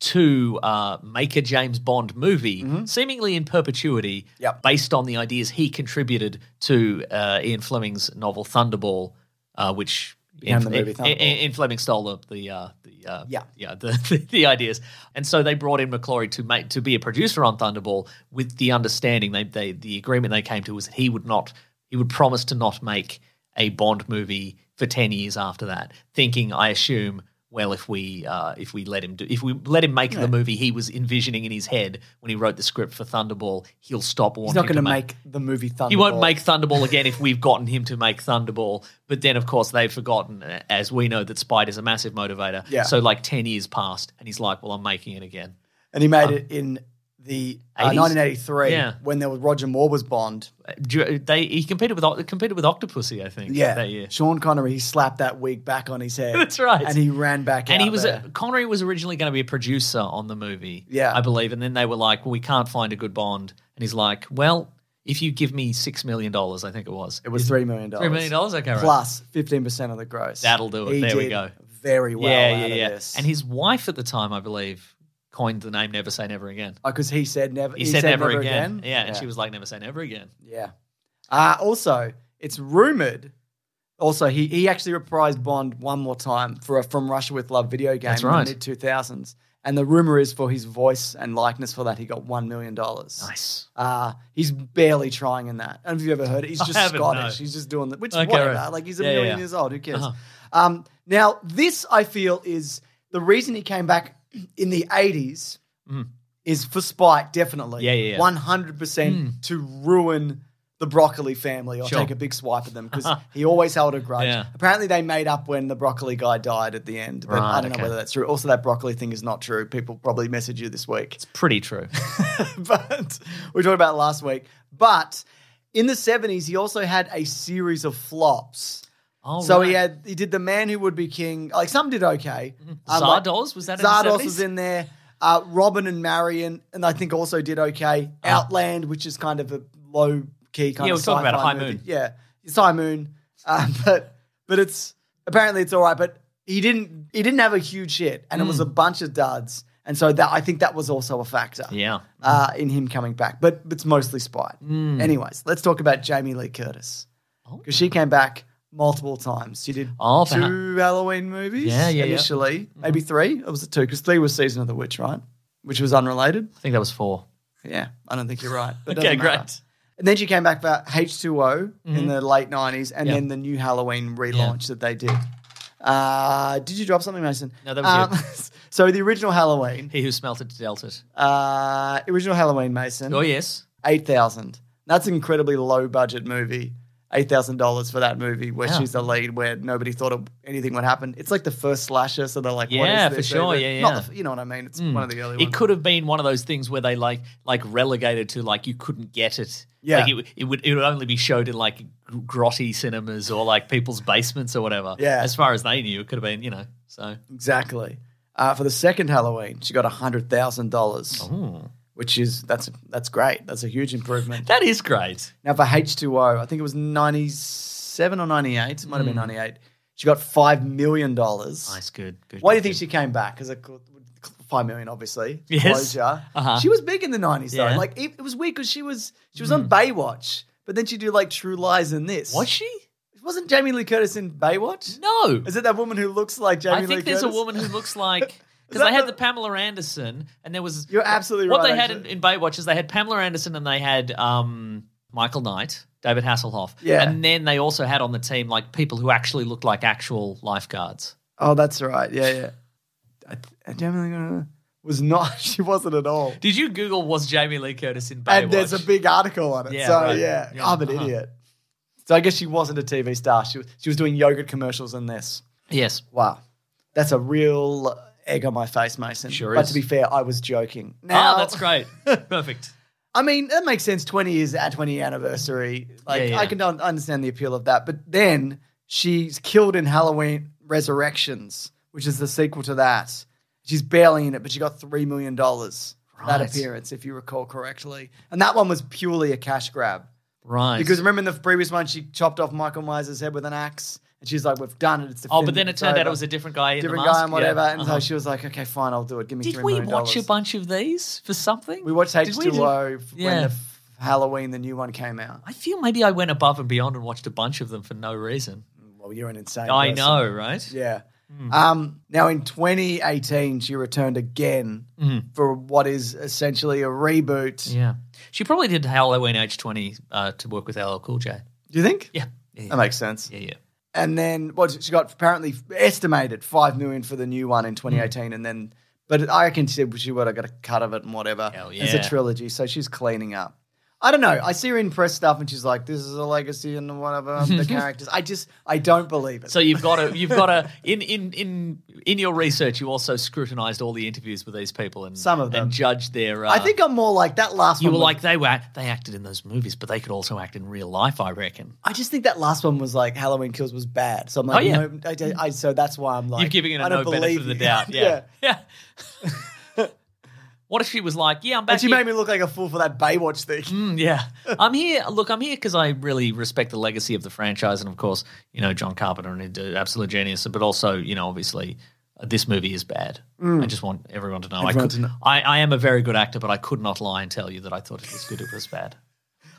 D: to uh, make a James Bond movie, seemingly in perpetuity,
C: Mm-hmm. Yep.
D: based on the ideas he contributed to uh, Ian Fleming's novel Thunderball, uh, which
C: behind the movie
D: and,
C: Thunderball.
D: Fleming stole the the uh, the uh,
C: Yeah.
D: yeah the, the ideas, and so they brought in McClory to make to be a producer on Thunderball with the understanding they they the agreement they came to was that he would not he would promise to not make a Bond movie for ten years after that, thinking I assume. Well, if we uh, if we let him do if we let him make the movie he was envisioning in his head when he wrote the script for Thunderball, he'll stop wanting
C: He's not
D: to
C: going to make the movie Thunderball.
D: he won't make Thunderball again if we've gotten him to make Thunderball. But then, of course, they've forgotten, uh, as we know, that Spider's a massive motivator.
C: Yeah.
D: So, like, 10 years passed, and he's like, well, I'm making it again.
C: and he made it in the uh,
D: 80s?
C: 1983
D: Yeah.
C: when there was Roger Moore was Bond.
D: Uh, do you- They, he competed with Oc- competed with Octopussy, I think.
C: Yeah,
D: that year.
C: Sean Connery he slapped that wig back on his head.
D: That's right.
C: and he ran back.
D: And
C: out
D: he was
C: there.
D: Connery was originally going to be a producer on the movie,
C: Yeah.
D: I believe. And then they were like, "Well, we can't find a good Bond." And he's like, "Well, if you give me six million dollars, I think it was,
C: it was three million dollars.
D: three million dollars, okay, right.
C: plus fifteen percent of the gross.
D: That'll do it.
C: He
D: There we
C: did
D: go.
C: Very well.
D: yeah,
C: out
D: yeah,
C: of
D: yeah."
C: This.
D: And his wife at the time, I believe, coined the name "Never Say Never Again."
C: because Oh, he said never.
D: he, said, never, again. Yeah,
C: yeah.
D: and she was like, never say never again.
C: Yeah. Uh, also, it's rumored. Also, he, he actually reprised Bond one more time for a From Russia with Love video game
D: That's right.
C: in the mid 2000s. And the rumor is for his voice and likeness for that, he got $1 million.
D: Nice.
C: Uh, he's barely trying in that. I don't know if you've ever heard it. He's
D: I
C: just
D: haven't,
C: Scottish.
D: no.
C: He's just doing that, which
D: Okay,
C: whatever.
D: right.
C: Like he's a
D: Yeah, yeah,
C: million
D: yeah.
C: years old. Who cares?
D: Uh-huh.
C: Um, now, this I feel is the reason he came back in the 80s is for Spike, definitely.
D: Mm. Yeah, yeah, yeah.
C: 100% to ruin the Broccoli family or
D: Sure.
C: take a big swipe at them because he always held a grudge.
D: Yeah.
C: Apparently, they made up when the Broccoli guy died at the end, but I
D: Right,
C: don't know
D: okay.
C: whether that's true. Also, that Broccoli thing is not true. People probably message you this week
D: It's pretty true.
C: but we talked about it last week. But in the seventies, he also had a series of flops.
D: Oh,
C: so he
D: right.
C: had he did the Man Who Would Be King. Like some did okay. Um, like,
D: Zardoz? Was that in the
C: Zardoz
D: 70s?
C: was in there. Uh, Robin and Marion, and I think also did okay. Outland, which is kind of a low key kind
D: Ah. Yeah,
C: of
D: we're talking about
C: sci-fi
D: High
C: movie.
D: Moon.
C: Yeah, it's High Moon, uh, but but it's apparently it's all right. But he didn't he didn't have a huge hit, and it was a
D: Hmm.
C: bunch of duds, and so that I think that was also a factor
D: yeah. Hmm.
C: uh, in him coming back, but it's mostly Spite. Anyways, let's talk about Jamie Lee Curtis because she came back multiple times. She did
D: Oh, for
C: two
D: Ha-
C: Halloween movies
D: Yeah, Mm-hmm. yeah, yeah.
C: initially, maybe three. It was two because three was Season of the Witch, right? Which was unrelated.
D: I think that was four.
C: Yeah, I don't think you're right. but it
D: Okay,
C: doesn't matter.
D: great. Mm-hmm.
C: And then she came back for H2O in the late 90s and
D: Yeah.
C: then the new Halloween relaunch that they did. Uh, did you drop something, Mason? Um,
D: No, that was
C: so the original Halloween,
D: He who smelt it dealt it.
C: uh, original Halloween, Mason.
D: Oh, yes.
C: eight thousand. That's an incredibly low budget movie. Eight thousand dollars for that movie where
D: Yeah.
C: she's the lead, where nobody thought of anything would happen. It's like the first slasher, so they're like, what
D: Yeah,
C: is
D: for
C: this?
D: sure,
C: They-
D: yeah,
C: not
D: yeah. Hmm.
C: the f- you know what I mean. It's one of the early
D: It
C: ones.
D: could have been one of those things where they like like relegated to like you couldn't get it.
C: Yeah.
D: Like it, w- it would it would only be showed in like gr- grotty cinemas or like people's basements or whatever.
C: Yeah.
D: As far as they knew, it could have been, you know. So
C: exactly. Uh, for the second Halloween, she got hundred thousand dollars,
D: Oh.
C: which is that's that's great. That's a huge improvement.
D: that is great.
C: now for H two O, I think it was ninety seven or ninety eight. It might have been ninety eight. She got five million dollars.
D: Hmm. Nice, good. good
C: Why do you
D: good,
C: think
D: good.
C: she came back? Because five million, obviously.
D: Yes.
C: Closure.
D: Uh-huh.
C: She was big in the nineties though.
D: Yeah. Hmm.
C: Like it, it was weird because she was she was on Baywatch, but then she do like True Lies and this.
D: was she?
C: Wasn't Jamie Lee Curtis in Baywatch?
D: No.
C: Is it that woman who looks like Jamie
D: I think
C: Lee
D: there's
C: Curtis?
D: a woman who looks like because
C: that
D: they had
C: the-
D: the Pamela Anderson and there was
C: You're absolutely
D: what
C: right,
D: they had in,
C: actually.
D: in Baywatch is they had Pamela Anderson and they had um, Michael Knight, David Hasselhoff,
C: Yeah.
D: and then they also had on the team like people who actually looked like actual lifeguards.
C: Oh, that's right. Yeah, yeah. I, I, Jamie Lee Curtis was not. She wasn't at all.
D: Did you Google was Jamie Lee Curtis in Baywatch?
C: And there's a big article on it.
D: Yeah,
C: so
D: right.
C: yeah,
D: Yeah,
C: I'm an
D: uh-huh.
C: idiot. So I guess she wasn't a TV star. She was, she was doing yogurt commercials and this.
D: yes.
C: Wow. That's a real egg on my face, Mason.
D: Sure
C: but
D: is.
C: to be fair, I was joking.
D: Ah,
C: Now,
D: that's great. Perfect.
C: I mean, that makes sense. 20 years, our 20 anniversary. Like,
D: Yeah, yeah.
C: I can un- understand the appeal of that. But then she's killed in Halloween Resurrections, which is the sequel to that. She's barely in it, but she got $3 million for that
D: Right.
C: appearance, if you recall correctly. And that one was purely a cash grab.
D: Right.
C: Because remember in the previous one, she chopped off Michael Myers' head with an axe. And she's like, we've done it. It's
D: oh, but
C: definitive,
D: then it
C: it's
D: turned out
C: over."
D: it was a different guy in
C: different
D: the mask.
C: guy and whatever.
D: Yeah.
C: And
D: Uh-huh.
C: so she was like, okay, fine, I'll do it. Give me
D: Did
C: $3
D: we
C: million
D: watch a bunch of these for something?
C: We watched
D: Did we do-
C: H2O when
D: Yeah.
C: the f- Halloween, the new one came out.
D: I feel maybe I went above and beyond and watched a bunch of them for no reason.
C: Well, Oh, you're an insane.
D: I
C: person.
D: know, Hmm. right?
C: Yeah. Um, now, in 2018, she returned again for what is essentially a reboot.
D: Mm-hmm. Yeah. She probably did Halloween age 20 uh, to work with LL Cool J.
C: Do you think?
D: Yeah. Yeah, yeah.
C: That makes sense.
D: Yeah, yeah.
C: And then, well, she got apparently estimated five million for the new one in
D: Hmm.
C: 2018, and then, but I reckon she, she would have got a cut of it and whatever.
D: Hell
C: It's a
D: yeah.
C: trilogy, so she's cleaning up. I don't know. I see her in press stuff, and she's like, "This is a legacy and whatever." of The characters. I just, I don't believe it.
D: So you've got to you've got to in in in in your research you also scrutinized all the interviews with these people and
C: Some of them.
D: and judged their uh,
C: I think I'm more like that last
D: you
C: one.
D: were
C: was-
D: like they were they acted in those movies but they could also act in real life I reckon.
C: I just think that last one was like Halloween Kills was bad. So I'm like,
D: Oh, yeah.
C: no, I, I- I- so that's why I'm like,
D: You're giving it
C: I
D: a
C: don't
D: no benefit
C: believe
D: of the
C: you.
D: doubt. Yeah. Yeah. what if she was like, yeah, I'm back.
C: And she
D: here.
C: made me look like a fool for that Baywatch thing.
D: Mm, yeah. I'm here. Look, I'm here because I really respect the legacy of the franchise. And of course, you know, John Carpenter and an absolute genius. But also, you know, obviously, uh, this movie is bad. I just want everyone to know. I,
C: Mm. Everyone
D: could,
C: to know.
D: I, I am a very good actor, but I could not lie and tell you that I thought it was good. It was bad.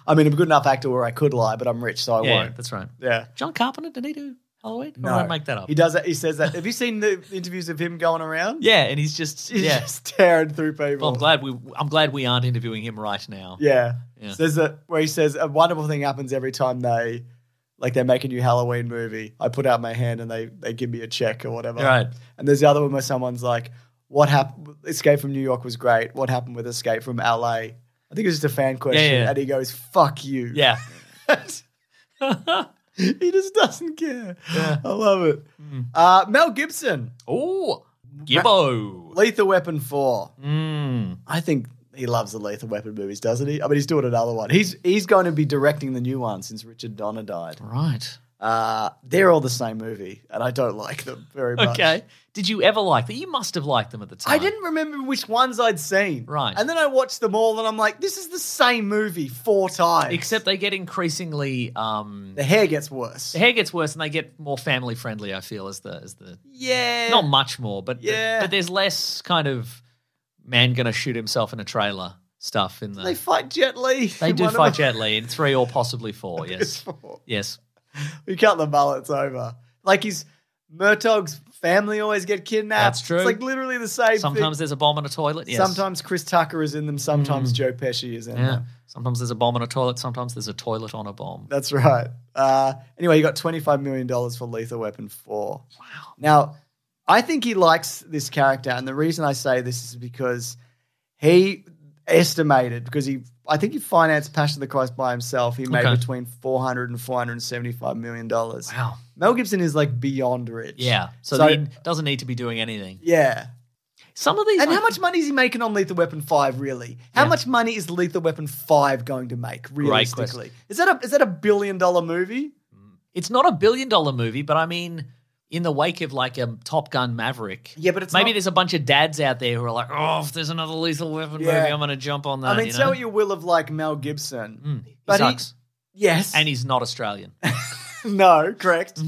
C: I mean, I'm a good enough actor where I could lie, but I'm rich, so I
D: yeah,
C: won't.
D: that's right.
C: Yeah.
D: John Carpenter, did he do Halloween? Or
C: No.
D: did I make that up.
C: He does that. He says that. Have you seen the interviews of him going around?
D: Yeah, and he's just
C: He's
D: yeah.
C: just tearing through people.
D: Well, I'm glad we I'm glad we aren't interviewing him right now.
C: Yeah.
D: Yeah.
C: So there's a where he says a wonderful thing happens every time they like they make a new Halloween movie. I put out my hand and they they give me a check or whatever.
D: Right.
C: And there's the other one where someone's like, "What happened? Escape from New York was great. What happened with Escape from LA?" I think it was just a fan question,
D: yeah.
C: and he goes, "Fuck you."
D: Yeah.
C: he just doesn't care. I love it.
D: Hmm.
C: Uh, Mel Gibson,
D: Oh, Gibbo.
C: Lethal Weapon Four.
D: Mm.
C: I think he loves the Lethal Weapon movies, doesn't he? I mean, he's doing another one. He's he's going to be directing the new one since Richard Donner died.
D: Right.
C: Uh, they're all the same movie, and I don't like them very much.
D: Okay. Did you ever like them? You must have liked them at the time.
C: I didn't remember which ones I'd seen.
D: Right.
C: And then I watched them all, and I'm like, this is the same movie four times.
D: Except they get increasingly. Um,
C: the hair gets worse.
D: the hair gets worse, and they get more family friendly. I feel as the as the
C: yeah.
D: not much more, but
C: Yeah.
D: but there's less kind of man gonna shoot himself in a trailer stuff in the.
C: They fight Jet Li.
D: They
C: in
D: do
C: one of
D: fight
C: them.
D: Jet Li in three or possibly four. Yes. Yes.
C: You cut the mullets over. Like his Murtog's family always get kidnapped.
D: That's true.
C: It's like literally the same thing.
D: Sometimes there's a bomb in a toilet. Yes. Mm.
C: Sometimes Chris Tucker is in them. Sometimes Joe Pesci is in
D: Yeah.
C: them.
D: Sometimes there's a bomb in a toilet. Sometimes there's a toilet on a bomb.
C: That's right. Uh, anyway, he got $25 million for Lethal Weapon 4. Wow. Now, I think he likes this character. And the reason I say this is because he estimated, because he, I think he financed Passion of the Christ by himself. He made
D: Okay.
C: between 400 and $475 million.
D: Wow.
C: Mel Gibson is like beyond rich.
D: Yeah. So,
C: So-
D: he doesn't need to be doing anything.
C: Yeah.
D: Some of these.
C: And
D: I
C: how much money is he making on Lethal Weapon Five? Really, how much money is Lethal Weapon Five going to make
D: Great question.
C: realistically? Is that a is that a billion dollar movie?
D: It's not a billion dollar movie, but I mean, in the wake of like a Top Gun Maverick.
C: Yeah, but it's
D: maybe
C: not-
D: there's a bunch of dads out there who are like, oh, if there's another Lethal Weapon
C: Yeah.
D: movie, I'm going to jump on that.
C: I mean,
D: you
C: say
D: know?
C: what you will of like Mel Gibson,
D: Mm, he
C: but he-
D: sucks,
C: yes,
D: and he's not Australian.
C: no, correct.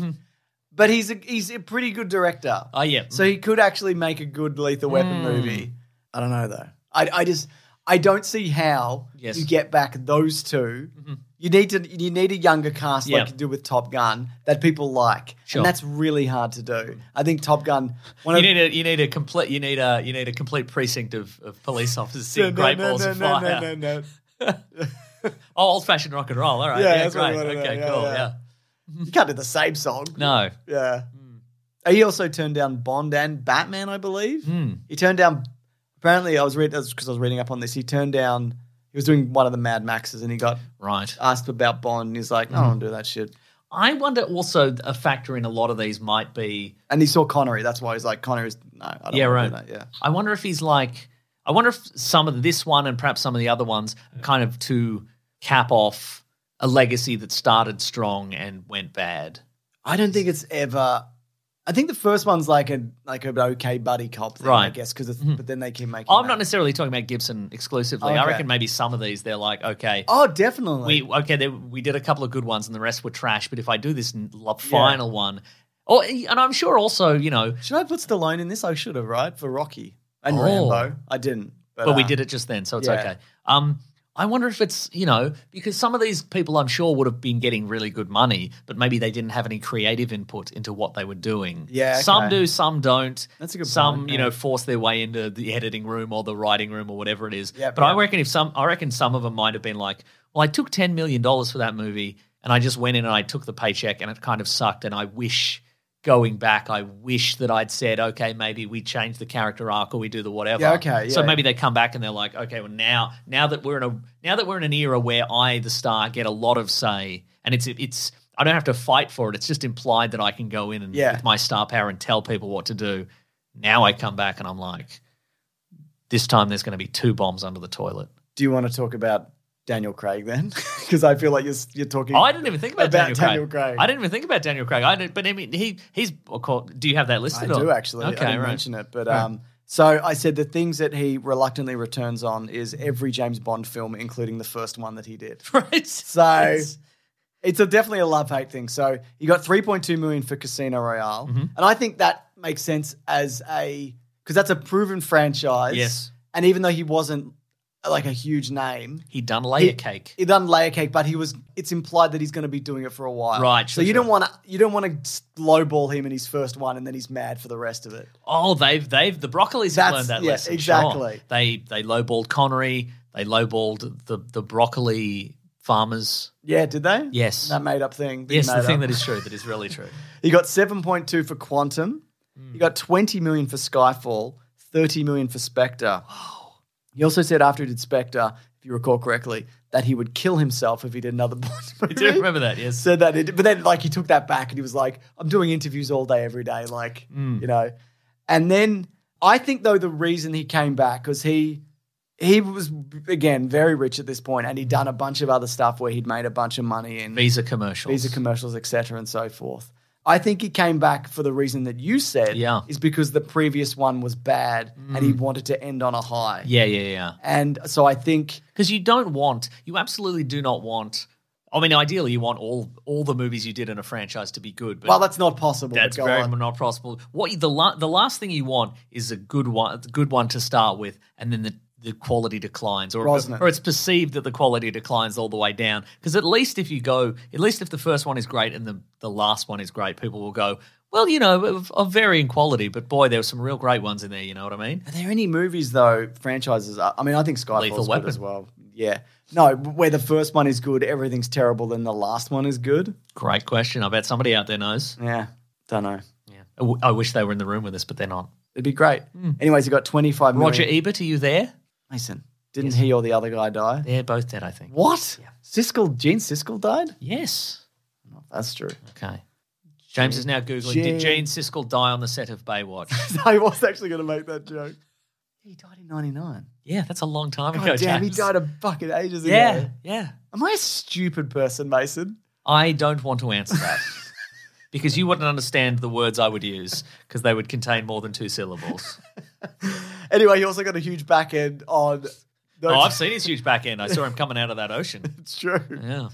C: But he's a he's a pretty good director,
D: Mm-hmm. Oh yeah, Mm.
C: so he could actually make a good Lethal Weapon movie. I don't know though. I I just I don't see how
D: Yes. Mm-hmm.
C: you get back those 2 You need to you need a younger cast
D: Yeah.
C: like you do with Top Gun that people like,
D: Sure.
C: and that's really hard to do. I think Top Gun. One
D: you need a you need a complete you need a you need a complete precinct of, of police officers seeing great balls of fire.
C: no, no.
D: Oh, old fashioned rock and roll. All right,
C: Yeah,
D: yeah,
C: that's what
D: great.
C: we wanna know.
D: Okay,
C: Yeah,
D: cool.
C: yeah.
D: Yeah.
C: You can't do the same song.
D: no.
C: Yeah. He also turned down Bond and Batman, I believe. He turned down. Apparently, I was reading because I was reading up on this. He turned down. He was doing one of the Mad Maxes, and he got
D: Right.
C: asked about Bond, and he's like, "I don't want to do that shit."
D: I wonder also a factor in a lot of these might be
C: And he saw Connery. That's why he's like, "Connery's no, I don't
D: Yeah,
C: wanna
D: right.
C: do that." Yeah.
D: I wonder if he's like, I wonder if some of this one and perhaps some of the other ones kind of to cap off a legacy that started strong and went bad.
C: I don't think it's ever. I think the first one's like a like an okay buddy cop thing, I
D: Right.
C: guess, because but then they keep making.
D: I'm not
C: that.
D: necessarily talking about Gibson exclusively. I
C: Okay.
D: reckon maybe some of these they're like, okay,
C: Oh, definitely.
D: we okay, they, we did a couple of good ones and the rest were trash. But if I do this n- lo- final one, oh, and I'm sure also, you know,
C: Should I put Stallone in this? I should have, right? For Rocky and
D: Oh.
C: Rambo. I didn't.
D: but, we did it just then, so it's
C: uh, yeah.
D: okay. Um, I wonder if it's, you know, because some of these people I'm sure would have been getting really good money, but maybe they didn't have any creative input into what they were doing.
C: Yeah,
D: Some
C: okay.
D: do, some don't.
C: That's a good
D: Some,
C: point,
D: you
C: yeah.
D: know, force their way into the editing room or the writing room or whatever it is.
C: Yep,
D: but I
C: yep.
D: reckon if some I reckon some of them might have been like, well, I took 10 million dollars for that movie and I just went in and I took the paycheck and it kind of sucked and I wish going back, I wish that I'd said, okay, maybe we change the character arc or we do the whatever.
C: Yeah, okay,
D: So
C: yeah.
D: maybe they come back and they're like, okay, well now now that we're in a now that we're in an era where I, the star, get a lot of say, and it's it's I don't have to fight for it. It's just implied that I can go in and
C: Yeah.
D: with my star power and tell people what to do. Now I come back and I'm like, this time there's going to be two bombs under the toilet.
C: Do you want to talk about Daniel Craig then? Because I feel like you're you're talking.
D: I didn't even think about,
C: About
D: Daniel,
C: Daniel
D: Craig.
C: Craig.
D: I didn't even think about Daniel Craig. I didn't, but I mean, he he's. of course- Do you have that
C: I
D: listed? or-
C: do actually. I didn't mention it, but um, so I said the things that he reluctantly returns on is every James Bond film, including the first one that he did.
D: Right.
C: So
D: It's-
C: it's a definitely a love hate thing. So you got 3.2 million for Casino Royale,
D: Mm-hmm.
C: and I think that makes sense as a because that's a proven franchise.
D: Yes.
C: and even though he wasn't like a huge name,
D: he done layer
C: He-
D: cake.
C: he done layer cake, but he was. It's implied that he's going to be doing it for a while,
D: Right,
C: So you
D: sure, sure.
C: don't want to you don't want to lowball him in his first one, and then he's mad for the rest of it.
D: Oh, they've they've the broccoli's have
C: That's-
D: learned that
C: yeah,
D: lesson.
C: exactly.
D: Sure. They they lowballed Connery. They lowballed the the broccoli farmers.
C: Yeah, did they?
D: Yes.
C: that made up thing. that he
D: Yes, the
C: made
D: thing
C: up.
D: that is true, that is really true.
C: You got 7.2 for Quantum.
D: Hmm.
C: You got 20 million for Skyfall, 30 million for Spectre. He also said after he did Spectre, if you recall correctly, that he would kill himself if he did another Bond
D: I
C: movie.
D: do remember that. Yes.
C: Said that, it, but then like he took that back and he was like, "I'm doing interviews all day, every day, like
D: Mm.
C: you know." And then I think though the reason he came back because he he was again very rich at this point, and he'd done a bunch of other stuff where he'd made a bunch of money and
D: Visa commercials.
C: visa commercials, etc., and so forth. I think he came back for the reason that you said,
D: Yeah. Mm.
C: is because the previous one was bad and he wanted to end on a high.
D: Yeah, yeah, yeah.
C: And so I think,
D: Because you don't want, you absolutely do not want. I mean, ideally, you want all all the movies you did in a franchise to be good. But
C: well, that's not possible. but
D: That's
C: go
D: very
C: on.
D: not possible. What you- the la- the last thing you want is a good one, a good one to start with, and then the the quality declines, or
C: Brosnan.
D: or it's perceived that the quality declines all the way down. Because at least if you go, at least if the first one is great and the the last one is great, people will go. Well, you know, of, of varying quality, but boy, there were some real great ones in there. You know what I mean?
C: Are there any movies though franchises? uh, I I mean, I think
D: Lethal
C: Skyfall's good
D: Weapon.
C: as well. Yeah, no, where the first one is good, everything's terrible, then the last one is good.
D: Great question. I bet somebody out there knows.
C: Yeah, don't know.
D: Yeah. I, w- I wish they were in the room with us, but they're not.
C: It'd be great. Anyways, you got twenty five million.
D: Hmm. Roger E- Ebert, are you there?
C: Mason, didn't he or the other guy die?
D: They're both dead, I think.
C: What? Siskel, Gene Siskel died.
D: Yes.
C: That's true.
D: Okay. James is now Googling.
C: Gene-
D: Did Gene Siskel die on the set of Baywatch?
C: I was actually going to make that joke. He died in 99.
D: yeah, that's a long time
C: God
D: ago.
C: damn, he
D: James.
C: died a fucking ages ago.
D: Yeah, yeah.
C: Am I a stupid person, Mason?
D: I don't want to answer that because you wouldn't understand the words I would use because they would contain more than two syllables.
C: Anyway, he also got a huge back end on. No,
D: oh, I've seen his huge back end. I saw him coming out of that ocean.
C: It's true.
D: Yeah.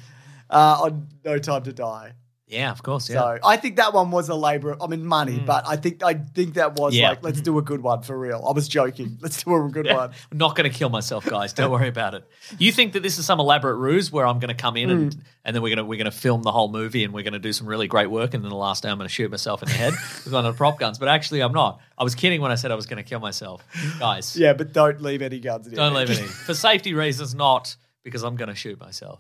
C: Uh, on No Time to Die.
D: Yeah, of course. Yeah. Hmm.
C: So I think that one was a labor. of- I mean, money, but I think I think that was
D: Yeah.
C: like, let's do a good one for real. I was joking. Let's do a good one.
D: I'm not going to kill myself, guys. Don't worry about it. You think that this is some elaborate ruse where I'm going to come in and, and then we're going to we're going to film the whole movie and we're going to do some really great work and then the last day I'm going to shoot myself in the head with one of the prop guns. But actually, I'm not. I was kidding when I said I was going to kill myself, guys.
C: Yeah, but don't leave any guns in
D: Don't
C: it.
D: leave any for safety reasons. Not because I'm going to shoot myself.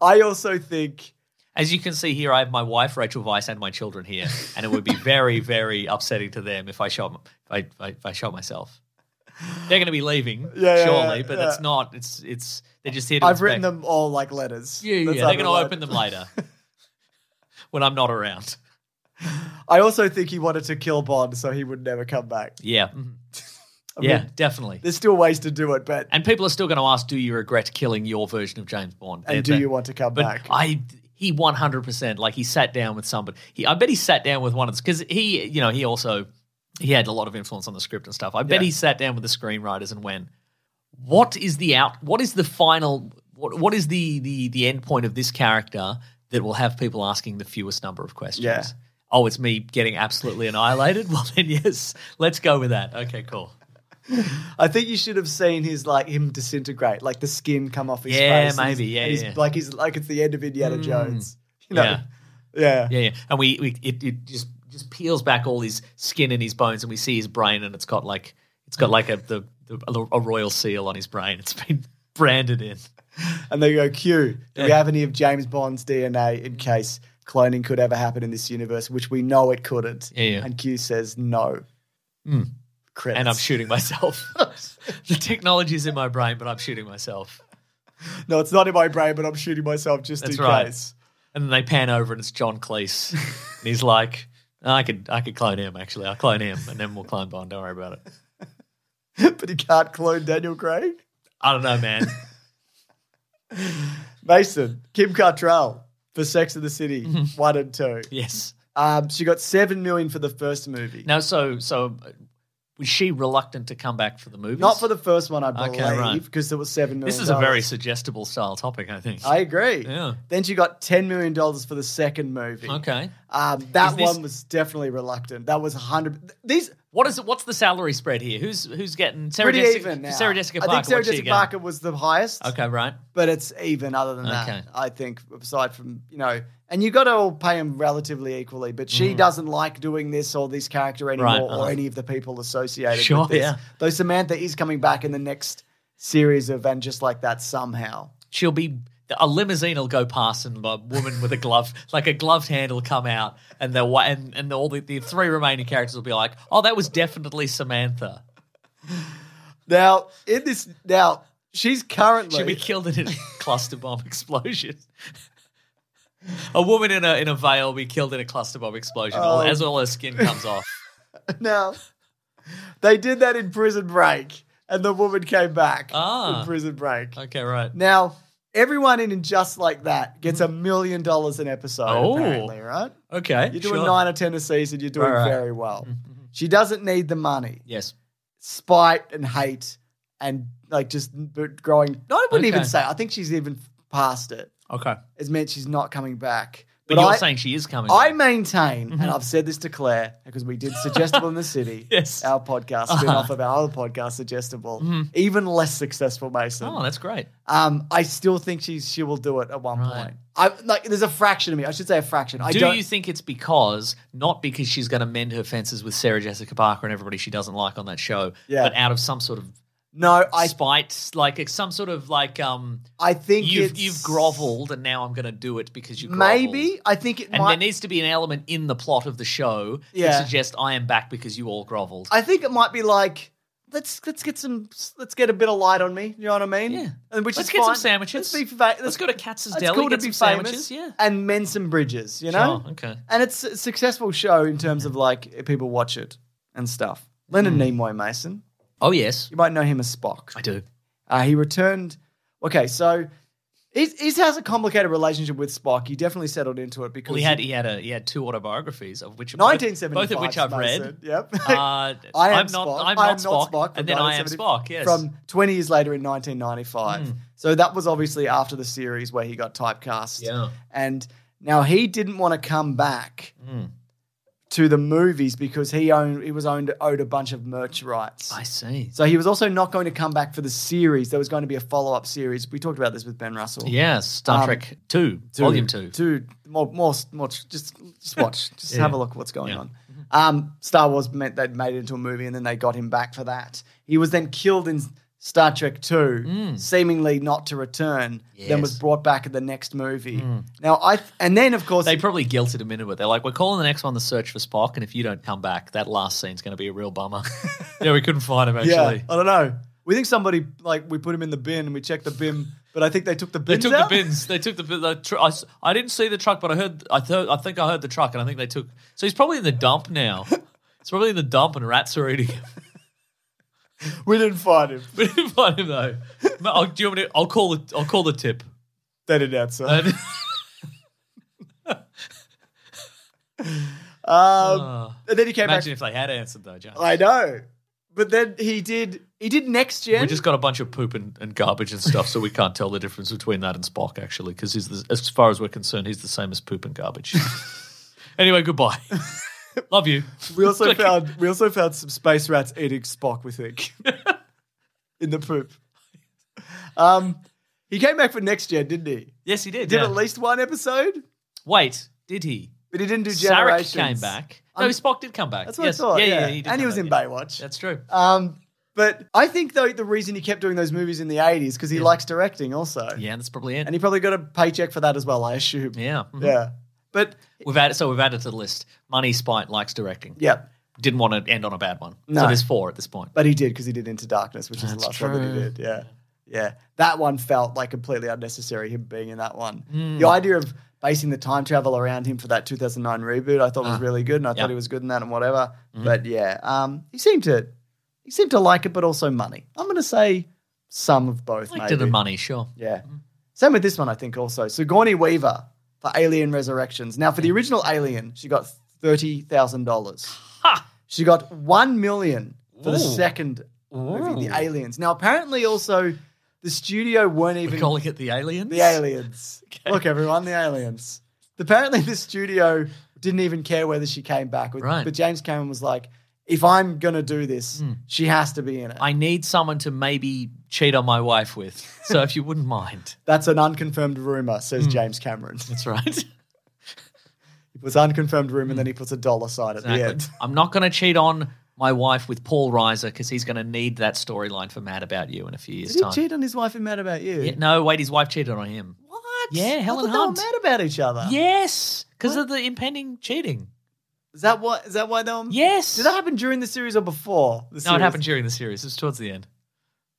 C: I also think
D: As you can see here, I have my wife Rachel Weiss and my children here, and it would be very very upsetting to them if I shot if I, if I shot myself. They're going to be leaving,
C: Yeah, yeah,
D: surely,
C: yeah,
D: but
C: yeah.
D: that's not. It's it's they're just here. To
C: I've written
D: inspect.
C: them all like letters.
D: Yeah, yeah,
C: That's
D: they're going to
C: how I-
D: open them later when I'm not around.
C: I also think he wanted to kill Bond so he would never come back.
D: Yeah,
C: Mm-hmm. I
D: yeah,
C: mean,
D: definitely.
C: there's still ways to do it, but
D: And people are still going to ask, "Do you regret killing your version of James Bond?"
C: and
D: They're-
C: do you want to come
D: But
C: back?
D: I he one hundred percent like he sat down with somebody. He, I bet he sat down with one of because he you know he also he had a lot of influence on the script and stuff. I bet
C: Yeah.
D: he sat down with the screenwriters and went, "What is the out? What is the final? What what is the the the end point of this character that will have people asking the fewest number of questions?"
C: Yeah.
D: Oh, it's me getting absolutely annihilated. Well, then yes, let's go with that. Okay, cool.
C: I think you should have seen his like him disintegrate, like the skin come off his
D: Yeah,
C: face. and he's-
D: maybe, yeah,
C: and he's,
D: yeah.
C: Like he's like it's the end of Indiana
D: Mm.
C: Jones. You know?
D: Yeah.
C: Yeah.
D: Yeah, yeah. And we, we it, it just just peels back all his skin and his bones, and we see his brain, and it's got like it's got like a the, the a royal seal on his brain. It's been branded in.
C: And they go, Q, do we
D: Yeah.
C: have any of James Bond's DNA in case cloning could ever happen in this universe, which we know it couldn't?
D: Yeah, yeah.
C: And Q says no.
D: Mm.
C: Credits.
D: And I'm shooting myself. the technology's in my brain, but I'm shooting myself.
C: No, it's not in my brain, but I'm shooting myself just
D: That's
C: in
D: right.
C: case.
D: And then they pan over, and it's John Cleese, and he's like, "I could I could clone him actually. I'll clone him, and then we'll clone Bond. Don't worry about it."
C: but he can't clone Daniel Craig.
D: I don't know, man.
C: Mason, Kim Cartrell for Sex of the City,
D: Mm-hmm.
C: one and two.
D: yes.
C: Um, she got seven million for the first movie.
D: No. So so uh, was she reluctant to come back for the movies?
C: Not for the first one, I
D: Okay,
C: believe,
D: right.
C: because there was seven million.
D: This is a very
C: dollars.
D: suggestible style topic, I think.
C: I agree.
D: Yeah.
C: Then she got ten million dollars for the second movie.
D: okay.
C: Um, that
D: Is this-
C: one was definitely reluctant. That was hundred. These
D: What is it? What's the salary spread here? Who's who's getting Sarah
C: pretty
D: Jessica,
C: even now.
D: Sarah Jessica
C: I
D: Parker.
C: think Sarah
D: what's she
C: Jessica
D: getting?
C: Parker was the highest.
D: Okay, right.
C: but it's even other than
D: Okay.
C: that. I think aside from you know, and you got to all pay them relatively equally. But she doesn't like doing this or this character anymore,
D: Mm. Right, uh-huh.
C: or any of the people associated
D: Sure,
C: with this.
D: yeah.
C: Though Samantha is coming back in the next series of and just like that somehow.
D: She'll be a limousine will go past, and a woman with a glove, like a gloved hand, will come out, and the wa- and and all the, the three remaining characters will be like, "Oh, that was definitely Samantha.
C: Now in this now she's currently
D: She be killed in a cluster bomb explosion." A woman in a in a veil be killed in a cluster bomb explosion all-
C: Oh.
D: as all her skin comes off.
C: now. They did that in Prison Break, and the woman came back
D: Ah.
C: in Prison Break.
D: Okay, right.
C: Now. Everyone in Just Like That gets a million dollars an episode,
D: Mm-hmm. Oh.
C: apparently, right?
D: Okay,
C: You're doing
D: sure. Mm-hmm.
C: nine or ten a season. You're doing
D: Right, right.
C: very well. She doesn't need the money.
D: Yes.
C: Spite and hate and like just b- growing. No, I wouldn't even
D: Okay.
C: say. I think she's even past it.
D: Okay.
C: It's meant she's not coming back.
D: But, you're
C: I,
D: saying she is coming.
C: I
D: back.
C: maintain,
D: Mm-hmm.
C: and I've said this to Claire because we did Suggestible in the City,
D: Yes. Uh-huh. Mm-hmm.
C: our podcast, spin off of our other podcast, Suggestible, even less successful, Mason.
D: Oh, that's great.
C: um, I still think she's, she will do it at one
D: Right.
C: point. I, like, there's a fraction of me. I should say a fraction. I
D: Do
C: don't,
D: you think it's because not because she's going to mend her fences with Sarah Jessica Parker and everybody she doesn't like on that show,
C: Yeah.
D: but out of some sort of
C: no, I,
D: spite, like it's some sort of like um,
C: I think
D: you've
C: it's,
D: you've groveled and now I'm going to do it because you groveled.
C: Maybe I think it
D: And
C: might.
D: there needs to be an element in the plot of the show
C: Yeah.
D: to suggest I am back because you all groveled.
C: I think it might be like let's let's get some let's get a bit of light on me. You know what I mean?
D: Yeah.
C: And which
D: Let's
C: is
D: get some
C: fine.
D: sandwiches.
C: Let's, be fa- let's,
D: Let's go to Katz's
C: it's
D: Deli,
C: cool
D: get
C: to be
D: some
C: famous
D: sandwiches, yeah.
C: and mend some bridges. You know.
D: Sure, okay.
C: And it's a successful show in terms of like people watch it and stuff. Leonard
D: Mm.
C: Nimoy Mason.
D: oh yes,
C: You might know him as Spock.
D: I do.
C: Uh, he returned. Okay, so. He, he has a complicated relationship with Spock. He definitely settled into it because
D: Well, he had he had a he had two autobiographies of which both
C: 1975.
D: of which I've read.
C: Mason. Yep.
D: Uh,
C: I am
D: I'm not.
C: Spock.
D: I'm
C: I
D: not
C: am
D: Spock.
C: from
D: and then I am
C: 1970
D: Spock. Yes. Hmm.
C: From 20 years later in 1995. So that was obviously after the series where he got typecast.
D: Yeah.
C: And now he didn't want to come back
D: Hmm.
C: to the movies because he owned he was owned owed a bunch of merch rights.
D: I see.
C: so he was also not going to come back for the series. There was going to be a follow up series. We talked about this with Ben Russell.
D: Yes, Star
C: Um,
D: Trek Two, Volume Two.
C: Dude, more, more, more. Just, just watch. Just
D: Yeah.
C: have a look at what's going
D: Yeah.
C: on. Um, Star Wars meant they made it into a movie, and then they got him back for that. He was then killed in Star Trek Two, seemingly not to return. Then was
D: Mm. Yes. Mm.
C: brought back in the next movie. Now I, th- and then of course
D: They probably guilted him into it. They're like, we're calling the next one the search for Spock, and if you don't come back, that last scene's going to be a real bummer. yeah, we couldn't find him
C: yeah,
D: actually.
C: I don't know. We think somebody like we put him in the bin and we checked the bin, but I think they took the
D: They
C: bins
D: took
C: out.
D: the bins. They took the. the tr- I, s- I didn't see the truck, but I heard. I th- I think I heard the truck, and I think they took. So he's probably in the dump now. It's probably in the dump, and rats are eating him.
C: We didn't find him.
D: We didn't find him though. Ma- I'll, do you want me to, I'll call the. I'll call the tip.
C: They didn't answer.
D: And-
C: Um,
D: Ah.
C: and then he came back.
D: Imagine if they had answered though, James.
C: I know. But then he did. He did next gen.
D: We just got a bunch of poop and, and garbage and stuff, so we can't tell the difference between that and Spock actually, because he's the, as far as we're concerned, he's the same as poop and garbage. anyway, goodbye. Love you.
C: We also found we also found some space rats eating Spock. We think in the poop. Um, he came back for next gen, didn't he?
D: Yes, he did.
C: Did
D: yeah.
C: at least one episode,
D: Wait, did he?
C: but he didn't do
D: Sarek
C: generations.
D: came back.
C: I'm-
D: no, Spock did come back.
C: That's what
D: yes.
C: I thought.
D: Yeah,
C: Yeah,
D: yeah, he did
C: and he
D: come
C: was
D: back,
C: in
D: yeah.
C: Baywatch.
D: That's true.
C: Um, but I think though the reason he kept doing those movies in the '80s because he likes directing also,
D: yeah, that's probably it.
C: and he probably got a paycheck for that as well. I assume.
D: yeah. mhm.
C: Yeah. But
D: We've added, so we've added to the list. Money Spite likes directing.
C: yeah,
D: Didn't want to end on a bad one.
C: No.
D: So there's four at this point.
C: but he did because he did Into Darkness, which is the
D: That's
C: last one that he
D: true.
C: did. Yeah. Yeah. That one felt like completely unnecessary, him being in that one.
D: Mm.
C: The idea of basing the time travel around him for that 2009 reboot, I thought was really good, and I
D: Ah. Yeah. Mm-hmm.
C: thought he was good in that and whatever. But yeah, um, he seemed to he seemed to like it, but also money. I'm going to say some of both.
D: Like
C: maybe.
D: to the money, sure.
C: Yeah. Same with this one, I think, also. Sigourney Weaver for Alien Resurrections. Now, for
D: Mm.
C: the original Alien, she got $30,000.
D: Ha!
C: She got $1 million for the
D: Ooh.
C: second movie,
D: Ooh.
C: The Aliens. Now, apparently, also, the studio weren't
D: We're
C: even.
D: calling it the aliens.
C: the Aliens. Look, everyone, The Aliens. Apparently, the studio didn't even care whether she came back. With,
D: Right. Mm.
C: But James Cameron was like, if I'm going to do this, she has to be in it.
D: I need someone to maybe cheat on my wife with. So if you wouldn't mind,
C: That's an unconfirmed rumor, says James Cameron.
D: Mm. that's right.
C: It was unconfirmed rumor, and then he puts a dollar sign at the end.
D: Hmm. Exactly. I'm not going to cheat on my wife with Paul Reiser because he's going to need that storyline for Mad About You in a few years'
C: Did he
D: time.
C: cheat on his wife and mad about you?
D: Yeah, no, wait, his wife cheated on him.
C: What?
D: Yeah,
C: I
D: Helen
C: thought
D: Hunt.
C: They were mad about each other.
D: Yes, because of the impending cheating.
C: Is that what? Is that why they were?
D: Yes.
C: Did that happen during the series or before? The
D: No,
C: series?
D: it happened during the series. It was towards the end.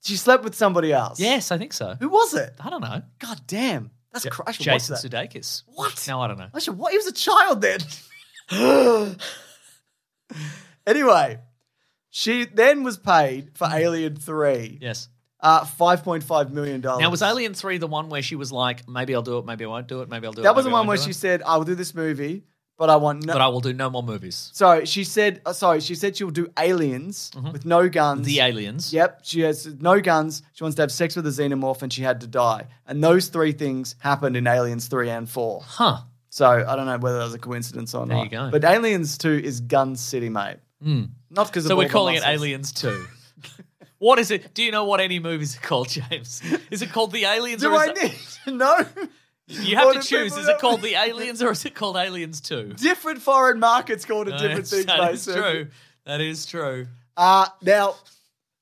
C: She slept with somebody else.
D: Yes, I think so.
C: Who was it?
D: I don't know.
C: God damn. That's
D: Ja-
C: cr- I should
D: Jason
C: watch that.
D: Sudeikis.
C: What?
D: No, I don't know.
C: I should. What? He was a child then. anyway, she then was paid
D: Hmm.
C: for Alien Three.
D: Yes.
C: Uh, five point five million dollars.
D: Now was Alien Three the one where she was like, maybe I'll do it, maybe I won't do it, maybe I'll do it.
C: That was the
D: maybe I
C: one where
D: won't
C: she
D: do it,
C: said, "I will do this movie, but I want no."
D: but I will do no more movies.
C: Sorry, she said. Uh, sorry, she said she'll do aliens with no guns.
D: Mm-hmm. The aliens.
C: Yep, she has no guns. She wants to have sex with a xenomorph, and she had to die. And those three things happened in Aliens three and four.
D: Huh.
C: So I don't know whether that was a coincidence or
D: There
C: not.
D: you go. Hmm.
C: But Aliens two is Gun City, mate. Not because
D: So we're calling it Aliens Two. what is it? Do you know what any movies are called, James? Is it called The Aliens?
C: Do
D: or is
C: I
D: it-
C: need to know?
D: You have
C: What
D: to
C: do
D: choose.
C: people
D: Is it
C: know?
D: called The Aliens or is it called Aliens Two?
C: different foreign markets called it
D: No,
C: different things,
D: that
C: mate.
D: is
C: so-
D: true. That is true.
C: Uh, now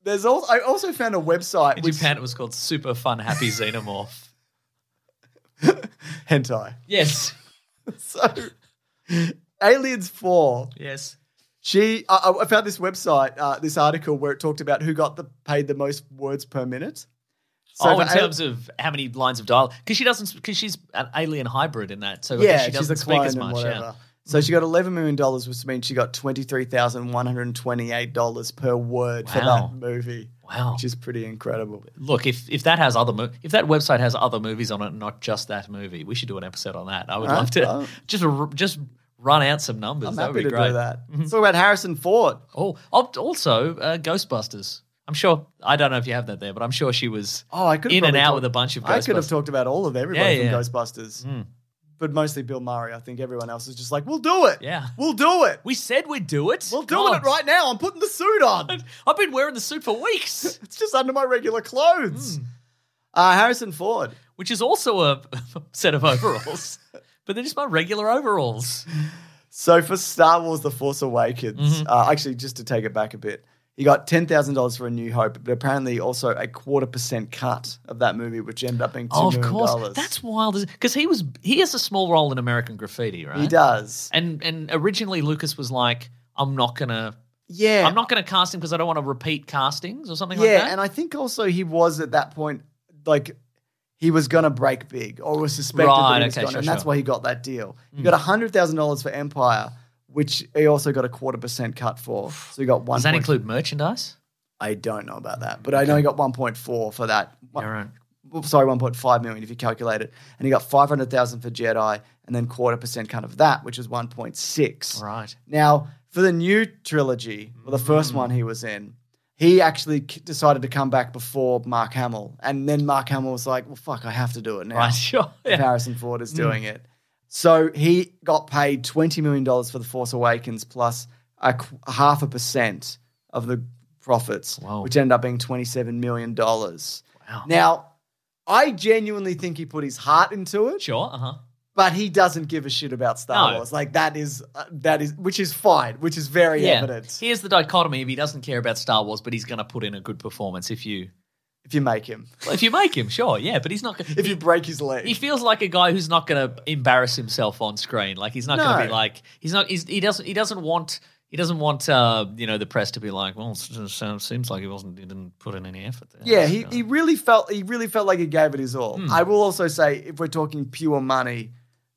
C: there's also I also found a website
D: In
C: which
D: Japan, it was called Super Fun Happy Xenomorph.
C: hentai.
D: yes.
C: So Aliens four
D: Yes.
C: She, I, I found this website, uh, this article where it talked about who got the paid the most words per minute.
D: oh, in
C: for al-
D: terms of how many lines of dialogue, because she doesn't, because she's an alien hybrid in that, so I guess
C: yeah,
D: she
C: she's a
D: doesn't speak
C: clone
D: as
C: and
D: much.
C: whatever.
D: Yeah.
C: So she got eleven million dollars, which means she got twenty three thousand one hundred twenty eight dollars per word for
D: Wow.
C: that movie,
D: Wow.
C: which is pretty incredible.
D: Look, if if that has other mo- if that website has other movies on it, not just that movie, we should do an episode on that. I would
C: All
D: love
C: right,
D: to
C: well.
D: just r- just run out some numbers.
C: I'm
D: that would
C: happy to
D: be great. Mm-hmm.
C: do that. Let's talk about Harrison Ford.
D: Oh, al- also uh, Ghostbusters. I'm sure. I don't know if you have that there, but I'm sure she was.
C: Oh, I could
D: in and out with a bunch of Ghostbusters.
C: I could have talked about all of everybody
D: Yeah, Hmm.
C: from
D: yeah.
C: Ghostbusters, but mostly Bill Murray. I think everyone else is just like, "We'll do it.
D: Yeah.
C: we'll do it.
D: We said we'd do it.
C: We're doing
D: God.
C: it right now. I'm putting the suit on.
D: I've been wearing the suit for weeks,
C: It's just under my regular
D: Hmm.
C: clothes. Uh, Harrison Ford.
D: which is also a set of overalls, but they're just my regular overalls.
C: So for Star Wars: The Force Awakens,
D: Mm-hmm.
C: uh, actually, just to take it back a bit, he got ten thousand dollars for A New Hope, but apparently also a quarter percent cut of that movie, which ended up being two
D: Oh,
C: million
D: of course,
C: dollars.
D: that's wild. Because he was he has a small role in American Graffiti, right?
C: he does.
D: And and originally Lucas was like, I'm not gonna.
C: Yeah,
D: I'm not going to cast him because I don't want to repeat castings or something
C: Yeah,
D: like that.
C: and I think also he was at that point like he was going to break big or was suspected that
D: Right,
C: he was
D: okay,
C: going, to
D: sure,
C: and that's
D: sure. Hmm.
C: why he got that deal. He got hundred thousand dollars for Empire, which he also got a quarter percent cut for. So he got one.
D: Does that include merchandise?
C: I don't know about that, but I know he got 1.4 for that.
D: All
C: One-
D: right.
C: well, Sorry, 1.5 million if you calculate it. And he got 500,000 for Jedi and then quarter percent kind of that, which is 1.6.
D: Right. Mm.
C: Now, for the new trilogy, or the first one he was in, he actually k- decided to come back before Mark Hamill. And then Mark Hamill was like, well, fuck, I have to do it now.
D: Right. Sure.
C: If
D: Yeah. Mm.
C: Harrison Ford is doing it. So he got paid $20 million for The Force Awakens plus a qu- half a percent of the profits, which ended up being $27 million. Wow. Now, I genuinely think he put his heart into it.
D: Sure. Uh huh.
C: But he doesn't give a shit about Star
D: No.
C: Wars. Like that is uh, that is which is fine, which is very
D: Yeah.
C: evident
D: Here's the dichotomy: if he doesn't care about Star Wars, but he's going to put in a good performance. If you
C: if you make him.
D: well, if you make him, sure, yeah, but he's not. gonna-
C: If you break his leg.
D: He feels like a guy who's not going to embarrass himself on screen. Like he's not going to be
C: No.
D: like he's not. He's, he doesn't. He doesn't want. He doesn't want. Uh, you know, the press to be like, well, it s- s- seems like he wasn't. He didn't put in any effort there.
C: Yeah, he,
D: So-
C: he really felt he really felt like he gave it his
D: Hmm.
C: all. I will also say, if we're talking pure money,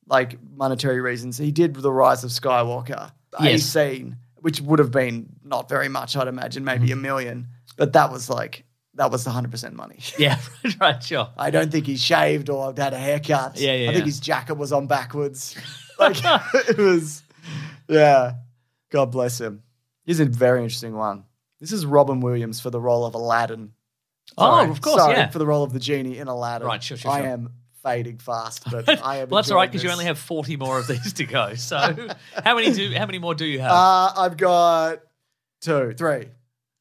C: like monetary reasons, he did the Rise of Skywalker. A
D: Yes.
C: scene, which would have been not very much, I'd imagine,
D: Hmm.
C: maybe a million, but that was like that was 100 percent money.
D: yeah, right, sure.
C: I don't think he shaved or had a haircut.
D: Yeah, yeah,
C: I think
D: yeah.
C: his jacket was on backwards. like it was, yeah. God bless him. Here's a very interesting one. This is Robin Williams for the role of Aladdin.
D: Oh,
C: Sorry.
D: of course,
C: Sorry
D: yeah.
C: for the role of the genie in Aladdin.
D: Right, sure, sure,
C: I
D: sure.
C: am fading fast, but I am.
D: well, that's all right because you
C: enjoying
D: only
C: this.
D: have forty more of these to go. So, how many do? How many more do you have?
C: Uh, I've got two, three.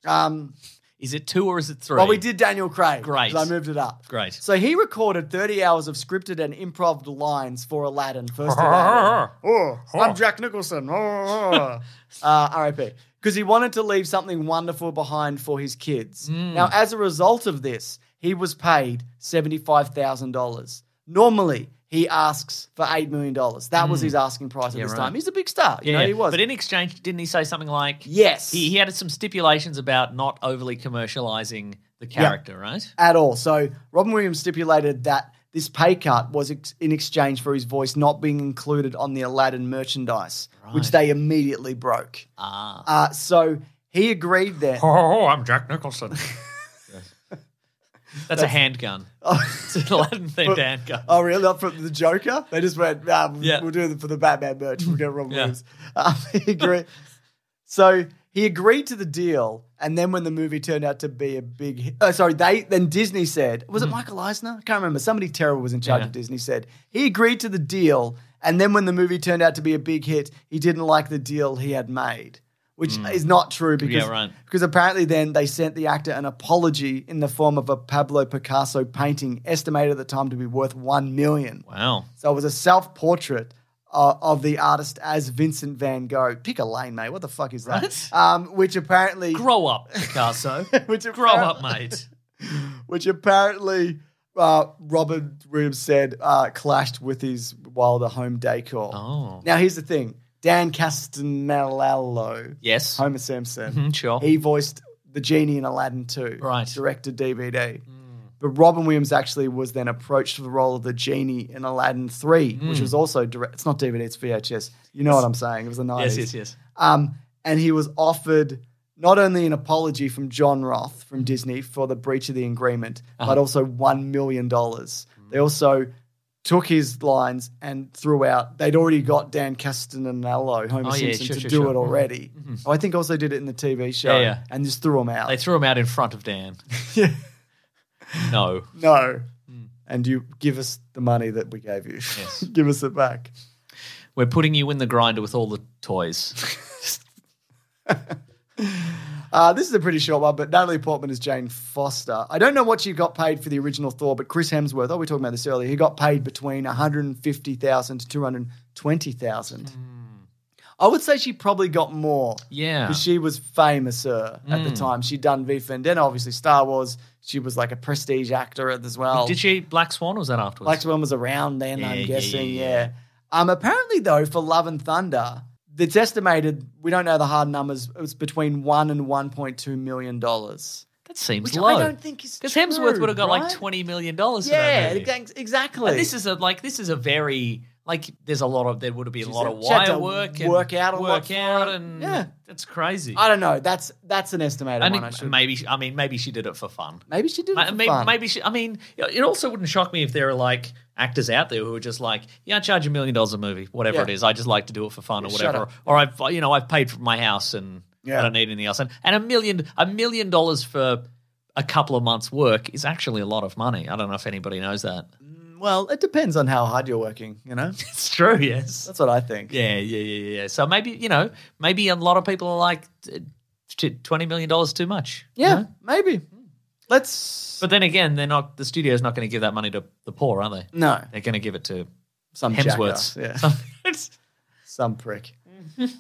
C: Um,
D: is it two or is it three?
C: Well, we did Daniel Craig.
D: Great.
C: 'cause I moved it up.
D: Great.
C: So he recorded 30 hours of scripted and improv lines for Aladdin. First Aladdin. Oh, I'm Jack Nicholson. Oh, oh. uh, R.I.P. Because he wanted to leave something wonderful behind for his kids.
D: Hmm.
C: Now, as a result of this, he was paid $75,000. Normally, he asks for $8 million. That was his asking price at this
D: Hmm. right.
C: time. He's a big star. You
D: Yeah,
C: know,
D: yeah.
C: he was.
D: But in exchange, didn't he say something like,
C: yes.
D: He, he added some stipulations about not overly commercializing the character, right?
C: at all. So Robin Williams stipulated that this pay cut was ex- in exchange for his voice not being included on the Aladdin merchandise, which they immediately broke.
D: Ah.
C: Uh, so he agreed that.
D: Oh, I'm Jack Nicholson. That's a handgun. It's an Aladdin themed handgun.
C: Oh, really? Not from the Joker? They just went, um,
D: Yeah.
C: we'll do it for the Batman merch. We'll get Robin
D: Yeah.
C: Williams. Um, he agreed. so he agreed to the deal. And then when the movie turned out to be a big hit, oh, sorry, they then Disney said, was it Michael Eisner? I can't remember. Somebody terrible was in charge
D: Hmm. Yeah.
C: of Disney said, he agreed to the deal. And then when the movie turned out to be a big hit, he didn't like the deal he had made. Which is not true because,
D: Hmm. right.
C: because apparently then they sent the actor an apology in the form of a Pablo Picasso painting estimated at the time to be worth 1 million.
D: Wow.
C: So it was a self portrait uh, of the artist as Vincent van Gogh. Pick a lane, mate. What the fuck is that?
D: Right?
C: Um, which apparently,
D: Grow up, Picasso.
C: Which are
D: Grow
C: fair-
D: up, mate.
C: which apparently, uh, Robert Williams said uh, clashed with his wilder home decor.
D: Oh.
C: Now here's the thing: Dan Castellanello,
D: Yes.
C: Homer Simpson,
D: Mhm, sure.
C: he voiced the genie in Aladdin too.
D: Right. Mm.
C: directed DVD. But Robin Williams actually was then approached for the role of the genie in Aladdin 3,
D: Mm.
C: which was also direct. It's not DVD, it's VHS. You know what I'm saying. It was the 90s.
D: yes, yes, yes.
C: Um, and he was offered not only an apology from John Roth from Disney for the breach of the agreement,
D: Uh-huh.
C: but also $1 million.
D: Hmm.
C: They also took his lines and threw out, they'd already got Dan Castellanello, Homer
D: Oh, yeah,
C: Simpson,
D: sure,
C: to
D: sure,
C: do
D: sure. Mm-hmm,
C: it already. Oh, I think also did it in the TV show
D: Yeah, yeah.
C: and just threw him out.
D: They threw him out in front of Dan. no.
C: No.
D: Hmm.
C: And you give us the money that we gave you. give us it back.
D: We're putting you in the grinder with all the toys.
C: Uh, this is a pretty short one, but Natalie Portman is Jane Foster. I don't know what she got paid for the original Thor, but Chris Hemsworth, oh, we talked about this earlier, he got paid between 150,000 to 220,000.
D: Hmm.
C: I would say she probably got more.
D: Yeah. Hmm.
C: 'cause She was famouser at the time. She'd done V for Vendetta, obviously Star Wars. She was like a prestige actor as well.
D: Did she Black Swan or was that afterwards?
C: Black Swan was around then,
D: Yeah,
C: I'm
D: yeah,
C: guessing.
D: yeah,
C: Yeah,
D: yeah.
C: Um. Apparently, though, for Love and Thunder, it's estimated we don't know the hard numbers. It was between one and one point two million dollars,
D: That seems
C: which
D: low.
C: I don't think is
D: Because Hemsworth
C: true,
D: would have got
C: right?
D: like twenty million dollars.
C: Yeah,
D: for that movie.
C: ex- exactly.
D: And this is a like this is a very like there's a lot of there would have been a lot
C: had-
D: of
C: she had
D: wire
C: to
D: work, and
C: work out a lot
D: work
C: for
D: out,
C: it.
D: and
C: Yeah.
D: that's crazy.
C: I don't know. That's that's an estimated
D: I
C: one.
D: think
C: I should. Maybe,
D: maybe I mean maybe she did it for fun.
C: she did. It for
D: Maybe,
C: fun.
D: maybe she. I mean, it also wouldn't shock me if there are like actors out there who are just like, yeah, I charge a million dollars a movie, whatever
C: Yeah.
D: it is. I just like to do it for fun or
C: Yeah, shut
D: whatever. Or I've you know I've paid for my house and
C: Yeah.
D: I don't need anything else. And, and a million a million dollars for a couple of months' work is actually a lot of money. I don't know if anybody knows that.
C: Well, it depends on how hard you're working, you know?
D: It's true, yes.
C: That's what I think.
D: Yeah, yeah, yeah, yeah. So maybe, you know, maybe a lot of people are like, "T- t- $20 million is too much.
C: Yeah, maybe. Let's.
D: But then again, they're not, the studio's not going to give that money to the poor, are they?
C: No.
D: They're going to give it to
C: Some
D: Hemsworths.
C: jackass,
D: Some-
C: Yeah. Some prick.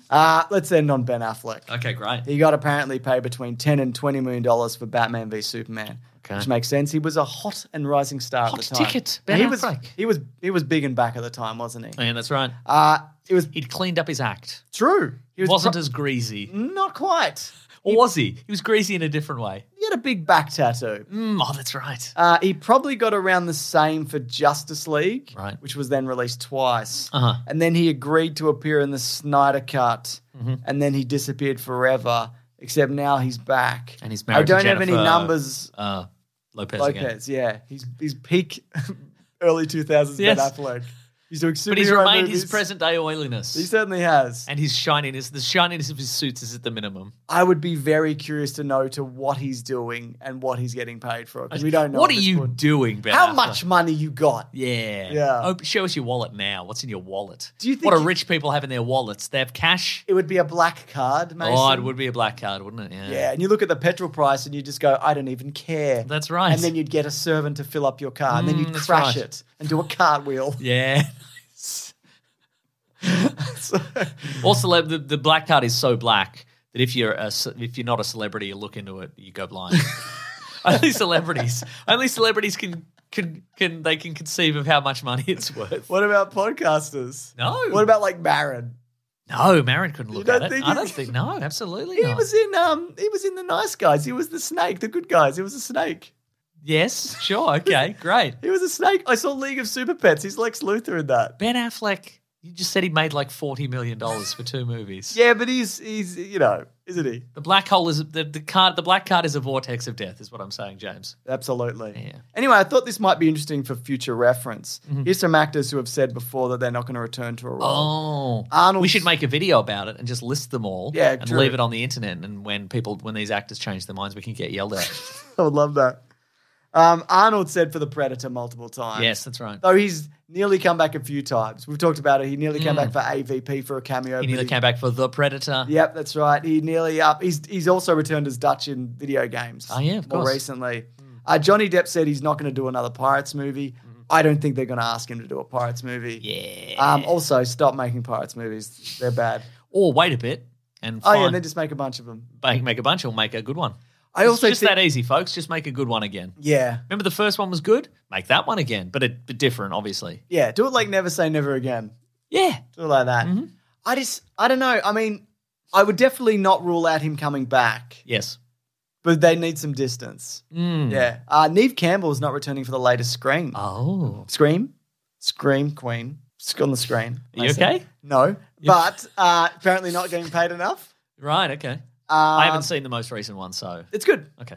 C: uh, let's end on Ben Affleck.
D: okay, great.
C: He got apparently paid between 10 and 20 million dollars for Batman v Superman. Which makes sense. He was a hot and rising star
D: Hot
C: at the time.
D: ticket,
C: And
D: Ben
C: he was
D: Affleck.
C: he was he was big and back at the time, wasn't he?
D: Yeah, that's right.
C: Uh it was
D: He'd cleaned up his act.
C: true. He was
D: wasn't
C: pro- Mm,
D: as greasy.
C: not quite.
D: Or was he? He was greasy in a different way.
C: He had a big back tattoo.
D: Mm, oh, that's right.
C: Uh, he probably got around the same for Justice League,
D: Right.
C: which was then released twice.
D: Uh-huh.
C: And then he agreed to appear in the Snyder Cut,
D: Mm-hmm.
C: and then he disappeared forever. Except now he's back,
D: And he's married
C: I don't
D: to
C: have any
D: Jennifer,
C: numbers.
D: Uh, Lopez, again.
C: Lopez, yeah, he's he's peak early two thousands Ben
D: Yes.
C: Affleck. He's doing superhero
D: But he's remained
C: movies.
D: his present day oiliness.
C: He certainly has.
D: and his shininess, the shininess of his suits is at the minimum.
C: I would be very curious to know to what he's doing and what he's getting paid for because we don't know.
D: What are
C: at this
D: you
C: point.
D: doing, Ben?
C: How
D: Affleck?
C: much money you got?
D: Yeah.
C: Yeah.
D: Oh, show us your wallet now. What's in your wallet?
C: Do you think
D: what do
C: you-
D: rich people have in their wallets? They have cash.
C: It would be a black card, Mason.
D: Oh, it would be a black card, wouldn't it? Yeah.
C: Yeah, and you look at the petrol price and you just go, I don't even care.
D: That's right.
C: And then you'd get a servant to fill up your car, and then you'd
D: that's
C: crash
D: right.
C: it and do a cartwheel.
D: Yeah. also, like, the, the black card is so black that if you're a, ce- if you're not a celebrity, you look into it, you go blind. only celebrities, only celebrities can can can they can conceive of how much money it's worth.
C: What about podcasters?
D: No.
C: What about like Marin?
D: No, Marin couldn't
C: You
D: look
C: don't
D: at it.
C: think
D: I
C: he-
D: don't think. No, absolutely
C: He
D: not.
C: was in um he was in the nice guys. He was the snake, the good guys. He was a snake.
D: yes, sure, okay, great.
C: He was a snake. I saw League of Super Pets. He's Lex Luthor in that.
D: Ben Affleck, you just said he made like forty million dollars for two movies.
C: Yeah, but he's he's you know, isn't he?
D: The black hole is the, the card. The black card is a vortex of death, is what I'm saying, James.
C: Absolutely.
D: Yeah. Mm-hmm.
C: Anyway, I thought this might be interesting for future reference. Here's some actors who have said before that they're not going to return to a role.
D: Oh,
C: Arnold's-
D: we should make a video about it and just list them all.
C: Yeah,
D: and
C: true.
D: leave it on the internet. And when people, when these actors change their minds, we can get yelled at.
C: I would love that. Um, Arnold said for the Predator multiple times.
D: yes, that's right.
C: Though he's nearly come back a few times. We've talked about it. He nearly came back for AVP for a cameo.
D: Mm. He
C: but
D: nearly came back for the Predator.
C: Yep, that's right. He nearly up. He's he's also returned as Dutch in video games.
D: Oh, yeah, of
C: more
D: course.
C: recently. Uh, Johnny Depp said he's not going to do another Pirates movie.
D: Mm-hmm.
C: I don't think they're going to ask him to do a Pirates movie.
D: Yeah.
C: Um, also, stop making Pirates movies. They're bad.
D: Or wait a bit and
C: oh
D: find,
C: yeah, and then just make a bunch of them.
D: make, make a bunch or make a good one.
C: I
D: It's
C: also
D: just
C: think-
D: that easy, folks. Just make a good one again.
C: Yeah,
D: Remember the first one was good. Make that one again, but it but different, obviously.
C: yeah. Do it like Never Say Never Again.
D: Yeah.
C: Do it like that.
D: Mm-hmm.
C: I just, I don't know. I mean, I would definitely not rule out him coming back,
D: Yes.
C: but they need some distance. Yeah. Uh, Neve Campbell is not returning for the latest Scream.
D: Mm. Oh.
C: Scream? Scream Queen. Sc- On the screen.
D: Are you okay?
C: No, but uh, apparently not getting paid enough.
D: Right. Okay.
C: Um,
D: I haven't seen the most recent one, so
C: It's good.
D: okay.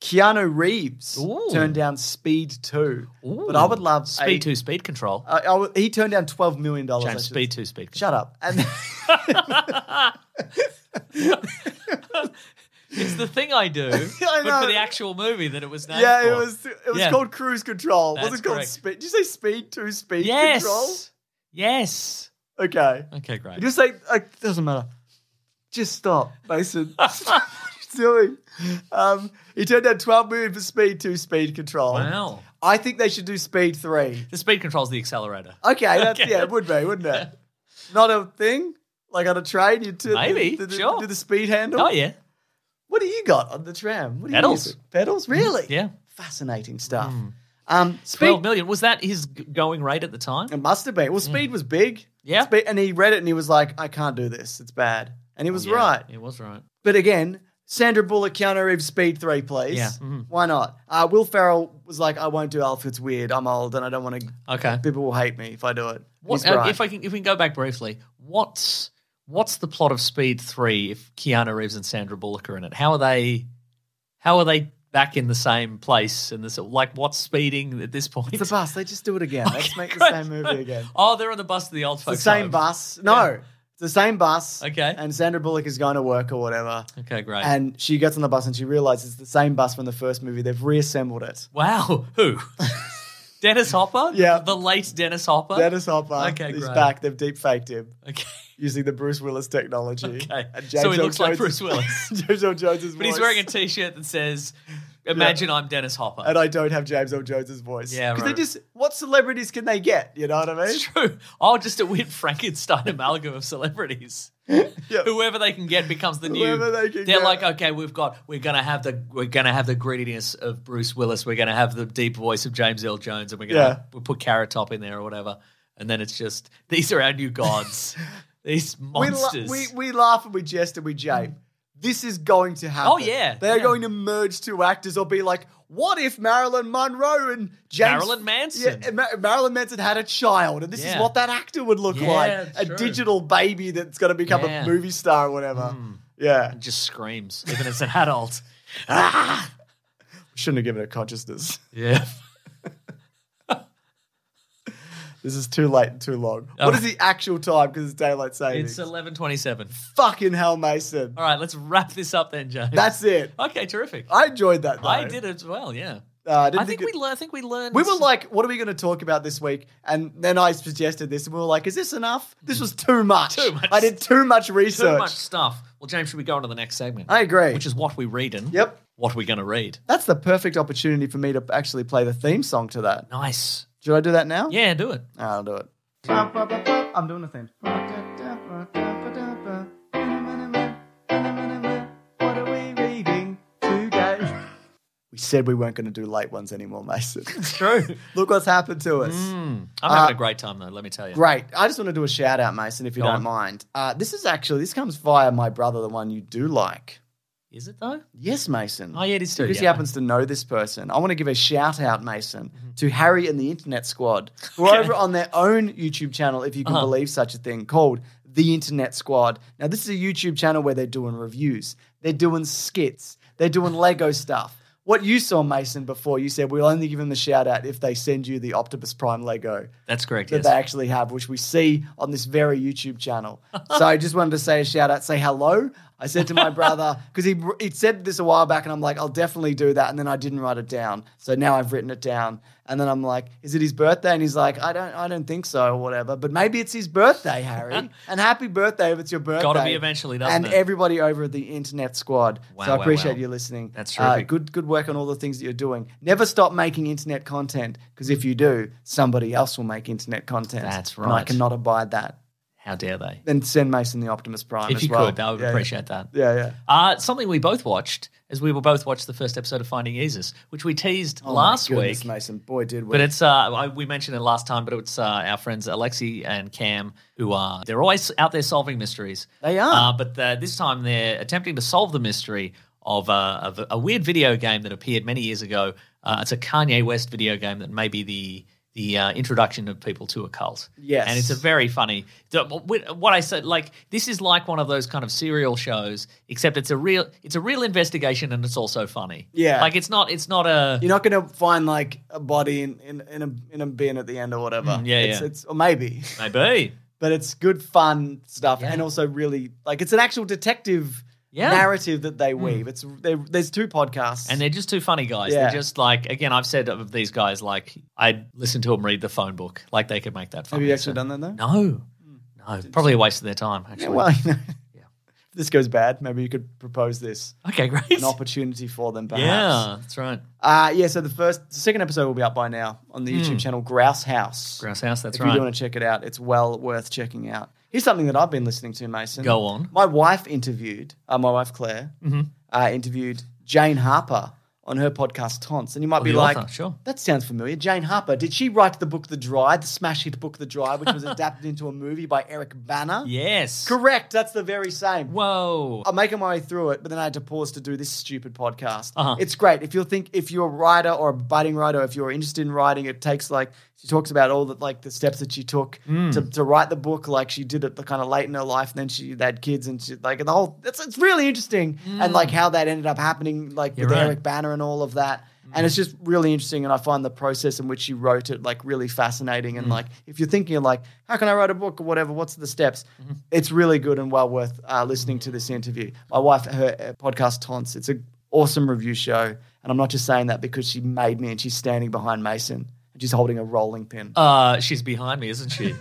C: Keanu Reeves
D: Ooh.
C: turned down Speed 2.
D: Ooh.
C: But I would love
D: speed
C: a- Oh,
D: two speed control.
C: I- I would- he turned down $12 million. I
D: James,
C: should
D: speed two speed control.
C: Shut up. And
D: It's the thing I do, but
C: know.
D: for the actual movie that it was named
C: yeah, it
D: for.
C: was it was
D: Yeah.
C: called cruise control.
D: That's
C: Wasn't it called
D: correct.
C: speed? Did you say speed to speed
D: Yes.
C: control?
D: Yes.
C: Okay.
D: Okay, great.
C: Just say like doesn't matter. Just stop, Mason. Stop what you're doing. Um, he turned down 12 million for speed two speed control.
D: Wow.
C: I think they should do speed three.
D: The speed control's the accelerator.
C: Okay, that's yeah, it would be, wouldn't it? Not a thing. Like on a train, you do
D: Maybe,
C: the, the,
D: sure.
C: do the speed handle.
D: Oh yeah.
C: What do you got on the tram? What do you
D: Pedals. Mm,
C: use? Pedals, really?
D: Yeah. Mm.
C: Fascinating stuff. Um,
D: Twelve
C: speed
D: million. Was that his g- going rate at the time?
C: It must have been. Well, Speed was big.
D: Yeah.
C: Speed, and he read it and he was like, I can't do this. It's bad. And he was
D: Oh, Yeah,
C: right.
D: It was right.
C: But again, Sandra Bullock, Keanu Reeves, Speed 3, please.
D: Yeah. mm-hmm.
C: Why not? Uh, Will Ferrell was like, I won't do Alf. It's weird. I'm old and I don't want to.
D: Okay.
C: People will hate me if I do it.
D: What,
C: He's
D: uh,
C: right.
D: If I can, if we can go back briefly, what's what's the plot of Speed Three? If Keanu Reeves and Sandra Bullock are in it, how are they? How are they back in the same place? And this, like, what's speeding at this point?
C: it's the bus. They just do it again. Let's make the
D: Great.
C: same movie again.
D: Oh, they're on the bus to the old
C: It's the
D: folks.
C: same
D: home.
C: bus. No. It's the same bus.
D: Okay.
C: And Sandra Bullock is going to work or whatever.
D: Okay, great.
C: And she gets on the bus and she realizes it's the same bus from the first movie. They've reassembled it.
D: wow, who? Dennis Hopper?
C: Yeah.
D: The late Dennis Hopper?
C: Dennis Hopper
D: Okay,
C: is
D: great.
C: back. They've deep faked him
D: Okay.
C: using the Bruce Willis technology.
D: Okay.
C: And James
D: So he
C: Earl
D: looks like
C: Jones-
D: Bruce Willis.
C: James Earl Jones's
D: But he's
C: voice.
D: wearing a t shirt that says, Imagine I'm Dennis Hopper.
C: and I don't have James Earl Jones's voice.
D: Yeah,
C: because
D: right.
C: they just what celebrities can they get? You know what I mean?
D: It's true. Oh, just a weird Frankenstein amalgam of celebrities. Whoever they can get becomes the new.
C: Whoever they can
D: They're
C: get.
D: like, okay, we've got. We're gonna have the. We're gonna have the greediness of Bruce Willis. We're gonna have the deep voice of James L. Jones, and we're gonna
C: Yeah.
D: we'll put Carrot Top in there or whatever. And then it's just these are our new gods. these
C: We, la-
D: monsters.
C: we we laugh and we jest and we jape. This is going to happen.
D: Oh, yeah.
C: they are
D: Yeah.
C: going to merge two actors or be like, what if Marilyn Monroe and James
D: Marilyn Manson.
C: Yeah, Ma- Marilyn Manson had a child, and this is
D: Yeah.
C: what that actor would look
D: Yeah,
C: like
D: it's
C: a
D: true.
C: digital baby that's going to become
D: Yeah. Hmm.
C: a movie star or whatever. Yeah,
D: It just screams even as an adult.
C: shouldn't have given it consciousness.
D: Yeah.
C: This is too late and too long.
D: Oh.
C: What is the actual time? Because it's daylight savings.
D: It's eleven twenty-seven.
C: Fucking hell, Mason.
D: All right, let's wrap this up then, James.
C: That's it.
D: okay. Terrific.
C: I enjoyed that. Though.
D: I did as well. Yeah.
C: Uh, I, didn't
D: I think,
C: it-
D: we. lear- I think we learned.
C: We were like, what are we going to talk about this week? And then I suggested this, and we were like, is this enough? This was too much.
D: Too much.
C: I did too much
D: too
C: research.
D: much stuff. Well, James, should we go on to the next segment?
C: I agree.
D: Which is what we reading.
C: Yep.
D: What we going to read.
C: That's the perfect opportunity for me to actually play the theme song to that.
D: Nice.
C: Should I do that now?
D: Yeah, do it.
C: I'll do it. I'm doing the theme. What are we reading today? We said we weren't going to do late ones anymore, Mason.
D: True.
C: Look what's happened to us.
D: I'm having a great time though. Let me tell you.
C: Mm. Uh, Great. I just want to do a shout out, Mason, if you
D: Go
C: don't
D: on.
C: mind. Uh, this is actually this comes via my brother, the one you do like.
D: Is it though?
C: Yes, Mason.
D: Oh yeah, it is too.
C: because he
D: yeah.
C: happens to know this person. I want to give a shout out, Mason,
D: Mm-hmm.
C: to Harry and the Internet Squad, who are over on their own YouTube channel, if you
D: Uh-huh.
C: can believe such a thing, called The Internet Squad. Now, this is a YouTube channel where they're doing reviews, they're doing skits, they're doing Lego stuff. What you saw, Mason, before you said we'll only give them the shout out if they send you the Optimus Prime Lego
D: That's correct.
C: that
D: Yes.
C: they actually have, which we see on this very YouTube channel. so I just wanted to say a shout out, say hello. I said to my brother because he he said this a while back, and I'm like, I'll definitely do that, and then I didn't write it down. So now I've written it down, and then I'm like, is it his birthday? And he's like, I don't, I don't think so, or whatever. But maybe it's his birthday, Harry. and happy birthday if it's your birthday.
D: Gotta be eventually, doesn't
C: And
D: it?
C: everybody over at the Internet Squad.
D: Wow,
C: so I
D: wow,
C: appreciate
D: wow.
C: you listening.
D: That's
C: Uh,
D: terrific.
C: good, good work on all the things that you're doing. Never stop making internet content because if you do, somebody else will make internet content.
D: That's
C: And I
D: right.
C: cannot abide that.
D: How dare they?
C: Then send Mason the Optimus Prime.
D: If
C: as
D: you
C: well.
D: could, I would
C: Yeah, yeah.
D: appreciate that.
C: Yeah, yeah.
D: Uh, something we both watched is we will both watch the first episode of Finding Isis, which we teased
C: Oh my
D: last
C: goodness,
D: week.
C: Mason, boy, did we.
D: But it's uh, I, we mentioned it last time, but it's uh, our friends Alexi and Cam who are they're always out there solving mysteries.
C: They are.
D: uh, but uh, this time they're attempting to solve the mystery of, uh, of a, a weird video game that appeared many years ago. Uh, it's a Kanye West video game that may be the the uh, introduction of people to a cult.
C: Yes.
D: and it's a very funny. the- What I said, like this is like one of those kind of serial shows, except it's a real it's a real investigation and it's also funny.
C: Yeah.
D: like it's not it's not a
C: you're not going to find like a body in, in, in, a, in a bin at the end or whatever.
D: Mm, yeah,
C: it's,
D: yeah.
C: It's, or maybe.
D: maybe.
C: but it's good fun stuff
D: Yeah.
C: and also really like it's an actual detective
D: Yeah. Mm.
C: narrative that they weave. It's they, There's two podcasts.
D: And they're just two funny guys.
C: Yeah.
D: They're just like, again, I've said of these guys, like, I'd listen to them read the phone book. Like, they could make that
C: Have
D: funny.
C: you actually
D: So-
C: done that though?
D: No. No. Probably a waste of their time, actually.
C: Yeah, well, you know, if this goes bad, maybe you could propose this
D: okay, great.
C: an opportunity for them, perhaps.
D: Yeah, that's right.
C: Uh, yeah. So the first, the second episode will be up by now on the YouTube channel Grouse House.
D: Hmm. Grouse House, that's
C: if
D: right.
C: you do want to check it out, it's well worth checking out. Here's something that I've been listening to, Mason.
D: Go on. Mm-hmm.
C: My wife interviewed, uh, my wife Claire, uh, interviewed Jane Harper on her podcast Taunts, and you might
D: Oh,
C: be
D: the
C: like,
D: author, sure.
C: that sounds familiar. Jane Harper. Did she write the book The Drive, the smash hit book The Drive, which was adapted into a movie by Eric Banner?
D: Yes.
C: Correct. That's the very same.
D: Whoa.
C: I'm making my way through it, but then I had to pause to do this stupid podcast.
D: Uh-huh.
C: It's great. If you think if you're a writer or a budding writer, if you're interested in writing, it takes like she talks about all the like the steps that she took to, to write the book. Like she did it the kind of late in her life, and then she they had kids and she like and the whole it's it's really interesting and like how that ended up happening, like with
D: right.
C: Eric Banner and all of that. And it's just really interesting, and I find the process in which she wrote it like really fascinating.
D: Mm.
C: And like, if you're thinking like, how can I write a book or whatever? What's the steps?
D: Mm-hmm.
C: It's really good and well worth uh, listening to this interview. My wife, her uh, podcast taunts. It's an awesome review show, and I'm not just saying that because she made me, and she's standing behind Mason, and She's holding a rolling pin.
D: Uh, she's behind me, isn't she?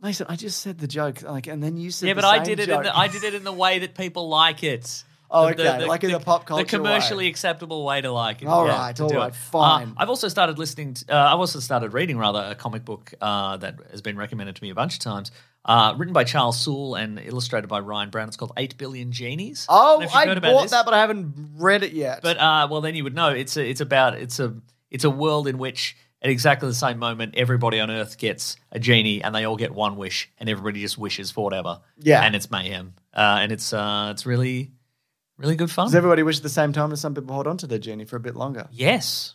C: Mason, I just said the joke, like, and then you said.
D: yeah,
C: the
D: but I
C: same
D: did it. In
C: joke.
D: the, I did it in the way that people like it.
C: Oh, okay, like in the pop culture
D: the commercially
C: way.
D: acceptable way to like it.
C: All
D: yeah,
C: right,
D: to
C: all
D: do
C: right,
D: it.
C: fine.
D: Uh, I've also started listening. To, uh, I've also started reading rather a comic book uh, that has been recommended to me a bunch of times. Uh, written by Charles Sewell and illustrated by Ryan Brown. It's called Eight Billion Genies.
C: Oh,
D: don't know if you've
C: I
D: heard about
C: bought
D: this.
C: that, but I haven't read it yet.
D: But uh, well, then you would know. It's a, it's about it's a it's a world in which at exactly the same moment everybody on Earth gets a genie and they all get one wish and everybody just wishes for whatever.
C: Yeah.
D: and it's mayhem. Uh, and it's uh, it's really really good fun.
C: Does everybody wish at the same time, and some people hold on to their genie for a bit longer?
D: yes,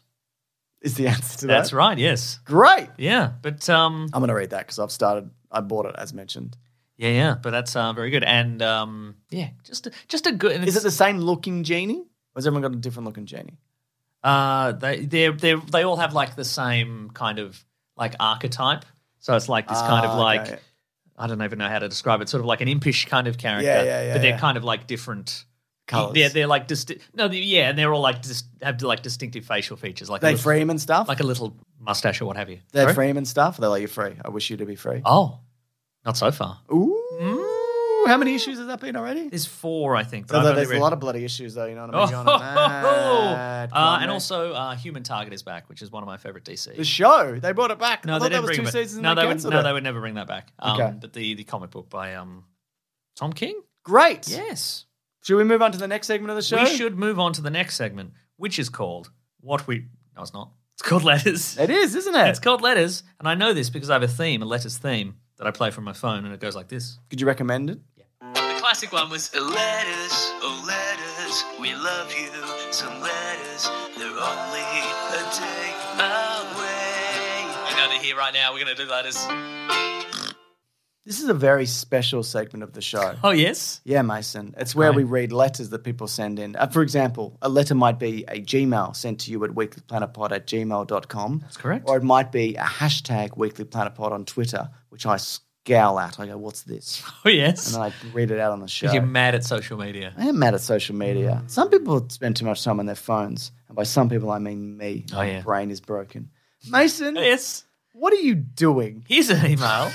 C: Is the answer to that? Oh.
D: that's right. Yes,
C: Great.
D: yeah, but um,
C: I'm going to read that because I've started. I bought it as mentioned.
D: yeah, yeah, but that's uh, very good. And um, yeah, just a, just a good. and
C: Is
D: it's-
C: it the same looking genie? Or has everyone got a different looking genie?
D: Uh, they they they they all have like the same kind of like archetype. So it's like this kind of
C: Ah,
D: like
C: okay.
D: I don't even know how to describe it. Sort of like an impish kind of character.
C: Yeah, yeah, yeah,
D: But they're
C: yeah.
D: kind of like different.
C: Colours.
D: They're they're like disti- no they- yeah, and they're all like dis- have like distinctive facial features like a
C: They
D: little,
C: free him and stuff.
D: like a little mustache or what have you.
C: they
D: Sorry?
C: free him and stuff. They let you free. I wish you to be free.
D: Oh, Mm. not so far.
C: Ooh, how many issues has that been already?
D: There's four, I think. but
C: So
D: I've
C: there-
D: only
C: there's
D: read-
C: a lot of bloody issues though. You know what I
D: Oh,
C: mean? You're on a mad
D: uh,
C: climb
D: and
C: there.
D: also uh, Human Target is back, which is one of my favorite DC.
C: the show. They brought it back.
D: No,
C: I
D: they
C: thought that
D: didn't
C: was
D: bring
C: two
D: it back.
C: seasons. And
D: No,
C: they
D: they would.
C: cancelled
D: No,
C: it.
D: they would never bring that back. Um,
C: Okay.
D: But the the comic book by um, Tom King.
C: Great.
D: Yes.
C: Should we move on to the next segment of the show?
D: We should move on to the next segment, which is called what we. No, it's not. It's called letters.
C: It is, isn't it?
D: It's called letters, and I know this because I have a theme, a letters theme that I play from my phone, and it goes like this.
C: Could you recommend it?
B: The classic one was letters, oh letters, we love you. Some letters, they're only a day away.
D: I know they're here right now. We're gonna do letters.
C: This is a very special segment of the show.
D: Oh yes.
C: Yeah, Mason. It's where we read letters that people send in. Uh, for example, a letter might be a Gmail sent to you at weeklyplanetpod at gmail.com. That's
D: correct.
C: Or it might be a hashtag weeklyplanetpod on Twitter, which I scowl at. I go, what's this?
D: Oh yes.
C: And then I read it out on the show.
D: Because you're mad at social media.
C: I am mad at social media. Some people spend too much time on their phones. And by some people, I mean me.
D: Oh,
C: My
D: yeah.
C: brain is broken. Mason,
D: Yes.
C: what are you doing?
D: Here's an email.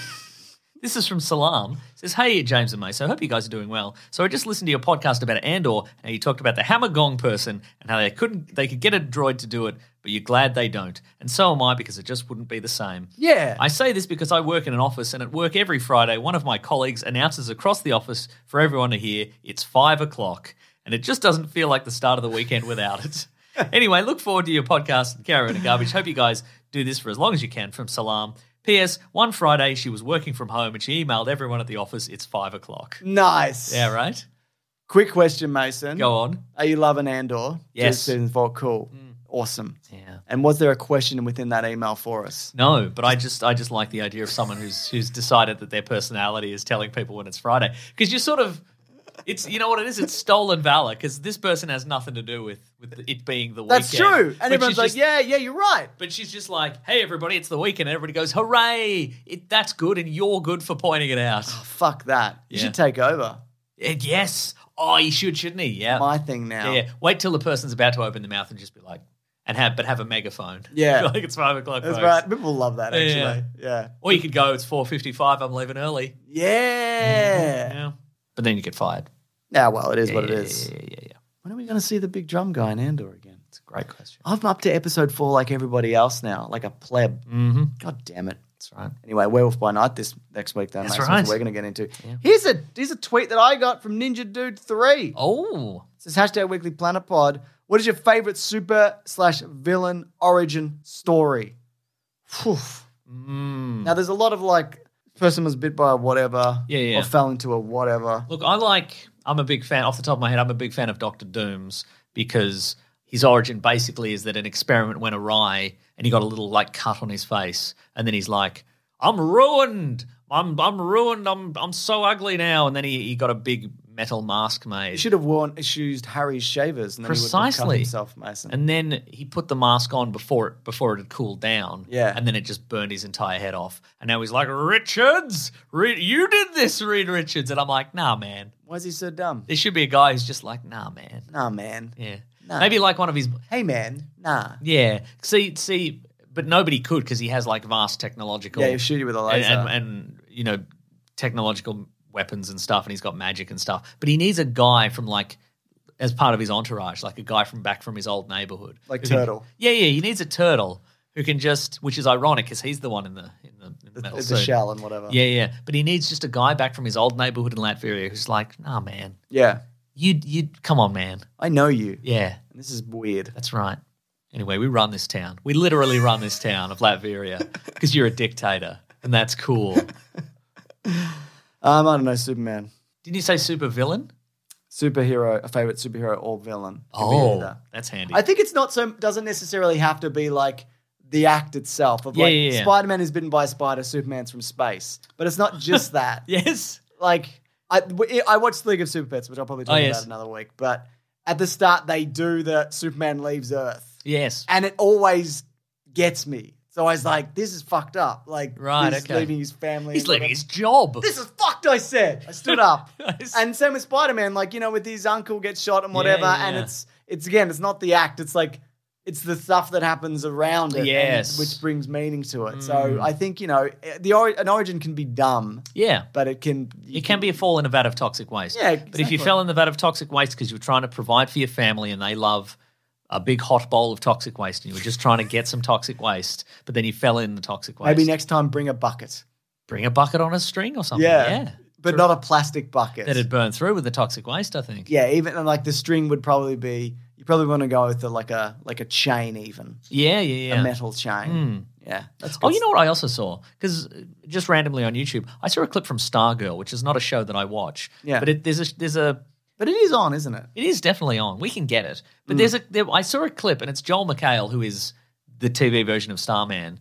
D: This is from Salam. It says, Hey, James and Mace, I hope you guys are doing well. So I just listened to your podcast about Andor, and you talked about the hammer gong person and how they couldn't they could get a droid to do it, but you're glad they don't. And so am I because it just wouldn't be the same.
C: Yeah.
D: I say this because I work in an office, and at work every Friday, one of my colleagues announces across the office for everyone to hear, it's five o'clock. And it just doesn't feel like the start of the weekend without it. anyway, look forward to your podcast, Carrier and Garbage. Hope you guys do this for as long as you can. From Salam. P.S. One Friday, she was working from home and she emailed everyone at the office, it's five o'clock.
C: nice.
D: Yeah, right?
C: Quick question, Mason.
D: Go on.
C: Are you loving Andor?
D: Yes. Mm.
C: Season four. Cool. Awesome.
D: Yeah.
C: And was there a question within that email for us?
D: No, but I just I just like the idea of someone who's who's decided that their personality is telling people when it's Friday because you're sort of it's you know what it is it's stolen valor because this person has nothing to do with with it being the
C: That's
D: weekend.
C: true.
D: But
C: And
D: she's
C: everyone's like,
D: just-
C: yeah, yeah, you're right.
D: But she's just like, hey everybody, it's the weekend, and everybody goes, hooray! It, that's good, and you're good for pointing it out.
C: Fuck that. You
D: Yeah.
C: should take over.
D: And yes, oh, you should, shouldn't he? Yeah,
C: My thing now.
D: yeah, yeah. Wait till the person's about to open the mouth and just be like, and have but have a megaphone.
C: Yeah.
D: like it's five o'clock.
C: That's
D: folks."
C: right. People love that,
D: Yeah,
C: actually.
D: yeah.
C: Yeah. Yeah.
D: Or you could go, it's four fifty-five. I'm leaving early. Yeah. But then you get fired.
C: Now, well, it is what it
D: yeah,
C: is.
D: Yeah, yeah, yeah, yeah.
C: When are we going to see the big drum guy in Andor again?
D: It's a great question.
C: I'm up to episode four like everybody else now, like a pleb.
D: Mm-hmm.
C: God damn it.
D: That's right.
C: Anyway, Werewolf by Night this next week, though,
D: That's
C: mate, so
D: right.
C: we're going to get into. Here's a here's a tweet that I got from Ninja Dude Three.
D: Oh,
C: It says hashtag Weekly Planet Pod. What is your favorite super slash villain origin story? Phew. Now there's a lot of like person was bit by a whatever,
D: Mm. Yeah, yeah.
C: or fell into a whatever.
D: look, I like. I'm a big fan. Off the top of my head, I'm a big fan of Doctor Doom's because his origin basically is that an experiment went awry and he got a little like cut on his face, and then he's like, "I'm ruined. I'm I'm ruined. I'm I'm so ugly now." And then he, he got a big metal mask
C: He
D: made.
C: should have worn used Harry's shavers, and then he would have
D: Precisely.
C: cut himself, Mason.
D: And then he put the mask on before it before it had cooled down.
C: Yeah.
D: And then it just burned his entire head off. And now he's like, Richards, Reed, you did this, Reed Richards. And I'm like, nah, man.
C: Why is he so dumb?
D: There should be a guy who's just like, nah, man.
C: Nah, man.
D: Yeah.
C: Nah.
D: Maybe like one of his
C: Hey, man. Nah.
D: Yeah. See see but nobody could because he has like vast technological.
C: Yeah, he'll shoot you with a
D: and- and,
C: laser.
D: and you know technological weapons and stuff, and he's got magic and stuff. But he needs a guy from like as part of his entourage, like a guy from back from his old neighborhood,
C: Like
D: who can-
C: Turtle.
D: yeah, yeah, he needs a turtle who can just, which is ironic because he's the one in the in the, in the metal
C: It's a
D: suit.
C: shell and whatever.
D: Yeah, yeah. But he needs just a guy back from his old neighborhood in Latveria who's like, nah, man,
C: Yeah.
D: you you come on, man.
C: I know you.
D: Yeah,
C: This is weird.
D: that's right. Anyway, we run this town. We literally run this town of Latveria because you're a dictator, and that's cool.
C: Um, I don't know, Superman.
D: Didn't you say super villain?
C: Superhero, a favorite superhero or villain. Could be
D: Oh,
C: either.
D: that's handy.
C: I think it's not so doesn't necessarily have to be like the act itself of
D: Yeah,
C: like
D: yeah, yeah.
C: Spider-Man is bitten by a spider, Superman's from space. But it's not just that.
D: yes.
C: Like I w- I watched League of Super Pets, which I'll probably talk
D: Oh, yes.
C: about another week, but at the start they do the Superman leaves Earth.
D: Yes.
C: And it always gets me. So I was like, this is fucked up. Like
D: Right,
C: he's
D: okay.
C: leaving his family.
D: He's
C: and
D: leaving
C: whatever.
D: his job.
C: This is fucked, I said. I stood up.
D: Nice.
C: And same with Spider Man, like, you know, with his uncle gets shot and
D: Yeah,
C: whatever.
D: yeah,
C: And
D: yeah.
C: it's, it's again, it's not the act. It's like, it's the stuff that happens around it. and-
D: Yes. Mm.
C: which brings meaning to it. So I think, you know, eh, the ori- an origin can be dumb,
D: yeah.
C: but it can. you
D: It can be a fall in a vat of toxic waste.
C: Yeah,
D: But if
C: exactly.
D: you fell in the vat of toxic waste because you were trying to provide for your family and they love a big hot bowl of toxic waste and you were just trying to get some toxic waste, but then you fell in the toxic waste.
C: Maybe next time bring a bucket.
D: Bring a bucket on a string or something.
C: Yeah.
D: Yeah.
C: But not a plastic bucket.
D: That'd burn through with the toxic waste, I think.
C: yeah, even and like the string would probably be. You probably want to go with the, like a like a chain, even
D: Yeah, yeah, yeah.
C: a metal chain. Yeah, that's
D: Oh,
C: good
D: you know what I also saw? Because just randomly on YouTube, I saw a clip from Stargirl, which is not a show that I watch.
C: Yeah.
D: But it, there's a there's a
C: But it is on, isn't it?
D: It is definitely on. We can get it.
C: Hmm.
D: But there's a there, I saw a clip and it's Joel McHale who is the TV version of Starman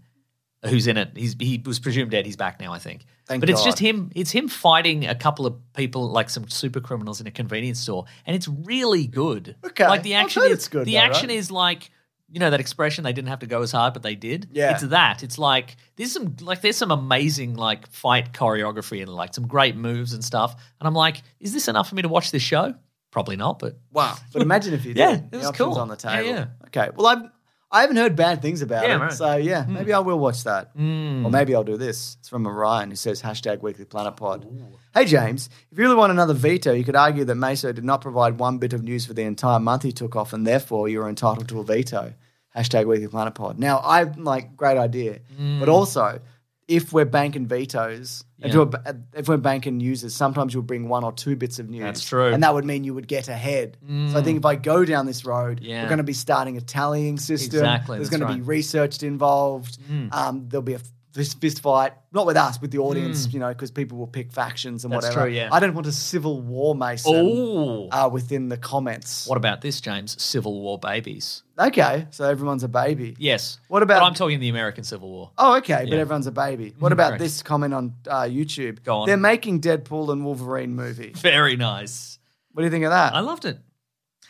D: who's in it. He's he was presumed dead. He's back now, I think.
C: Thank
D: but it's
C: God.
D: just him it's him fighting a couple of people like some super criminals in a convenience store and it's really good.
C: Okay.
D: Like the
C: I've
D: action
C: heard
D: is
C: it's good
D: the
C: though,
D: action
C: right?
D: is like you know that expression they didn't have to go as hard but they did?
C: Yeah.
D: It's that. It's like there's some like there's some amazing like fight choreography and like some great moves and stuff. And I'm like, is this enough for me to watch this show? Probably not, but
C: Wow. But imagine if you did.
D: Yeah, it
C: The
D: was
C: options
D: cool.
C: on the
D: Yeah,
C: table.
D: yeah.
C: Okay. Well, I'm. I haven't heard bad things about
D: Yeah,
C: it,
D: right. Hmm.
C: so yeah, maybe I will watch that, or maybe I'll do this. It's from Orion who says hashtag Weekly Planet Pod. Hey James, if you really want another veto, you could argue that Meso did not provide one bit of news for the entire month he took off, and therefore you are entitled to a veto. Hashtag Weekly Planet Pod. Now I'm like, great idea,
D: Hmm.
C: but also if we're banking vetoes, if, we're, if we're banking users, sometimes you'll bring one or two bits of news.
D: That's true.
C: and that would mean you would get ahead. So I think if I go down this road,
D: Mm. Yeah.
C: we're going to be starting a tallying system.
D: Exactly,
C: There's
D: that's
C: going to be
D: right. Mm.
C: research involved. Um, there'll be a fist, fist fight, not with us, with the audience, you know, because people will pick factions and
D: Mm. That's
C: whatever.
D: true, yeah.
C: I don't want a civil war, Mason,
D: Oh,
C: uh, within the comments.
D: what about this, James? Civil War babies.
C: okay, so everyone's a baby.
D: Yes.
C: What about-
D: But I'm talking the American Civil War.
C: Oh, okay, but
D: Yeah. Mm,
C: everyone's a baby. What about
D: correct.
C: this comment on uh, YouTube?
D: Go on.
C: They're making Deadpool and Wolverine movie.
D: Very nice.
C: What do you think of that?
D: I loved it.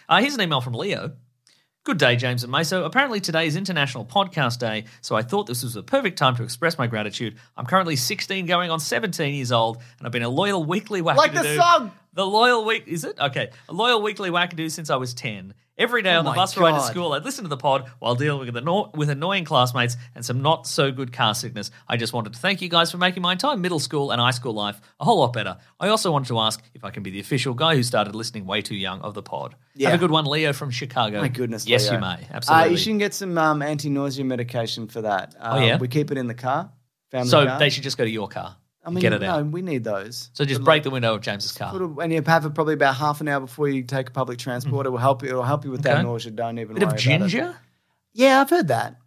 D: Uh, here's an email from Leo. Good day, James and Meso. Apparently, today is International Podcast Day, so I thought this was the perfect time to express my gratitude. I'm currently 16, going on 17 years old, and I've been a loyal weekly wackadoo.
C: Like the song!
D: The loyal week is it okay? A loyal weekly wackadoo since I was 10. Every day on the
C: Oh my
D: bus ride to
C: God.
D: school, I'd listen to the pod while dealing with, anno- with annoying classmates and some not so good car sickness. I just wanted to thank you guys for making my entire middle school and high school life a whole lot better. I also wanted to ask if I can be the official guy who started listening way too young of the pod.
C: Yeah.
D: Have a good one, Leo from Chicago.
C: My goodness,
D: yes,
C: Leo.
D: you may
C: Uh,
D: absolutely. Oh,
C: you should get some um, anti-nausea medication for that. Um,
D: yeah?
C: we keep it in the car. Family
D: so
C: car.
D: they should just go to your car.
C: I mean,
D: get it
C: no,
D: out.
C: we need those.
D: So just break the window of James's
C: Put
D: car.
C: it- and you have it probably about half an hour before you take public transport. It will help you. It'll help you with that
D: Hmm. Okay.
C: nausea. Don't even worry
D: Bit of
C: About it.
D: ginger. Hmm.
C: Yeah, I've heard that.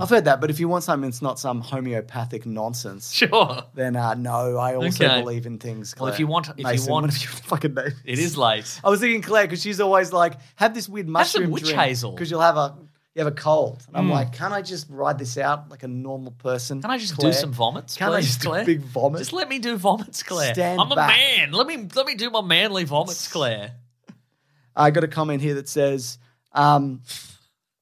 C: I've heard that. But if you want something that's not some homeopathic nonsense,
D: Sure.
C: then uh, no, I also
D: Okay.
C: believe in things.
D: Well, if
C: Claire.
D: you want- if you
C: Mason,
D: want-
C: what if you fucking name
D: It
C: is?
D: is late.
C: I was thinking Claire because she's always like, have this weird
D: Have some
C: mushroom
D: witch
C: drink
D: hazel. Hmm.
C: because you'll have a you have a cold. And I'm like, can't I just ride this out like a normal person?
D: Can I just
C: Claire?
D: do some vomits?
C: Can
D: please,
C: I just
D: Claire?
C: do big vomit?
D: Just let me do vomits, Claire.
C: Stand
D: I'm a
C: back.
D: man. Let me let me do my manly vomits, Claire.
C: I got a comment here that says, um,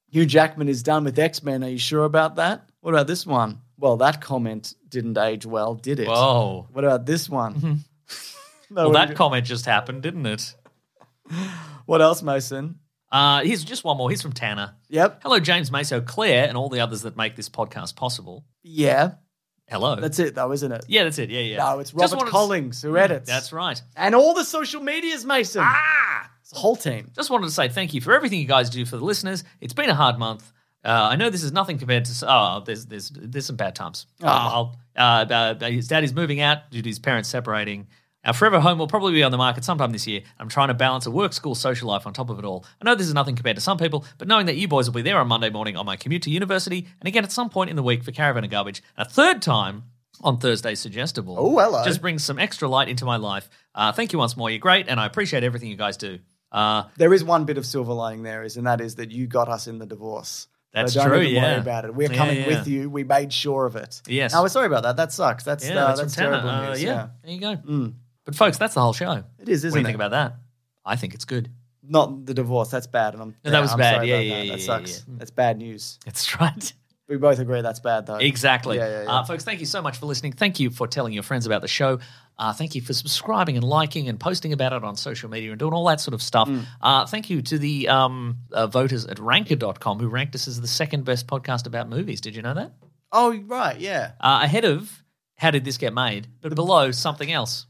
C: Hugh Jackman is done with X Men. Are you sure about that? What about this one? Well, that comment didn't age well, did it?
D: Whoa. Mm-hmm.
C: What about this one? no,
D: Well,
C: what,
D: that comment just happened, didn't it?
C: what else, Mason?
D: Uh, here's just one more. He's from Tanner.
C: Yep.
D: Hello, James Maso, Claire, and all the others that make this podcast possible.
C: Yeah.
D: Hello.
C: That's it, though, isn't it?
D: yeah, that's it. Yeah, yeah.
C: No, it's
D: Just
C: Robert
D: wanted to-
C: Collings who edits.
D: That's right.
C: And all the social medias, Mason. Ah! It's the whole team.
D: Just wanted to say thank you for everything you guys do for the listeners. It's been a hard month. Uh, I know this is nothing compared to. Oh, there's there's there's some bad times. I'll- uh, uh, his dad is moving out due to his parents separating. Our forever home will probably be on the market sometime this year. I'm trying to balance a work, school, social life on top of it all. I know this is nothing compared to some people, but knowing that you boys will be there on Monday morning on my commute to university, and again at some point in the week for caravan and garbage, a third time on Thursday suggestible.
C: Oh, hello.
D: Just brings some extra light into my life. Uh, thank you once more. You're great, and I appreciate everything you guys do. Uh,
C: There is one bit of silver lining there is, and that is that you got us in the divorce.
D: That's
C: so don't
D: true,
C: Even
D: yeah.
C: worry about it. We're
D: Yeah,
C: coming
D: yeah.
C: with you. We made sure of it.
D: Yes.
C: Oh, we're sorry about that. That sucks. That's
D: yeah,
C: uh,
D: that's,
C: that's,
D: from Tanner.
C: terrible
D: Uh,
C: news.
D: yeah,
C: Yeah. Mm.
D: there you go. But folks, that's the whole show.
C: It is,
D: what
C: isn't
D: do you
C: it?
D: think about that? I think it's good.
C: Not the divorce. That's bad. And I'm,
D: No, that was
C: I'm
D: bad.
C: sorry
D: Yeah,
C: about
D: yeah,
C: that.
D: yeah,
C: That
D: yeah,
C: sucks.
D: yeah.
C: That's bad news.
D: That's right.
C: We both agree that's bad, though.
D: Exactly.
C: Yeah, yeah, yeah.
D: Uh, folks, thank you so much for listening. Thank you for telling your friends about the show. Uh, thank you for subscribing and liking and posting about it on social media and doing all that sort of stuff.
C: Mm.
D: Uh, thank you to the um, uh, voters at ranker.com who ranked us as the second best podcast about movies. Did you know that?
C: Oh, right. Yeah.
D: Uh, ahead of How Did This Get Made, but below something else.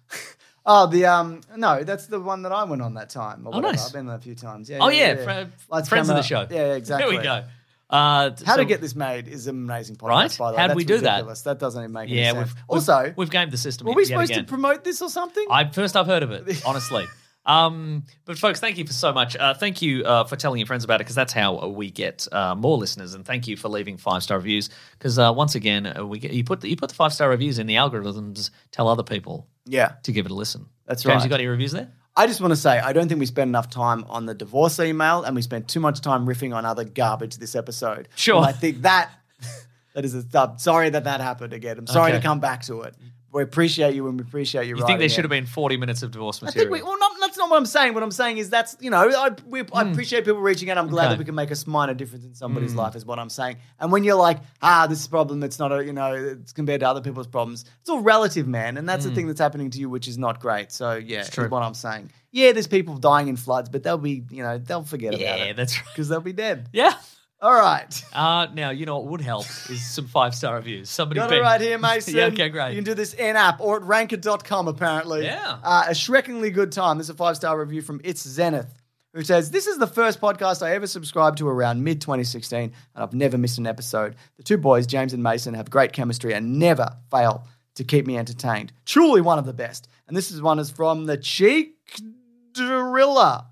C: Oh, the um, no, that's the one that I went on that time. Or
D: Oh,
C: whatever.
D: nice.
C: I've been there a few times. Yeah.
D: Oh,
C: yeah,
D: yeah.
C: yeah, yeah.
D: fr-
C: Lights
D: friends of the
C: Camera.
D: show.
C: Yeah, yeah, exactly.
D: There we go. Uh,
C: How to
D: so-
C: get this made is an amazing podcast.
D: Right?
C: By the way,
D: How do
C: That's
D: we do that?
C: ridiculous. that? doesn't even make any
D: Yeah,
C: sense.
D: we've, we've-
C: also,
D: we've, gamed the system.
C: were we
D: yet
C: supposed
D: again.
C: to promote this or something?
D: I first I've heard of it, honestly. um, but folks, thank you for so much. Uh, thank you uh, for telling your friends about it because that's how uh, we get uh, more listeners. And thank you for leaving five star reviews because uh, once again, uh, we get, you put the, you put the five star reviews in the algorithms tell other people
C: yeah,
D: to give it a listen.
C: That's
D: James,
C: right.
D: You got any reviews there?
C: I just want to say I don't think we spent enough time on the divorce email, and we spent too much time riffing on other garbage this episode.
D: Sure.
C: And I think that that is a sub. Sorry that that happened again. I'm sorry
D: Okay.
C: to come back to it. We appreciate you, and we appreciate you.
D: You think there should have been forty minutes of divorce
C: I think
D: material?
C: we, well, not, that's not what I'm saying. What I'm saying is that's, you know, I, we, I appreciate people reaching out. I'm glad
D: Hmm. Okay. Hmm.
C: that we can make a minor difference in somebody's life, is what I'm saying. And when you're like, ah, this problem, it's not a, you know, it's compared to other people's problems, it's all relative, man. And that's the thing that's happening to you, which is not great. So, yeah, is
D: Hmm. true.
C: what I'm saying. Yeah, there's people dying in floods, but they'll be, you know, they'll forget about
D: yeah,
C: it
D: that's right.
C: because they'll be dead.
D: Yeah.
C: All right.
D: Uh, now you know what would help is some five star reviews. Somebody
C: Got it
D: been-
C: right here, Mason.
D: yeah, okay, great.
C: You can do this in app or at ranker.com, apparently.
D: Yeah.
C: Uh, a shrekingly good time. There's a five star review from It's Zenith, who says, This is the first podcast I ever subscribed to around mid 2016, and I've never missed an episode. The two boys, James and Mason, have great chemistry and never fail to keep me entertained. Truly one of the best. And this is one is from the Cheek Drilla.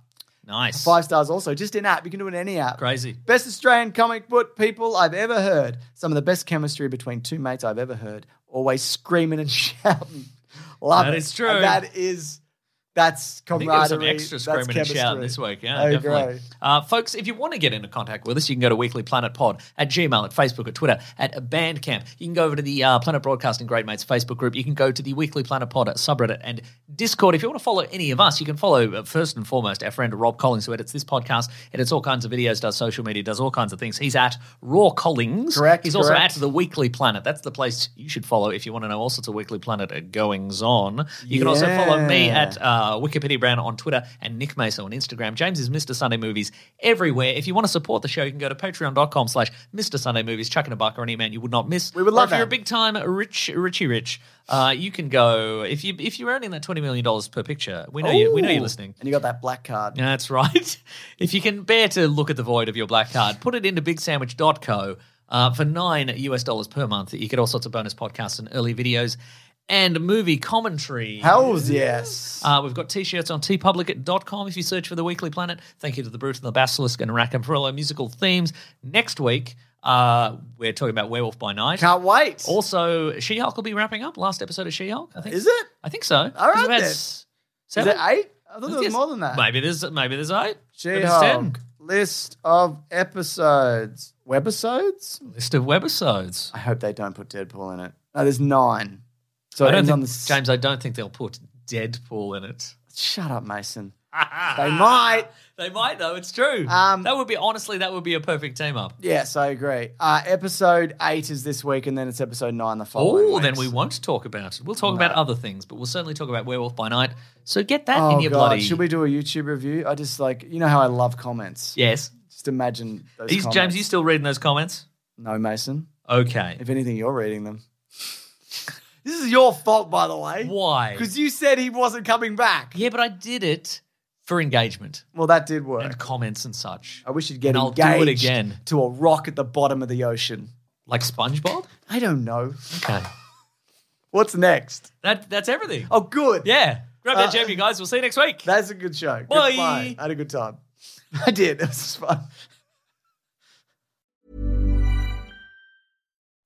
D: nice.
C: Five stars also, just in app. You can do it in any app.
D: Crazy.
C: Best Australian comic book people I've ever heard. Some of the best chemistry between two mates I've ever heard. Always screaming and shouting. Love
D: That
C: it.
D: is true.
C: And that is that's
D: I think there was some
C: camaraderie.
D: extra
C: that's
D: screaming and shouting
C: chemistry. Oh,
D: this week. Yeah,
C: I
D: definitely.
C: agree.
D: Uh, folks, if you want to get into contact with us, you can go to Weekly Planet Pod at Gmail, at Facebook, at Twitter, at Bandcamp. You can go over to the uh, Planet Broadcasting Great Mates Facebook group. You can go to the Weekly Planet Pod subreddit and Discord. If you want to follow any of us, you can follow uh, first and foremost our friend Rob Collins, who edits this podcast, edits all kinds of videos, does social media, does all kinds of things. He's at Raw Collins.
C: Correct,
D: He's also
C: correct.
D: at the Weekly Planet. That's the place you should follow if you want to know all sorts of Weekly Planet uh, goings on. You can also follow me
C: Yeah.
D: at uh, Wikipedia Brown on Twitter and Nick Mason on Instagram. James is Mr. Sunday Movies everywhere. If you want to support the show, you can go to patreon.com slash Mr. Sunday Movies, chucking a buck or any man you would not miss.
C: We would
D: Or
C: love
D: if you're
C: that.
D: a big time rich Richie Rich, uh, you can go if you if you're earning that twenty million dollars per picture, we know you we know you're
C: Ooh.
D: listening.
C: And you got that black card.
D: That's right. If you can bear to look at the void of your black card, put it into bigsandwich.co uh, for nine US dollars per month. You get all sorts of bonus podcasts and early videos and movie commentary.
C: Hells yes.
D: Uh, we've got t-shirts on tpublic.com if you search for the Weekly Planet. Thank you to the Brute and the Basilisk and Rack and Perillo musical themes. Next week, uh, we're talking about Werewolf by Night.
C: Can't wait.
D: Also, She-Hulk will be wrapping up. Last episode of She-Hulk, I think.
C: is it?
D: I think so.
C: All right,
D: We've had
C: then.
D: s-
C: Is
D: seven?
C: it eight? I thought there was
D: Yes.
C: more than that.
D: Maybe there's maybe there's eight. Maybe there's
C: She-Hulk. List of episodes. Webisodes?
D: List of webisodes.
C: I hope they don't put Deadpool in it. No, there's nine. So
D: I
C: it
D: don't
C: ends
D: think,
C: on the s-
D: James. I don't think they'll put Deadpool in it.
C: Shut up, Mason. They might.
D: They might though. It's true.
C: Um,
D: that would be honestly, that would be a perfect team up.
C: Yes, I agree. Uh, episode eight is this week, and then it's episode nine the following.
D: Oh, then
C: weeks.
D: we won't talk about it. We'll talk about other things, but we'll certainly talk about Werewolf by Night. So get that
C: Oh
D: in your
C: god,
D: bloody.
C: should we do a YouTube review? I just like you know how I love comments.
D: Yes.
C: Just imagine those
D: These
C: comments.
D: James, you still reading those comments?
C: No, Mason.
D: Okay.
C: If anything, you're reading them. this is your fault, by the way.
D: Why?
C: Because you said he wasn't coming back.
D: Yeah, but I did it for engagement
C: Well, that did
D: and
C: work.
D: comments and such,
C: I wish you'd get
D: And I'll do
C: engaged
D: it again.
C: to a rock at the bottom of the ocean.
D: like SpongeBob.
C: I don't know.
D: Okay.
C: What's next?
D: That that's everything.
C: Oh, Uh, good.
D: Yeah. Grab that jam, you guys. We'll see you next week.
C: That's a good show.
D: Bye.
C: Goodbye. I had a good time. I did. It was fun.